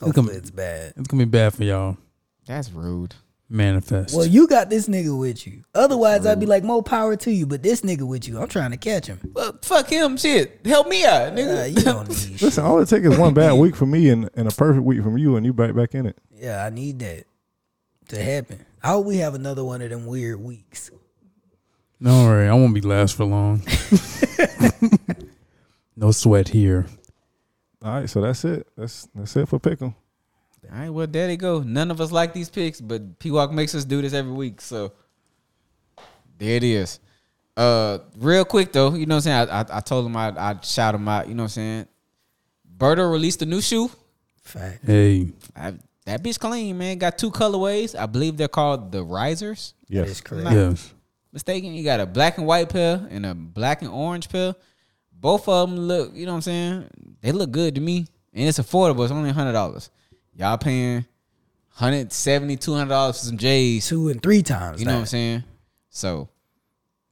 [SPEAKER 2] Hopefully it's bad.
[SPEAKER 4] It's gonna be bad for y'all.
[SPEAKER 1] that's rude.
[SPEAKER 4] Manifest.
[SPEAKER 2] Well, you got this nigga with you. Otherwise, I'd be like, more power to you. But this nigga with you, I'm trying to catch him.
[SPEAKER 1] Well, fuck him. Shit, help me out,
[SPEAKER 2] Uh,
[SPEAKER 1] nigga.
[SPEAKER 2] you don't need. shit.
[SPEAKER 3] Listen, all it takes is one bad week from me and, and a perfect week from you, and you back back in it.
[SPEAKER 2] Yeah, I need that to happen. I hope we have another one of them weird weeks.
[SPEAKER 4] Don't worry, I won't be last for long. no sweat here.
[SPEAKER 3] All right, so that's it. That's that's it for pick'em.
[SPEAKER 1] All right, well there they go. None of us like these picks, but P Walk makes us do this every week. So there it is. Uh, real quick though, you know what I'm saying? I, I, I told him I I shout him out. You know what I'm saying? Berto released a new shoe.
[SPEAKER 2] Fact.
[SPEAKER 4] Hey,
[SPEAKER 1] I, that bitch clean, man. Got two colorways. I believe they're called the Risers.
[SPEAKER 2] That is
[SPEAKER 3] Yes,
[SPEAKER 2] correct.
[SPEAKER 4] yes.
[SPEAKER 1] mistaken, you got a black and white pair and a black and orange pair. Both of them look, you know what I'm saying? They look good to me. And it's affordable. It's only $100. Y'all paying $170, $200 for some J's.
[SPEAKER 2] Two and three times.
[SPEAKER 1] You know what
[SPEAKER 2] that.
[SPEAKER 1] I'm saying? So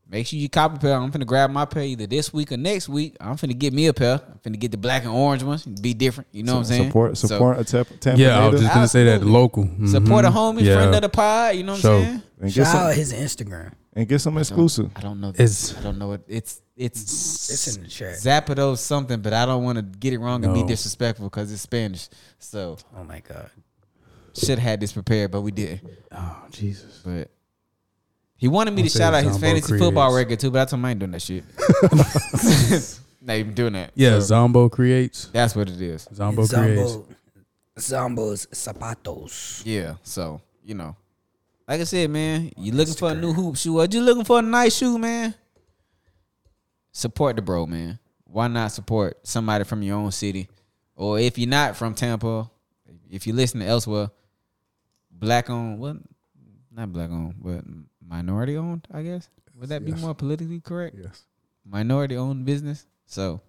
[SPEAKER 1] make sure you cop a pair. I'm finna grab my pair either this week or next week. I'm finna get me a pair. I'm finna get the black and orange ones. Be different. You know what I'm saying?
[SPEAKER 3] Support
[SPEAKER 1] So,
[SPEAKER 3] support Mm-hmm. a Tampa, Tampa
[SPEAKER 4] Yeah, I was
[SPEAKER 3] Native.
[SPEAKER 4] just gonna say that.
[SPEAKER 1] Absolutely.
[SPEAKER 4] Local. Mhm.
[SPEAKER 1] Support a homie,
[SPEAKER 4] Yeah.
[SPEAKER 1] friend of the pod. You know what
[SPEAKER 4] So-
[SPEAKER 1] I'm saying?
[SPEAKER 3] and get
[SPEAKER 2] Shout out
[SPEAKER 3] some
[SPEAKER 2] his Instagram.
[SPEAKER 3] and get some exclusive.
[SPEAKER 1] I don't know.
[SPEAKER 4] It's-
[SPEAKER 1] I don't know what it's it's
[SPEAKER 2] It's in the chat.
[SPEAKER 1] Zapado something, but I don't want to get it wrong and be
[SPEAKER 4] No.
[SPEAKER 1] disrespectful because it's Spanish. So
[SPEAKER 2] Oh my god.
[SPEAKER 1] should have had this prepared, but we didn't.
[SPEAKER 4] Oh Jesus.
[SPEAKER 1] But he wanted me
[SPEAKER 4] Don't
[SPEAKER 1] to
[SPEAKER 4] say
[SPEAKER 1] shout out his
[SPEAKER 4] Zombo
[SPEAKER 1] fantasy football
[SPEAKER 4] creates.
[SPEAKER 1] record too, but I told him I ain't doing that shit. Not even doing that.
[SPEAKER 4] Yeah,
[SPEAKER 1] So,
[SPEAKER 4] Zombo creates.
[SPEAKER 1] that's what it is.
[SPEAKER 4] Zombo, creates.
[SPEAKER 2] Zombo, Zombo's zapatos.
[SPEAKER 1] Yeah. So you know, like I said, man, you looking for a new hoop shoe? Or you looking for a nice shoe, man? Support the bro, man. Why not support somebody from your own city, or if you're not from Tampa, if you listen to elsewhere, black on what? Not black on, but minority owned. I guess would that be more politically correct?
[SPEAKER 3] Yes.
[SPEAKER 1] minority owned business. So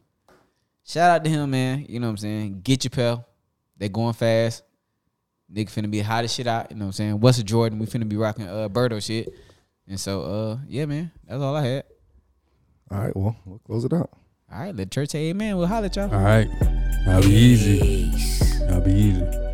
[SPEAKER 1] shout out to him, man. You know what I'm saying? Get your pal. They going fast. Nigga finna be hot as shit out. You know what I'm saying? What's a Jordan? We finna be rocking uh Birdo shit. And so uh yeah, man. That's all I had.
[SPEAKER 3] All right, well, we'll close it out.
[SPEAKER 1] All right, let church say amen. We'll holler at y'all.
[SPEAKER 4] All right. That'll be easy. That'll be easy.